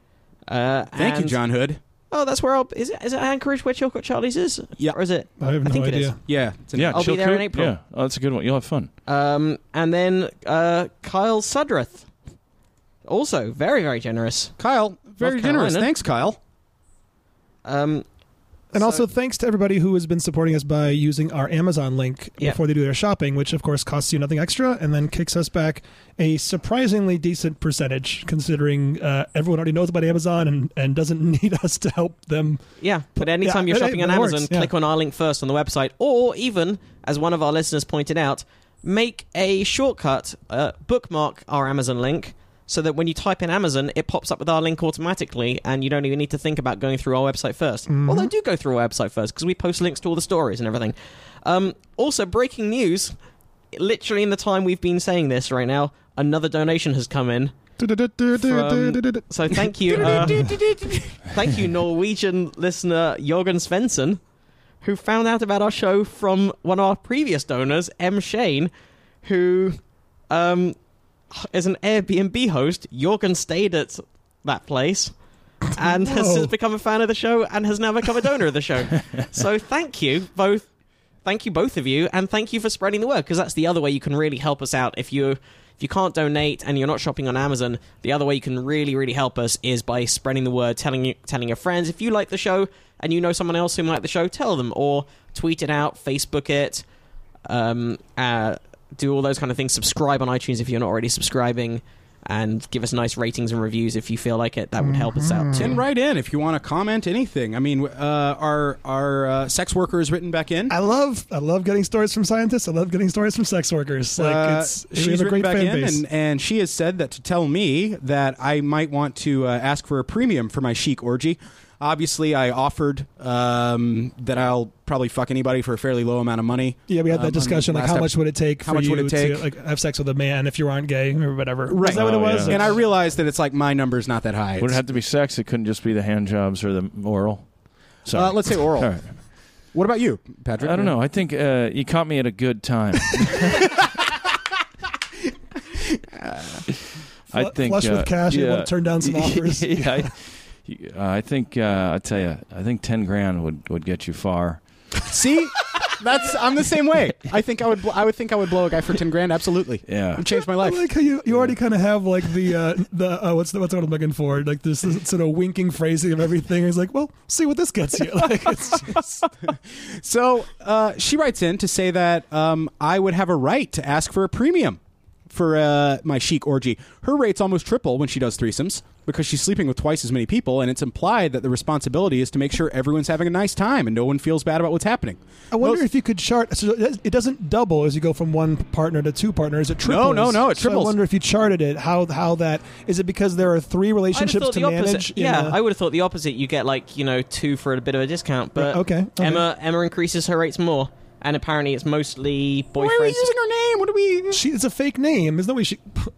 C: Uh,
D: Thank you,
C: and-
D: John Hood.
C: Oh, that's where I'll, is it? Is it Anchorage where Chilcot Charlie's is?
D: Yeah.
C: or is it?
B: I have no
C: think it is.
B: idea.
D: Yeah. It's an-
E: Yeah,
C: I'll be there
E: Chilcoot?
C: in April.
E: Yeah, oh, that's a good one. You'll have fun.
C: Um, and then uh, Kyle Sudreth, also very very generous.
D: Kyle, very generous.
C: Carolina.
D: Thanks, Kyle.
C: Um,
B: And
C: So-
B: also thanks to everybody who has been supporting us by using our Amazon link
C: Yeah.
B: before they do their shopping, which of course costs you nothing extra and then kicks us back a surprisingly decent percentage considering uh, everyone already knows about Amazon and, and doesn't need us to help them.
C: Yeah, but
B: Yeah,
C: anytime
B: it-
C: you're shopping
B: it
C: on
B: works,
C: Amazon,
B: yeah.
C: click on our link first on the website, or even, as one of our listeners pointed out, make a shortcut, uh, bookmark our Amazon link, so that when you type in Amazon, it pops up with our link automatically, and you don't even need to think about going through our website 1st
B: Mm-hmm.
C: Although do go through our website first because we post links to all the stories and everything. Um, also, breaking news: literally in the time we've been saying this right now, another donation has come in. From- So thank you, uh, thank you, Norwegian listener Jorgen Svensson, who found out about our show from one of our previous donors, M. Shane, who um, is an Airbnb host. Jorgen stayed at that place. And has
B: Whoa.
C: since become a fan of the show, and has now become a donor of the show. so thank you both, thank you both of you, and thank you for spreading the word because that's the other way you can really help us out. If you if you can't donate and you're not shopping on Amazon, the other way you can really really help us is by spreading the word, telling you, telling your friends. If you like the show and you know someone else who might like the show, tell them or tweet it out, Facebook it, um, uh, do all those kind of things. Subscribe on iTunes if you're not already subscribing. And give us nice ratings and reviews if you feel like it. That would help us out too.
D: And write in if you want to comment anything. I mean, uh, our our uh, sex worker is written back in.
B: I love I love getting stories from scientists. I love getting stories from sex workers. Like
D: Uh,
B: it's we
D: she's
B: have a
D: written
B: great
D: back
B: fan
D: in,
B: base.
D: and, and she has said that to tell me that I might want to uh, ask for a premium for my chic orgy. Obviously, I offered um, that I'll probably fuck anybody for a fairly low amount of money.
B: yeah, we had
D: um, on
B: that
D: the
B: discussion. Like,
D: last
B: how
D: ep-
B: much would it take?
D: How
B: for
D: much
B: you
D: would it take?
B: to like have sex with a man if you aren't gay or whatever?
D: Right.
B: Is that what it
E: Oh,
B: was?
E: yeah.
D: And I realized that it's like my number's not that high.
E: Would it have to be sex? It couldn't just be the hand jobs or the oral. Sorry.
D: Uh, let's say oral.
E: All right.
D: What about you, Patrick?
E: I don't know. I think uh, you caught me at a good time. I
B: Fl-
E: think
B: flush
E: uh,
B: with cash, able
E: yeah.
B: to turn down some offers.
E: yeah, I, you- uh, I think uh, I tell you, I think ten grand would, would get you far.
D: See, that's I'm the same way. I think I would bl- I would think I would blow a guy for ten grand. Absolutely,
E: Yeah,
D: it changed my life.
B: I like how you, you already kind of have like the uh, the uh, what's the what's what I'm looking for like this, this sort of winking phrasing of everything. He's like, well, see what this gets you. Like it's just
D: So uh, she writes in to say that um, I would have a right to ask for a premium. for uh, my chic orgy. Her rate's almost triple when she does threesomes because she's sleeping with twice as many people, and it's implied that the responsibility is to make sure everyone's having a nice time and no one feels bad about what's happening.
B: I wonder
D: Most-
B: if you could chart. So it it doesn't double as you go from one partner to two partners. It triples.
D: no, no, it
B: So I
D: triples.
B: wonder if you charted it. How how that is it? Because there are three
C: I would have
B: relationships
C: thought
B: to
C: the
B: manage.
C: opposite.
B: in
C: Yeah,
B: a-
C: I would have thought the opposite. You get like you know two for a bit of a discount, but
B: Right, okay, okay.
C: Emma Emma increases her rates more, and apparently it's mostly
D: Why are we
C: boyfriends.
D: using her name? What are we?
B: She, it's a fake name. There's no way she.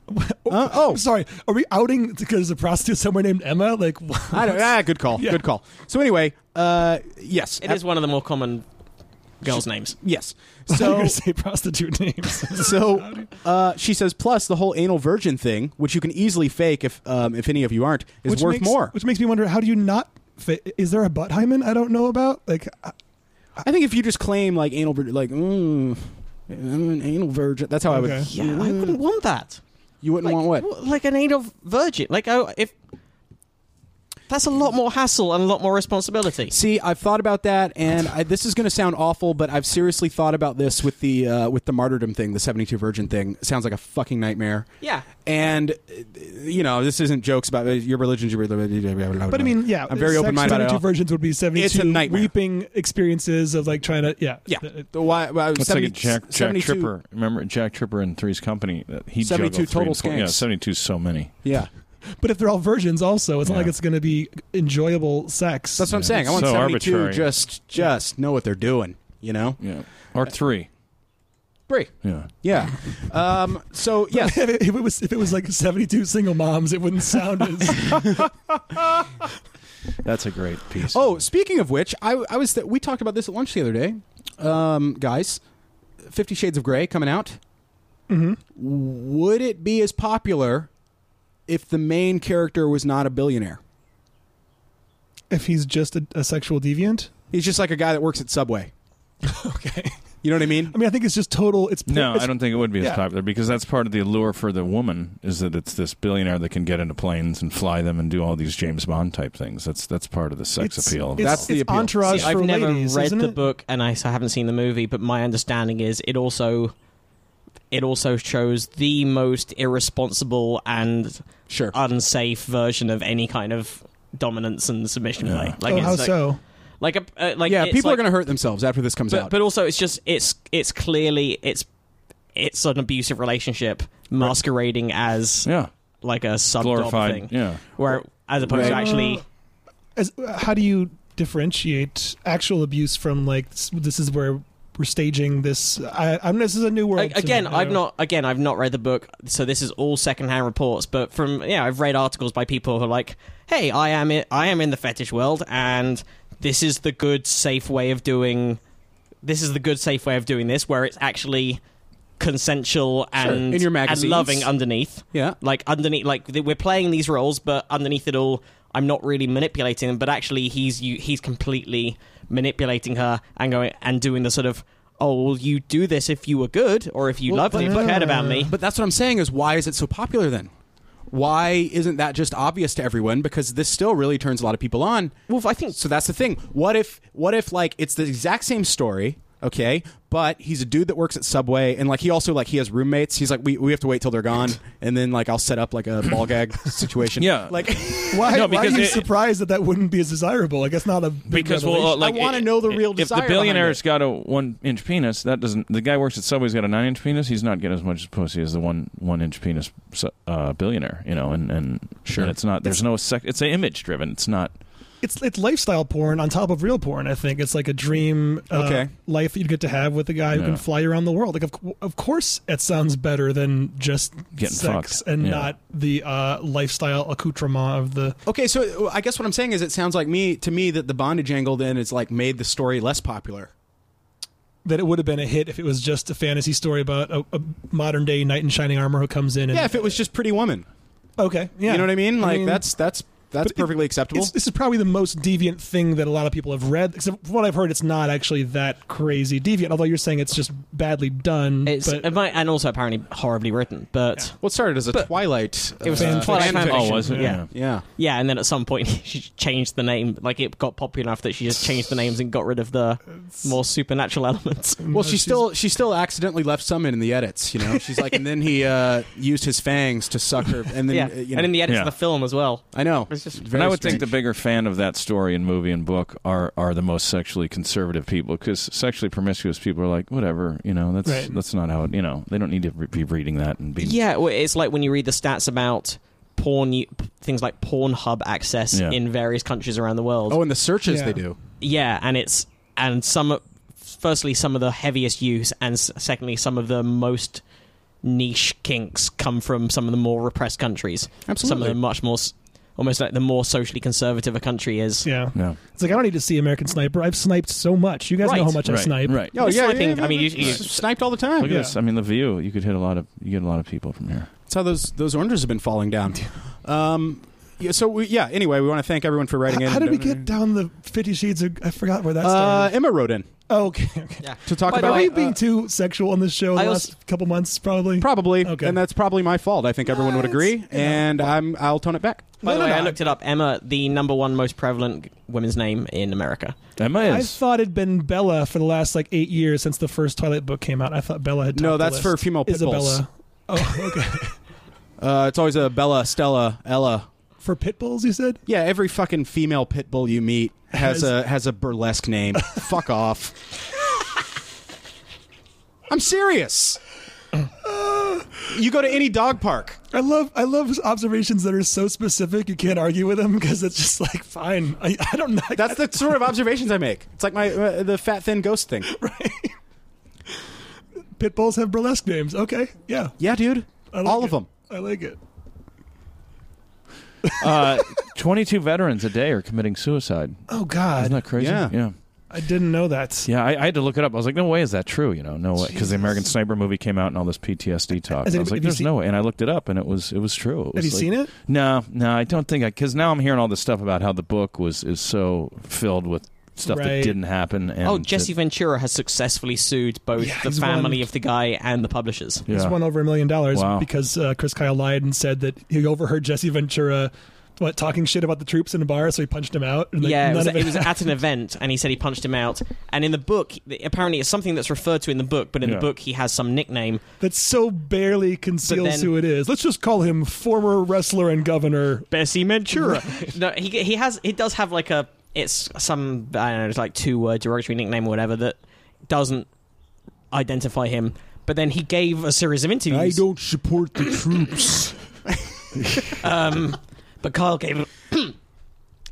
D: Uh, oh.
B: I'm sorry. Are we outing because there's a prostitute somewhere named Emma? Like,
D: I don't. Ah, good call. Good call. So anyway, uh, yes,
C: It is one of the more common girls' names.
D: yes.
B: I'm
D: So
B: gonna say prostitute names.
D: so uh, she says. Plus, the whole anal virgin thing, which you can easily fake if um, if any of you aren't, is worth
B: makes,
D: more.
B: Which makes me wonder: How do you not? Fa- is there a butt hymen I don't know about? Like, uh, I-
D: I think if you just claim like anal virgin, like mm, I'm an anal virgin. That's how I
B: Okay.
D: would. Mm.
C: Yeah, I wouldn't want that.
D: You
C: Like,
D: wouldn't want what?
C: w- Like an aid of virgin. Like oh, if that's a lot more hassle and a lot more responsibility.
D: See, I've thought about that, and I, this is going to sound awful, but I've seriously thought about this with the uh, with the martyrdom thing, the seventy two virgin thing. It sounds like a fucking nightmare.
C: Yeah.
D: And uh, you know, this isn't jokes about uh, your religion's your religion.
B: but I mean, yeah,
D: Oh, I'm very
B: sex
D: open minded.
B: Seventy-two versions would be seventy-two
D: It's a nightmare.
B: weeping experiences of like trying to, yeah,
D: Yeah,
B: Th-
D: The why? why-
E: That's
D: 70
E: like a Jack, Jack
D: 72
E: Tripper. Remember Jack Tripper in Three's Company? That He
D: 72
E: juggled three
D: total
E: and four- Yeah,
D: skanks.
E: 72 is so many.
D: Yeah,
B: But if they're all virgins, also, it's not
E: Yeah.
B: like it's going to be enjoyable sex.
D: that's what I'm saying. I
E: it's
D: want
E: so
D: seventy two.
E: arbitrary.
D: Just just know what they're doing. You know,
E: Yeah. Or three.
D: Bree.
E: Yeah.
D: Yeah. Um. So yeah.
B: if, it, if it was if it was like 72 single moms, it wouldn't sound as.
E: That's a great piece.
D: Oh, speaking of which, I, I was th- we talked about this at lunch the other day, um, guys. Fifty Shades of Grey coming out. Mm-hmm. Would it be as popular if the main character was not a billionaire?
B: if he's just a, a sexual deviant,
D: He's just like a guy that works at Subway.
B: okay.
D: You know what I mean?
B: I mean, I think it's just total. It's
E: No,
B: it's,
E: I don't think it would be as
B: yeah.
E: popular because that's part of the allure for the woman is that it's this billionaire that can get into planes and fly them and do all these James Bond type things. That's that's part of the sex
B: It's-
E: appeal. of
B: it's-
D: That's the
B: it's
D: appeal.
B: entourage
C: See,
B: for
C: I've never
B: ladies,
C: read
B: isn't
C: the
B: it?
C: book and I s- haven't seen the movie, but my understanding is it also it also shows the most irresponsible and
D: Sure.
C: unsafe version of any kind of dominance and submission
E: Yeah.
C: play. Like
B: oh,
C: it's
B: how
C: like,
B: so?
C: Like a uh, like
D: yeah,
C: it's
D: people
C: like-
D: are going to hurt themselves after this comes
C: But
D: out.
C: but also it's just it's it's clearly it's it's an abusive relationship masquerading as
E: yeah,
C: like a sub
E: glorified.
C: thing,
E: Yeah,
C: where as opposed to
D: Right.
B: Oh.
C: actually
B: Uh, As, how do you differentiate actual abuse from like this, this is where we're staging this? I, I'm this is a new world.
C: A-
B: to me.
C: again
B: I don't
C: i've
B: know.
C: not again i've not read the book so this is all secondhand reports but from yeah i've read articles by people who are like hey i am it i am in the fetish world and this is the good safe way of doing this is the good safe way of doing this where it's actually consensual and,
D: in your
C: and
D: magazines.
C: loving underneath
D: yeah.
C: like underneath like th- we're playing these roles but underneath it all i'm not really manipulating them but actually he's you, he's completely manipulating her and going and doing the sort of oh well you do this if you were good or if you
D: Well,
C: loved me
B: but-
C: but cared about me
D: But that's what I'm saying is why is it so popular then? Why isn't that just obvious to everyone? Because this still really turns a lot of people on.
C: well i think
D: So that's the thing. What if what if like it's the exact same story, okay? But he's a dude that works at Subway and like he also like he has roommates. He's like we, we have to wait till they're gone and then like I'll set up like a ball gag situation.
E: Yeah.
D: Like
B: Why,
E: No,
B: why
E: because
B: are you
E: it-
B: surprised that that wouldn't be as desirable? Like that's not a big
E: because
B: revelation.
E: well, uh, like
D: I wanna
E: i-
D: know the real
E: If
D: desire
E: the
D: behind
E: billionaire's got a one inch penis, that doesn't. The guy works at Subway's got a nine inch penis. He's not getting as much pussy as the one one inch penis uh, billionaire. You know, and and
D: Sure.
E: and it's not. There's no sex. It's image driven. It's not.
B: it's it's lifestyle porn on top of real porn. I think it's like a dream uh,
D: Okay.
B: life that you get to have with a guy who
E: Yeah.
B: can fly around the world. Like of, cou- of course, it sounds better than just
E: Getting
B: sex
E: fucked.
B: and
E: Yeah.
B: not the uh, lifestyle accoutrement of the.
D: Okay, so I guess what I'm saying is it sounds like me to me that the bondage angle then is like made the story less popular.
B: That it would have been a hit if it was just a fantasy story about a, a modern day knight in shining armor who comes in. And,
D: Yeah, if it was just pretty woman.
B: okay, yeah,
D: You know what I mean? Like that's that's That's
B: But it-
D: perfectly acceptable.
B: It's, this is probably the most deviant thing that a lot of people have read. Except from what I've heard, it's not actually that crazy deviant. Although you're saying it's just badly done.
C: It's
B: but
C: it might, and also apparently horribly written, but
D: Well, it started as a Twilight.
C: it was
D: uh,
B: fan
C: Twilight
B: fiction.
C: fan
E: Oh,
C: fiction.
E: was it?
C: Yeah.
D: yeah.
B: Mm-hmm.
C: Yeah, and then at some point she changed the name. Like it got popular enough that she just changed the names and got rid of the more supernatural elements.
D: Well, she still she still accidentally left some in the edits. You know, she's like, and then he uh, used his fangs to suck her, and then
C: Yeah,
D: uh, you know,
C: and in the edits
E: Yeah.
C: of the film as well.
D: I know.
C: It's just-
E: And I would think the bigger fan of that story and movie and book are, are the most sexually conservative people because sexually promiscuous people are like whatever you know that's
B: Right.
E: that's not how it you know they don't need to re- be reading that and being
C: Yeah, well, it's like when you read the stats about porn u- things like Pornhub access
E: Yeah.
C: in various countries around the world.
D: oh, and the searches
B: Yeah.
D: they do.
C: Yeah, and it's and some firstly some of the heaviest use and s- secondly some of the most niche kinks come from some of the more repressed countries. Some of
D: Absolutely.
C: the much more s- almost like the more socially conservative a country is.
B: yeah.
E: yeah
B: It's like I don't need to see American Sniper. I've sniped so much. You guys
C: Right.
B: know how much I
E: right
B: snipe.
E: right
D: Oh, yeah,
C: sniping,
D: yeah, yeah,
C: I mean, you-
D: yeah.
C: you-
D: sniped all the time.
E: look
B: Yeah.
E: at this I mean the view you could hit a lot of you get a lot of people from here
D: That's how those those oranges have been falling down. Um, yeah, so we, yeah. Anyway, we want to thank everyone for writing
B: How,
D: in.
B: how did we get down the Fifty Shades? Of, I forgot where that
D: Uh,
B: started.
D: Emma wrote in
B: oh, okay, okay.
C: Yeah.
D: to talk
C: By the
D: about
B: Are
C: way,
B: we
D: uh,
B: being too sexual on this show the
C: I
B: last
C: also-
B: couple months? Probably.
D: probably,
B: Okay.
D: and that's probably my fault. I think everyone would
B: it's-
D: agree,
B: you know.
D: and I'm I'll tone it back.
C: By
B: No,
C: the
B: no,
C: way, I
B: no.
C: looked it up. Emma, the number one most prevalent women's name in America.
E: Emma
B: I
E: is
B: thought it'd been Bella for the last like eight years since the first Twilight book came out. I thought Bella had. topped
D: No,
B: the
D: that's for
B: list.
D: female pit bulls.
B: Isabella. Oh, okay.
D: Uh, it's always a Bella, Stella, Ella.
B: for pit bulls, you said.
D: Yeah, every fucking female pit bull you meet has
B: Has-
D: a has a burlesque name. Fuck off. I'm serious. You go to any dog park.
B: I love I love observations that are so specific you can't argue with them because it's just like fine. I, I don't know.
D: That's the sort of observations I make. It's like my uh, the fat thin ghost thing.
B: pit bulls have burlesque names. Okay, yeah,
D: Yeah, dude.
B: I like
D: All
B: it.
D: of them.
B: I like it.
E: uh, 22 veterans a day are committing suicide
B: Oh
E: isn't
B: God,
E: that crazy
D: Yeah.
E: yeah
B: I didn't know that.
E: Yeah, I, I had to look it up. I was like, no way is that true? You know, no way, because the American Sniper movie came out and all this PTSD talk.
B: Has
E: And I
B: anybody-
E: was like,
B: have you
E: there's
B: seen-
E: no way. And I looked it up, and it was it was true.
B: Have you seen it?
E: No, no, I don't think I. Because now I'm hearing all this stuff about how the book was is so filled with stuff
B: Right.
E: that didn't happen. And
C: oh, Jesse Ventura has successfully sued both
B: Yeah,
C: the
B: he's won.
C: family of the guy and the publishers.
E: that-
B: He's
E: yeah.
B: won over a million dollars
E: Wow.
B: because uh, Chris Kyle lied and said that he overheard Jesse Ventura what talking shit about the troops in a bar, so he punched him out. And like,
C: yeah, it
B: none
C: was,
B: of
C: it was at an event, and he said he punched him out. And in the book, apparently it's something that's referred to in the book, but in
E: Yeah.
C: the book he has some nickname.
B: that so barely conceals
C: then-
B: who it is. Let's just call him former wrestler and governor.
C: Bessie Ventura. no, he he has he does have like a it's some I don't know it's like two word derogatory nickname or whatever that doesn't identify him. But then he gave a series of interviews.
D: support the troops.
C: Um, but Kyle gave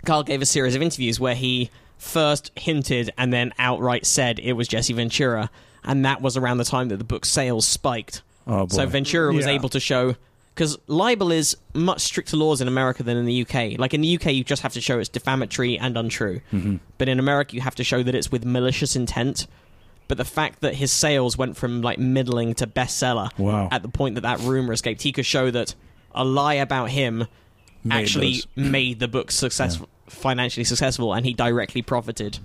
C: Kyle gave a series of interviews where he first hinted and then outright said it was Jesse Ventura, and that was around the time that the book's sales spiked.
E: Oh, boy.
C: So Ventura was
B: Yeah.
C: able to show because libel is much stricter laws in America than in the UK. Like in the UK, you just have to show it's defamatory and untrue,
E: Mm-hmm.
C: but in America, you have to show that it's with malicious intent. But the fact that his sales went from like middling to bestseller
E: Wow.
C: at the point that that rumor escaped, he could show that a lie about him
E: Made
C: actually
E: those.
C: made the book successful, financially successful, and he directly profited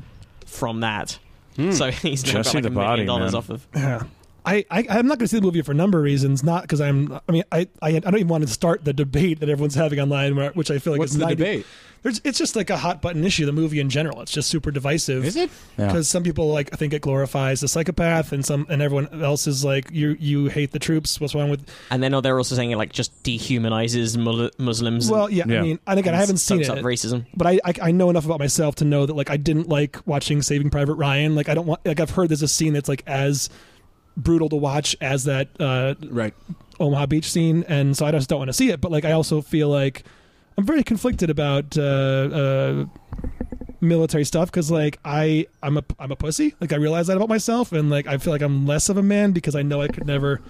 C: from that.
E: Hmm.
C: So he's now got
E: Jesse
C: like
E: the
C: a million
E: Body,
C: dollars
E: man.
C: off of.
B: Yeah. I, I, I'm not going to see the movie for a number of reasons. Not because I'm. I mean, I, I I don't even want to start the debate that everyone's having online, where- which I feel like
D: What's
B: is
D: the
B: 90
D: debate?
B: There's, it's just like a hot button issue. The movie in general, it's just super divisive.
D: Is it?
E: Yeah.
B: Because some people like I think it glorifies the psychopath, and some and everyone else is like you you hate the troops. What's wrong with?
C: And then oh, they're also saying it like just dehumanizes mul- Muslims.
B: Well, yeah.
E: Yeah.
B: I mean, and again,
C: and
B: I haven't seen
C: sums
B: it.
C: up racism.
B: but I, I I know enough about myself to know that like I didn't like watching Saving Private Ryan. Like I don't want like I've heard there's a scene that's like as brutal to watch as that uh,
D: Right.
B: Omaha Beach scene, and so I just don't want to see it. But like I also feel like I'm very conflicted about uh, uh, military stuff because like I I'm a I'm a pussy. Like I realize that about myself, and like I feel like I'm less of a man because I know I could never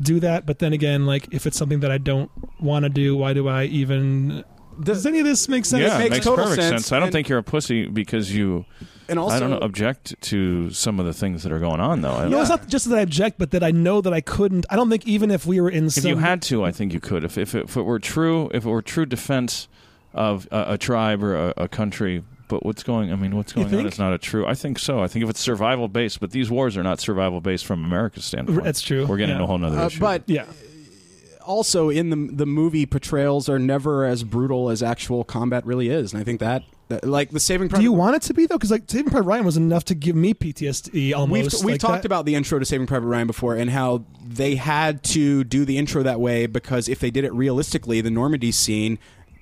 B: do that. But then again, like if it's something that I don't want to do, why do I even? Does any of this make sense?
E: yeah,
D: It
E: it
D: makes
E: makes,
D: total
E: perfect
D: sense.
E: sense. I don't
D: And-
E: think you're a pussy because you.
D: And also, uh,
E: I don't know, object to some of the things that are going on though. I don't-
B: No, it's
D: Yeah.
B: not just that I object, but that I know that I couldn't. I don't think even if we were in
E: If
B: some
E: you had to, I think you could. If if it, if it were true, if it were true defense of a, a tribe or a, a country. But what's going? I mean, what's going on
B: think?
E: is not a true. I think so. I think if it's survival based, but these wars are not survival based from America's standpoint.
B: That's true.
E: We're
B: Yeah.
E: getting into a whole nother
D: Uh,
E: issue.
D: but
B: Yeah.
D: also in the the movie portrayals are never as brutal as actual combat really is, and I think that, that- like the Saving Private.
B: Do you want it to be though? Because like Saving Private Ryan was enough to give me PTSD almost.
D: We've, we've
B: Like,
D: talked
B: that-
D: about the intro to Saving Private Ryan before and how they had to do the intro that way because if they did it realistically, the Normandy scene,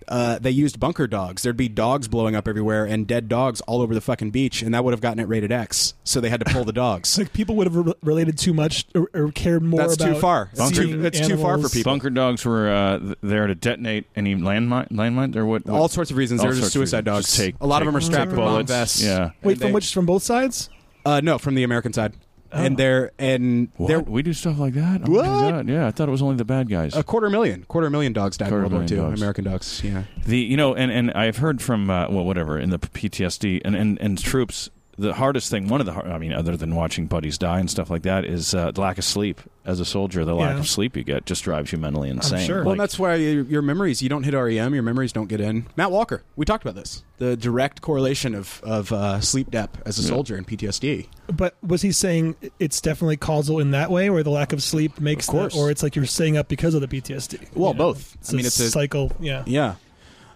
D: uh, they used bunker dogs. There'd be dogs blowing up everywhere and dead dogs all over the fucking beach, and that would have gotten it rated X. So they had to pull the dogs.
B: like people would have re- related too much or, or cared more.
D: That's too
B: about
D: far. It's
E: too-
B: seeing
D: it's too far for
B: animals.
D: people.
E: bunker dogs were uh, th- there to detonate any landmine, landmine or what? what-
D: all sorts of reasons.
E: All
D: They're just
E: sorts of reasons.
D: suicide dogs.
E: Just take-
D: a lot
E: take-
D: of them are strapped with
E: take
D: bomb
E: bullets.
D: vests.
E: Yeah.
B: Wait,
D: And
B: from
D: they-
B: which? From both sides?
D: Uh, no, from the American side. And they're and
E: Oh. What?
D: they're
E: we do stuff like that. Oh my
D: What?
E: God. Yeah, I thought it was only the bad guys.
D: a quarter million, quarter million dogs died in
E: Quarter
D: World War
E: million
D: II.
E: dogs.
D: American dogs. Yeah.
E: The you know, and and I've heard from uh, well, whatever in the PTSD and and and troops. The hardest thing, one of the, har- I mean, other than watching buddies die and stuff like that, is uh, the lack of sleep. As a soldier, the lack
B: Yeah.
E: of sleep you get just drives you mentally insane.
B: sure.
D: well,
E: Like,
D: and that's why your, your memories. You don't hit REM. Your memories don't get in. Matt Walker. We talked about this. The direct correlation of of uh, sleep depth as a soldier and PTSD.
B: But was he saying it's definitely causal in that way, where the lack of sleep makes,
D: Of course.
B: the, or it's like you're staying up because of the PTSD?
D: Well,
B: you know?
D: both.
B: It's
D: I mean, it's a
B: cycle. Yeah.
D: yeah.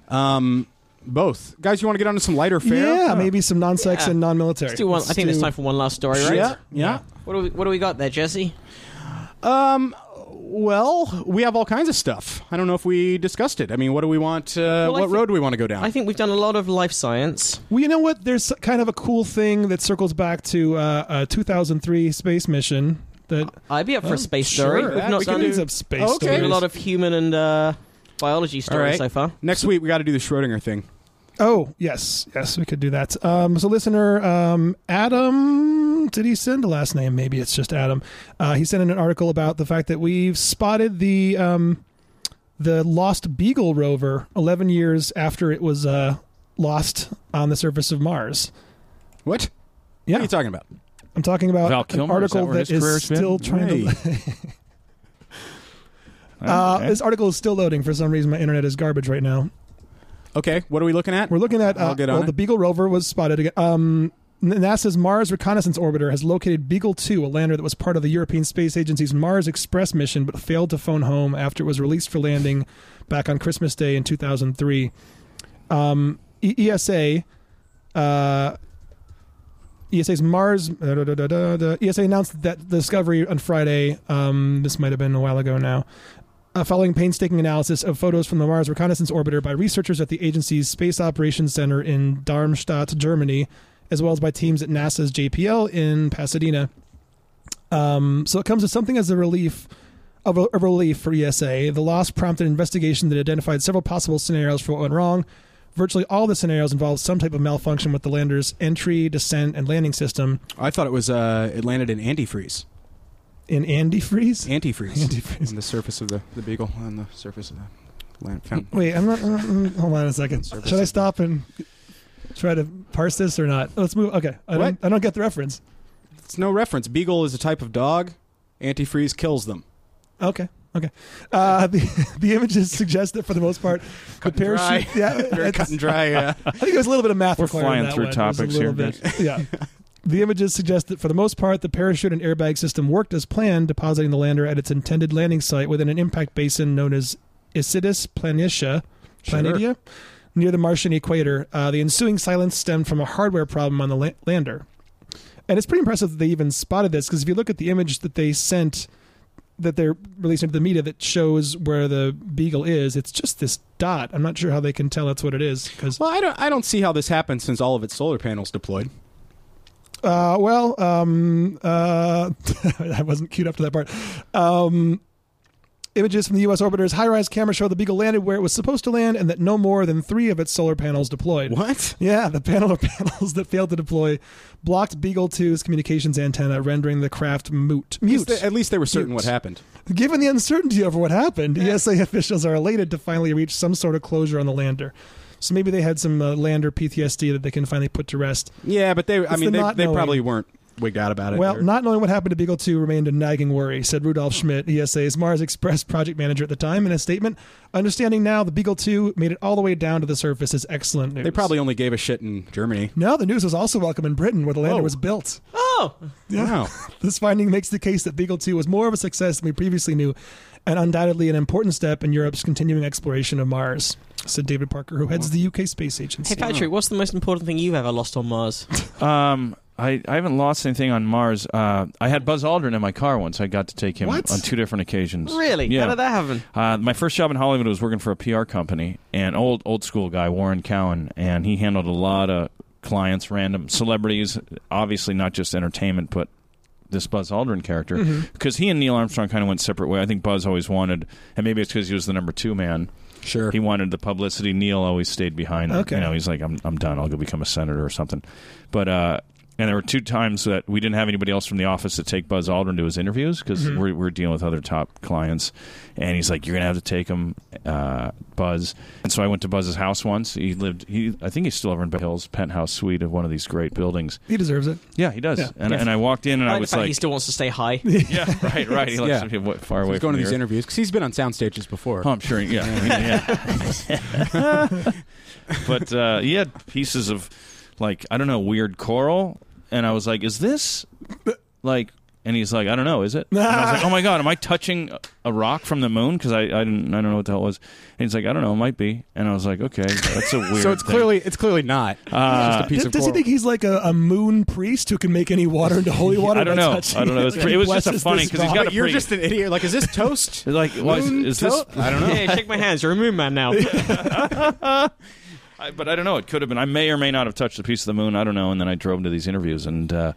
D: Um, both guys. You want to get onto some lighter fare? Uh,
B: Yeah, maybe some non-sex
C: Yeah.
B: and non-military.
C: Let's do one. I think it's time for one last story, right?
D: Yeah. Yeah.
C: What do we What do we got there, Jesse?
D: Um. Well, we have all kinds of stuff. I don't know if we discussed it. I mean, what do we want? Uh,
C: Well, I
D: what
C: thi-
D: road do we want to go down?
C: I think we've done a lot of life science.
B: Well, you know what? There's kind of a cool thing that circles back to uh, a 2003 space mission that
C: I'd be up for a space
D: Oh, sure,
C: story. We've
D: yeah,
C: not
D: we can
C: done
D: do-
B: brings up space.
D: Oh, okay.
C: we've done
B: stories.
C: a lot of human and uh, biology
D: All
C: stories
D: right.
C: so far.
D: Next week we got to do the Schrodinger thing.
B: Oh yes, yes, we could do that. Um, so, listener, um, Adam, did he send a last name? Maybe it's just Adam. Uh, he sent in an article about the fact that we've spotted the um, the lost Beagle rover 11 years after it was uh, lost on the surface of Mars.
D: What?
B: Yeah,
D: What are you talking about?
B: I'm talking about
E: Val
B: an
E: Kilmer, is
B: article
E: that where his
B: that
E: career's
B: is still
E: been?
B: trying to.
E: oh,
B: Uh,
E: okay.
B: This article is still loading. For some reason, my internet is garbage right now.
D: Okay, what are we looking at?
B: We're looking at
D: I'll
B: uh,
D: get on
B: well,
D: it.
B: the Beagle rover was spotted again. Um, NASA's Mars Reconnaissance Orbiter has located Beagle 2, a lander that was part of the European Space Agency's Mars Express mission but failed to phone home after it was released for landing back on Christmas Day in 2003. Um, E- ESA uh, ESA's Mars. da, da, da, da, da, da. ESA announced that the discovery on Friday. Um, this might have been a while ago now. Uh, following painstaking analysis of photos from the Mars Reconnaissance Orbiter by researchers at the agency's Space Operations Center in Darmstadt, Germany, as well as by teams at NASA's JPL in Pasadena. Um, so it comes as something as a relief of a, of relief for ESA. The loss prompted an investigation that identified several possible scenarios for what went wrong. Virtually all the scenarios involved some type of malfunction with the lander's entry, descent, and landing system
D: I thought it was uh, it landed in antifreeze.
B: in antifreeze.
D: Antifreeze.
B: Antifreeze.
D: On the surface of the, the beagle, on the surface of the land. fountain.
B: Wait, I'm not. uh, uh, hold on a second. Should I stop and try to parse this or not? Let's move. Okay, I
D: What?
B: don't. I don't get the reference.
D: It's no reference. Beagle is a type of dog. Antifreeze kills them.
B: Okay. Okay. Uh, the, the images suggest that for the most part,
D: Cut
B: the
D: and dry.
B: parachute. Yeah,
D: Very
B: it's-
D: cut and dry. Uh,
B: I think it was a little bit of math.
E: We're
B: required
E: flying
B: in that
E: through
B: one. It was a
E: topics
B: little
E: here,
B: bit- Yeah. The images suggest that for the most part, the parachute and airbag system worked as planned, depositing the lander at its intended landing site within an impact basin known as Isidis Planitia, Planitia, near the Martian equator. Uh, the ensuing silence stemmed from a hardware problem on the la- lander. And it's pretty impressive that they even spotted this because if you look at the image that they sent, that they're releasing to the media that shows where the beagle is, it's just this dot. I'm not sure how they can tell that's what it is because
D: well, I don't. I don't see how this happened since all of its solar panels deployed.
B: Uh, well, um, uh, I wasn't queued up to that part. Um, images from the U.S. orbiter's high-rise camera show the Beagle landed where it was supposed to land, and that no more than three of its solar panels deployed.
D: What?
B: Yeah, the panel of panels that failed to deploy blocked Beagle 2's communications antenna, rendering the craft moot. Mute.
D: at least they were certain
B: Mute.
D: what happened.
B: Given the uncertainty over what happened, ESA officials are elated to finally reach some sort of closure on the lander. So maybe they had some uh, lander PTSD that they can finally put to rest.
D: Yeah, but they. I
B: It's
D: mean,
B: the
D: they,
B: not
D: they
B: knowing.
D: probably weren't wigged out about it.
B: Well,
D: They're-
B: not knowing what happened to Beagle 2 remained a nagging worry, said Rudolf Schmidt, ESA's Mars Express project manager at the time, in a statement. Understanding now the Beagle 2 made it all the way down to the surface is excellent news.
D: they probably only gave a shit in Germany.
B: No, the news was also welcome in Britain, where the lander
D: Whoa.
B: was built.
C: Oh,
D: Wow.
B: This finding makes the case that Beagle 2 was more of a success than we previously knew, and undoubtedly an important step in Europe's continuing exploration of Mars, said David Parker, who heads the UK Space
C: hey
B: Agency.
C: Patrick, what's the most important thing you've ever lost on Mars?
E: Um, I, I haven't lost anything on Mars. Uh, I had Buzz Aldrin in my car once. I got to take him
D: What?
E: on two different occasions.
C: really?
E: Yeah.
C: How did that happen?
E: Uh, my first job in Hollywood was working for a PR company, an old old school guy, Warren Cowan, and he handled a lot of clients, random celebrities, obviously not just entertainment, but this Buzz Aldrin character, because he and Neil Armstrong kind of went separate way. I think Buzz always wanted, and maybe it's because he was the number two man.
D: Sure.
E: He wanted the publicity. Neil always stayed behind.
B: Okay.
E: You know, he's like, I'm, I'm done. I'll go become a senator or something. But, uh, and there were two times that we didn't have anybody else from the office to take Buzz Aldrin to his interviews because
D: Mm-hmm.
E: we're, we're dealing with other top clients. And he's like, you're going to have to take him, uh, Buzz. And so I went to Buzz's house once. He lived, he, I think he's still over in Bay Hills, penthouse suite of one of these great buildings.
B: He deserves it.
E: Yeah, he does.
B: Yeah.
E: And, and I walked in and
C: Like
E: I
C: the
E: was
C: fact he
E: like,
C: still wants to stay high.
E: yeah, right, right. He likes
D: Yeah.
E: to be wa- far away
D: He's going
E: from
D: to
E: the
D: these
E: earth.
D: interviews because he's been on sound stages before.
E: Oh, I'm sure. Yeah, I mean, yeah. but uh, he had pieces of like I don't know weird coral, and I was like, "Is this like?" And he's like, "I don't know. Is it?" And I was like, "Oh my god, am I touching a rock from the moon?" Because I, I didn't I don't know what the hell it was. And he's like, "I don't know. It might be." And I was like, "Okay, that's a weird."
D: so it's
E: thing."
D: clearly it's clearly not.
E: Uh,
D: it's just a piece
B: Does,
D: of
B: does he
D: coral.
B: think he's like a, a moon priest who can make any water into holy water?
E: I don't
B: by
E: know.
B: touching
E: I don't know. It was, pre- it was just a
B: Blesses
E: funny
B: this
E: because he's
B: rock.
E: got a
D: But you're
E: pretty-
D: just an idiot. Like, is this toast?
E: like why is,
D: Moon
E: is this
D: toast? I don't know.
C: yeah, shake my hands. You're a moon man now.
E: I, but I don't know. It could have been. I may or may not have touched a piece of the moon. I don't know. And then I drove to these interviews, and uh,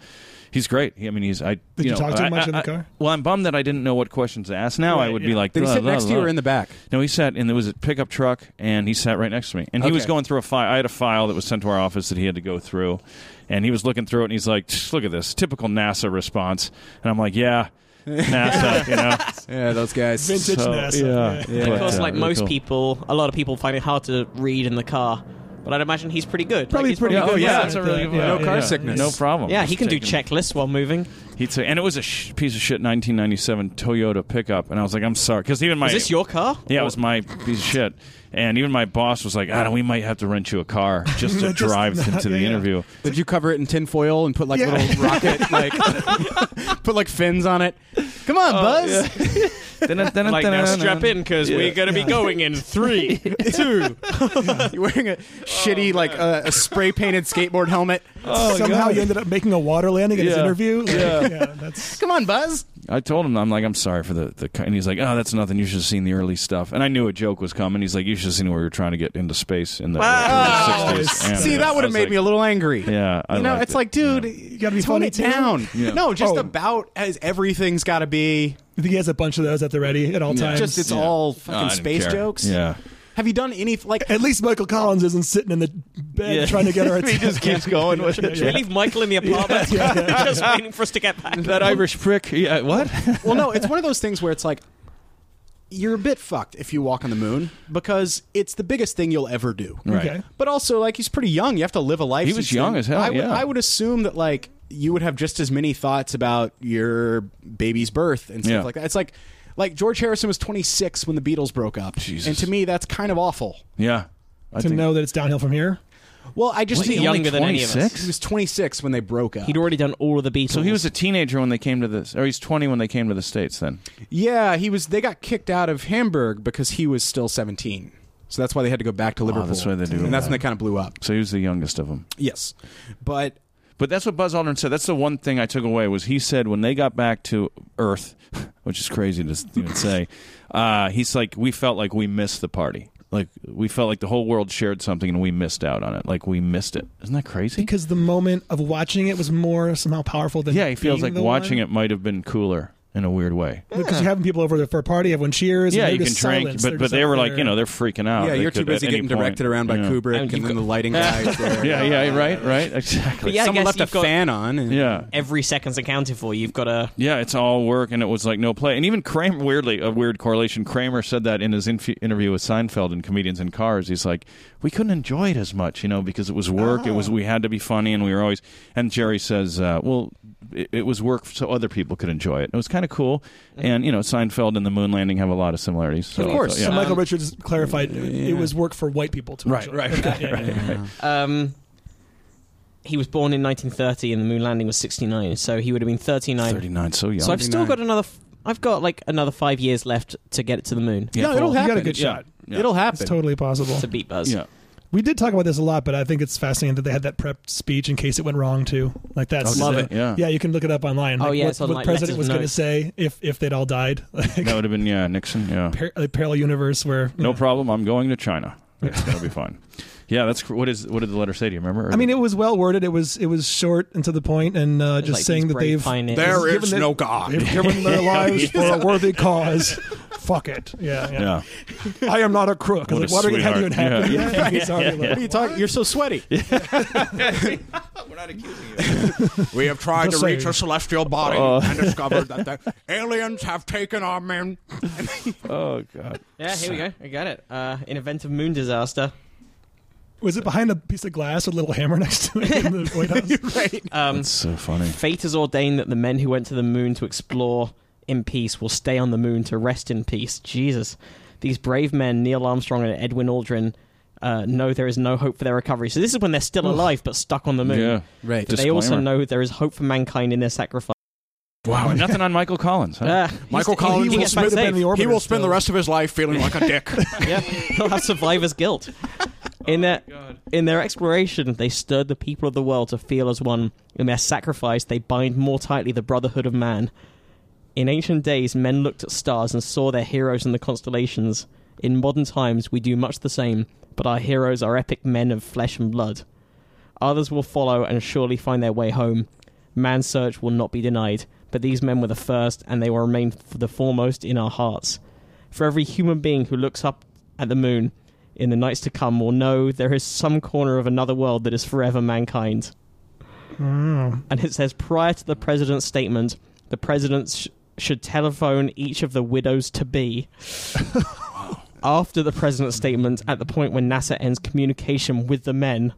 E: he's great. He, I mean, he's. I
B: Did you
E: know,
B: talk to him
E: I-
B: much
E: I-
B: in the
E: I-
B: car?
E: well, I'm bummed that I didn't know what questions to ask. Now I
B: Right,
E: would
B: yeah.
E: be like,
D: Did he
E: "Blah,
D: sit
E: blah,
D: next to you
E: blah."
D: or in the back?
E: No, he sat in. There was a pickup truck, and he sat right next to me. And he was
D: Okay.
E: going through a file. I had a file that was sent to our office that he had to go through, and he was looking through it, and he's like, "Tch, "Look at this, typical NASA response." And I'm like, "Yeah, NASA, you know."
D: Yeah, those guys.
B: Vintage
E: So,
B: NASA.
E: yeah.
D: Yeah.
E: But,
C: Because,
E: uh,
C: like
E: really
C: most
E: cool.
C: people, a lot of people find it hard to read in the car. But I'd imagine he's pretty good.
B: Probably
C: Like, he's
B: pretty
E: Yeah,
B: good
E: oh
B: listener
E: yeah, that's a
B: at
E: really
B: that.
E: good-
B: Yeah,
E: yeah,
D: No car
E: yeah.
D: sickness.
E: no problem.
C: Yeah, he
E: Just
C: can do
E: taking-
C: checklists while moving.
E: He'd say, and it was a sh- piece of shit 1997 Toyota pickup, and I was like, I'm sorry, because even my
C: Is this your car?
E: yeah, it was my piece of shit, and even my boss was like, I don't, we might have to rent you a car just to
B: Just-
E: drive into
B: yeah,
E: the
B: yeah.
E: interview.
D: Did you cover it in tinfoil and put like
B: Yeah.
D: little rocket, like put like fins on it? Come
E: Oh,
D: on, Buzz.
C: Like now, strap in because we're going to be going in three, two.
D: You're wearing a shitty
E: Oh,
D: like uh, a spray painted skateboard helmet.
B: Somehow you ended up making a water landing in his
E: Yeah.
B: interview. Like,
E: Yeah.
B: that's
D: Come on, Buzz.
E: I told him, I'm like, I'm sorry for the, the cut. And he's like, oh, that's nothing. You should have seen the early stuff. And I knew a joke was coming. He's like, you should have seen where we were trying to get into space in the
C: Wow.
E: early 60s. And
D: See, that would have
E: I was
D: made
E: like,
D: me a little angry.
E: Yeah, I
D: you know,
E: liked
D: it's
E: it.
D: like, dude,
B: you gotta be
D: tone
B: funny
D: it
B: too.
D: down.
E: Yeah.
D: No, just
B: Oh.
D: about as everything's got to be.
B: You think he has a bunch of those at the ready at all times.
D: Just it's
E: Yeah.
D: all
E: Oh, I
D: fucking
E: didn't
D: space
E: care.
D: jokes.
E: Yeah.
D: Have you done any like?
B: at least Michael Collins isn't sitting in the bed
E: Yeah.
B: trying to get her
E: he
B: attention.
E: just keeps going with it.
C: Should we leave Michael in the apartment? just waiting for us to get back.
E: That Irish prick. Yeah, what?
D: well, no, it's one of those things where it's like you're a bit fucked if you walk on the moon because it's the biggest thing you'll ever do.
E: Right.
B: Okay.
D: But also, like, he's pretty young. You have to live a life.
E: He was
D: since
E: young
D: then.
E: as hell,
D: I would,
E: yeah.
D: I would assume that like you would have just as many thoughts about your baby's birth and stuff
E: Yeah.
D: like that. It's like like George Harrison was 26 when the Beatles broke up,
E: Jesus.
D: and to me, that's kind of awful.
E: Yeah. I
B: to know that it's downhill from here.
D: Well, I just
E: Was
D: think
E: he
C: younger
E: only
C: than any of us?
E: 26?
D: he was 26 when they broke up.
C: He'd already done all of the Beatles.
E: So he was a teenager when they came to this, or he's 20 when they came to the states. Then
D: yeah, he was. They got kicked out of Hamburg because he was still 17. So that's why they had to go back to Liverpool.
E: that's why they do
D: and Oh, that's when
E: that.
D: they kind of blew up.
E: so he was the youngest of them.
D: Yes, but
E: But that's what Buzz Aldrin said. That's the one thing I took away was he said when they got back to Earth, which is crazy to even say. Uh, he's like, we felt like we missed the party. Like we felt like the whole world shared something and we missed out on it. Like we missed it. Isn't that crazy?
B: Because the moment of watching it was more somehow powerful than
E: Yeah, he feels like watching it might have been cooler in a weird way.
B: because you're having people over for a party, everyone cheers.
E: Yeah,
B: and
E: you
B: they're
E: can
B: just
E: drink,
B: silence.
E: but
B: They're
E: but
B: just
E: they
B: up
E: were like,
B: there.
E: you know, they're freaking out.
D: yeah,
E: They
D: you're too
E: could at
D: busy
E: any
D: getting
E: point-
D: directed around by
E: Yeah.
D: Kubrick and,
C: And you
D: then
C: go-
D: the lighting guys. There.
E: Yeah, yeah, right, right, exactly.
C: But yeah, I
D: Someone
C: guess
D: left a
C: you've got
D: fan on. and-
E: yeah.
C: every second's accounted for. You've got to.
E: Yeah, it's all work, and it was like no play. And even Kramer, weirdly, a weird correlation. Kramer said that in his inf- interview with Seinfeld and comedians in cars. He's like, we couldn't enjoy
D: Oh.
E: it as much, you know, because it was work. It was we had to be funny, and we were always. And Jerry says, uh, well, it, it was work so other people could enjoy it. It was kind of cool, and you know, Seinfeld and the moon landing have a lot of similarities. So,
D: Of course.
E: so, yeah.
B: So Michael
C: Um,
B: Richards clarified it was work for white people to
E: Right,
B: enjoy.
E: right,
B: Okay,
E: right,
B: yeah, yeah.
C: Um, he was born in 1930, and the moon landing was 69, so he would have been 39.
E: Thirty-nine, so young.
C: So I've still got another. f- I've got like another five years left to get it to the moon
E: Yeah,
D: no, it'll
B: You
D: happen.
B: got a good
E: Yeah.
B: shot.
E: Yeah.
D: It'll
B: It's
D: happen.
B: totally possible.
C: to beat Buzz.
E: yeah.
B: We did talk about this a lot, but I think it's fascinating that they had that prep speech in case it went wrong too. Like that's
E: Oh,
C: Love
E: did they? it. Yeah.
B: Yeah, you can look it up online.
C: Oh,
B: Like,
C: yeah,
B: what,
C: it's on,
B: what
C: like,
B: the president
C: Lex's
B: was going to
C: notes.
B: say if if they'd all died. Like
E: That would have been yeah Nixon. Yeah,
B: par- a parallel universe where
E: no problem. I'm going to China. It's gonna be fine. Yeah, that's cr- what is what did the letter say? Do you remember?
B: I mean, it was well worded. It was it was short and to the point, and uh, just
C: Like,
B: saying
C: these
B: that
C: brave
B: they've
C: pioneers.
D: There
B: Given
D: is
B: that-
D: no God.
B: they've given their lives for a worthy cause. Fuck it. Yeah, yeah.
E: yeah.
B: I am not a crook. I
E: What
B: was
E: a
B: like, what
E: sweetheart.
B: even happen?
E: Yeah.
B: Yeah, he's already like,
D: What are you talking? You're so sweaty.
E: We're not accusing you.
D: We have tried
B: Just
D: to reach
B: saying.
D: a celestial body and discovered that the aliens have taken our men.
E: Oh God.
C: Yeah, here we go. I got it. Uh, in event of moon disaster,
B: Was it behind a piece of glass with a little hammer next to it in the White House?
C: um,
E: That's so funny.
C: fate has ordained that the men who went to the moon to explore in peace will stay on the moon to rest in peace. Jesus, these brave men, Neil Armstrong and Edwin Aldrin, uh, know there is no hope for their recovery. So this is when they're still alive but stuck on the moon.
E: Yeah.
D: Right.
C: But they also
E: Disclaimer.
C: know there is hope for mankind in their sacrifice.
E: Wow. and nothing on Michael Collins. Huh?
C: Ah,
D: Michael
C: he's- he-
D: Collins
C: he
D: will
C: gets back
D: spend-
C: safe.
B: in the orbiter
D: He will spend the
B: still.
D: rest of his life feeling like a dick.
C: yeah, he'll have survivor's guilt. In their in their exploration, they stirred the people of the world to feel as one. In their sacrifice, they bind more tightly the brotherhood of man. In ancient days, men looked at stars and saw their heroes in the constellations. In modern times, we do much the same, but our heroes are epic men of flesh and blood. Others will follow and surely find their way home. Man's search will not be denied, but these men were the first, and they will remain f- the foremost in our hearts. For every human being who looks up at the moon in the nights to come will know there is some corner of another world that is forever mankind. And it says prior to the president's statement, the president sh- should telephone each of the widows to be. After the president's statement, at the point when NASA ends communication with the men,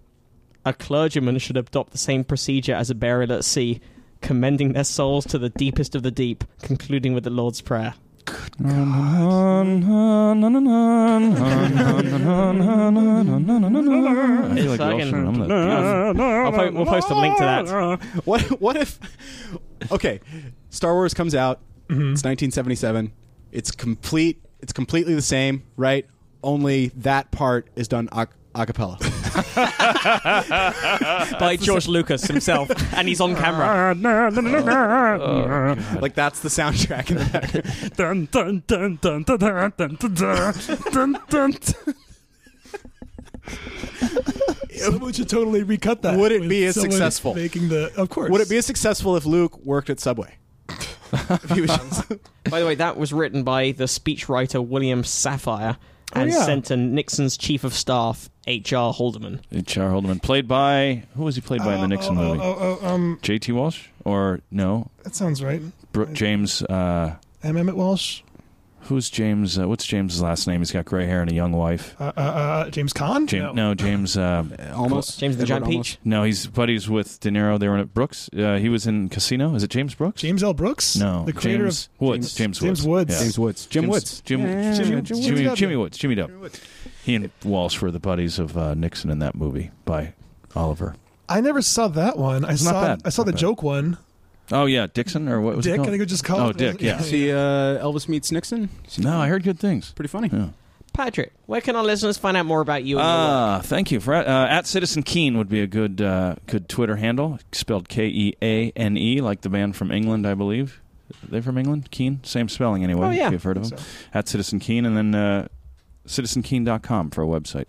C: a clergyman should adopt the same procedure as a burial at sea, commending their souls to the deepest of the deep, concluding with the Lord's Prayer.
E: I feel like
C: It's
E: Welsh.
C: fucking-
E: I'm the-
C: I'll po- we'll post a link to that.
D: What what if Okay, Star Wars comes out. It's 1977. It's complete it's completely the same, right? Only that part is done a, a cappella.
C: By George Lucas himself, and he's on camera.
D: like that's the soundtrack in the background.
B: Someone should totally recut that.
D: Would it
B: with
D: be as
B: someone
D: successful?
B: Making the of course.
D: Would it be as successful if Luke worked at Subway? If he was just-
C: By the way, that was written by the speechwriter William Sapphire and
B: yeah.
C: sent to Nixon's chief of staff, H.R. Haldeman.
E: H.R. Haldeman, played by who was he played by in the Nixon
B: oh,
E: movie?
B: Oh, oh, um,
E: J.T. Walsh or no?
B: that sounds right.
E: Bro- James. Uh,
B: M. Emmett Walsh,
E: who's James? Uh, what's James's last name? He's got gray hair and a young wife.
B: uh, uh, uh, James Caan.
E: James, no. James. Uh,
D: almost
C: James the
D: Edward
C: Giant Peach.
E: no, he's buddies with De Niro. They were at Brooks. Uh, he was in Casino. Is it James Brooks?
B: James L. Brooks.
E: No,
B: the creator
E: James Woods. James,
B: James
E: Woods.
B: Woods.
E: Yeah.
D: James Woods. Jim
E: Jim's-
D: Woods.
E: Jim,
B: Jimmy- Jimmy
E: Jimmy, Jimmy,
B: Woods.
E: Jimmy Woods. Jimmy Dub. He and Walsh were the buddies of uh, Nixon in that movie by Oliver.
B: of. I never saw that one. I
E: not
B: saw
E: bad.
B: I saw
E: Not
B: the
E: bad.
B: joke one.
E: Oh yeah, Dixon or what was it
B: Dick, I
E: called?
B: think it was just called.
E: Oh, Dick. Yeah.
B: Yeah.
D: See uh, Elvis meets Nixon. See,
E: No, I heard good things.
D: pretty funny.
E: Yeah.
C: Patrick, where can our listeners find out more about you? And your work?
E: Ah, thank you for uh, at Citizen Keen would be a good uh, good Twitter handle spelled K E A N E like the band from England, I believe. Are they from England? Keen, same spelling anyway.
C: Oh, yeah.
E: if you've heard of them. At Citizen Keen, and then uh, citizenkeen.com for a website.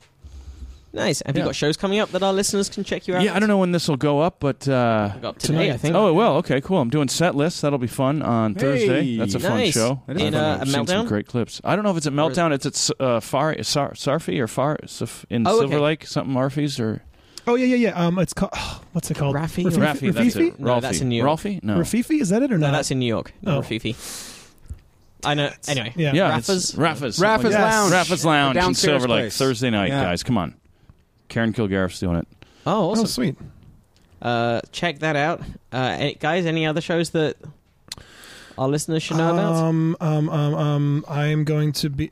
C: nice. Have you
E: yeah.
C: got shows coming up that our listeners can check you out?
E: Yeah, I don't know when this will go up, but uh,
C: Go up today, I think.
E: Oh, it will. Okay, cool. I'm doing set lists. That'll be fun on Thursday. That's a fun
C: Nice.
E: show.
C: That is In, fun. uh,
E: I've
C: a
E: seen some
C: Meltdown?
E: great clips. I don't know if it's at
C: Or is-
E: Meltdown. It's at S- uh, Far Sar- Sarfi or Far Saf- in
C: Oh, okay.
E: Silver Lake, something Murphy's or
B: Oh yeah, yeah, yeah. Um, it's called. Oh, what's it called?
C: Rafi?
E: Rafi.
B: Rafi.
E: That's it. Rafi.
C: No, that's in New York.
E: Ralphie? No.
B: Rafifi, is that it or
C: No,
B: not?
C: that's in New York.
B: Oh.
C: No, Fifi. I know. Anyway,
B: yeah.
E: Yeah,
C: Rafa's?
E: it's-
D: Rafa's
E: Rafa's. something like that.
D: Lounge.
E: Rafa's Lounge in
D: Downstairs
E: Silver Lake
D: place.
E: Thursday night,
D: Yeah.
E: guys. Come on. Karen Kilgariff's doing it.
C: Oh,
B: Oh,
C: awesome.
B: sweet.
C: Uh, check that out, uh, eh, guys. Any other shows that our listeners should know about?
B: Um, um, um, um, I'm going to be.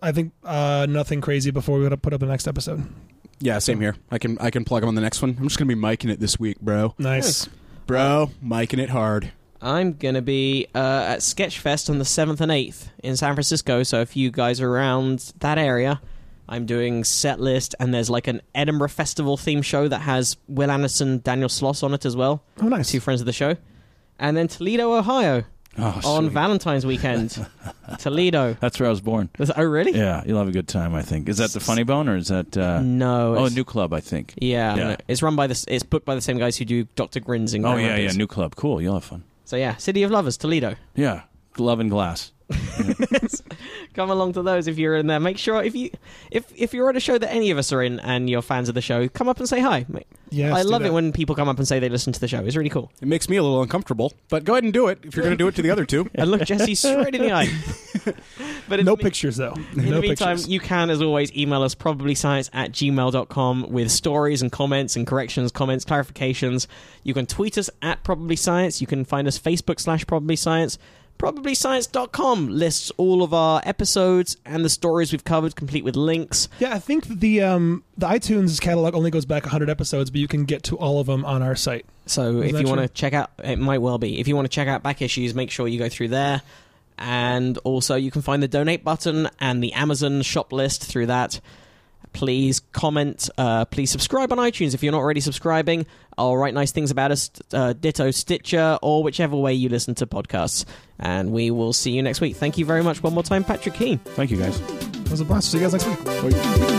B: I think uh, nothing crazy before we gotta put up the next episode.
D: Yeah, same here. I can I can plug them on the next one. I'm just gonna be miking it this week, bro.
B: Nice.
D: Bro, miking it hard.
C: I'm gonna be uh, at Sketchfest on the seventh and eighth in San Francisco. So if you guys are around that area, I'm doing set list, and there's like an Edinburgh Festival theme show that has Will Anderson, Daniel Sloss on it as well.
B: Oh, nice.
C: two friends of the show. And then Toledo, Ohio,
E: Oh,
C: on
E: sweet.
C: Valentine's weekend. Toledo.
E: That's where I was born.
C: Is- Oh, really?
E: Yeah, you'll have a good time. I think. Is that the Funny Bone or is that? Uh,
C: No.
E: oh,
C: it's-
E: New Club. I think.
C: yeah,
E: Yeah.
C: no. it's run by this. It's booked by the same guys who do Doctor Grins and
E: Oh
C: Grand
E: yeah, yeah.
C: Rapids.
E: New Club. Cool. You'll have fun.
C: So yeah, City of Lovers, Toledo.
E: Yeah, Love and Glass.
C: Come along to those if you're in there. Make sure if you if if you're at a show that any of us are in and you're fans of the show, come up and say hi. Ma-
B: Yes,
C: I
B: do
C: love
B: that.
C: it when people come up and say they listen to the show. It's really cool.
D: It makes me a little uncomfortable, but go ahead and do it if you're gonna do it to the other two.
C: And look Jesse straight in the eye. but in
B: No
C: the me-
B: pictures though.
C: In
B: no
C: the meantime,
B: pictures.
C: you can, as always, email us probablyscience at gmail.com with stories and comments and corrections, comments, clarifications. You can tweet us at probablyscience. You can find us Facebook slash probablyscience. Probablyscience.com lists all of our episodes and the stories we've covered, complete with links.
B: Yeah, I think the um, the iTunes catalog only goes back 100 episodes, but you can get to all of them on our site.
C: So if
B: that
C: you want to
B: true?
C: check out, it might well be. If you want to check out back issues, make sure you go through there. And also, you can find the donate button and the Amazon shop list through that. Please comment. Uh, please subscribe on iTunes if you're not already subscribing. I'll write nice things about us, uh, ditto Stitcher, or whichever way you listen to podcasts. And we will see you next week. Thank you very much one more time, Patrick Keane.
E: Thank you guys.
B: That was a blast. See you guys next week.
D: Bye.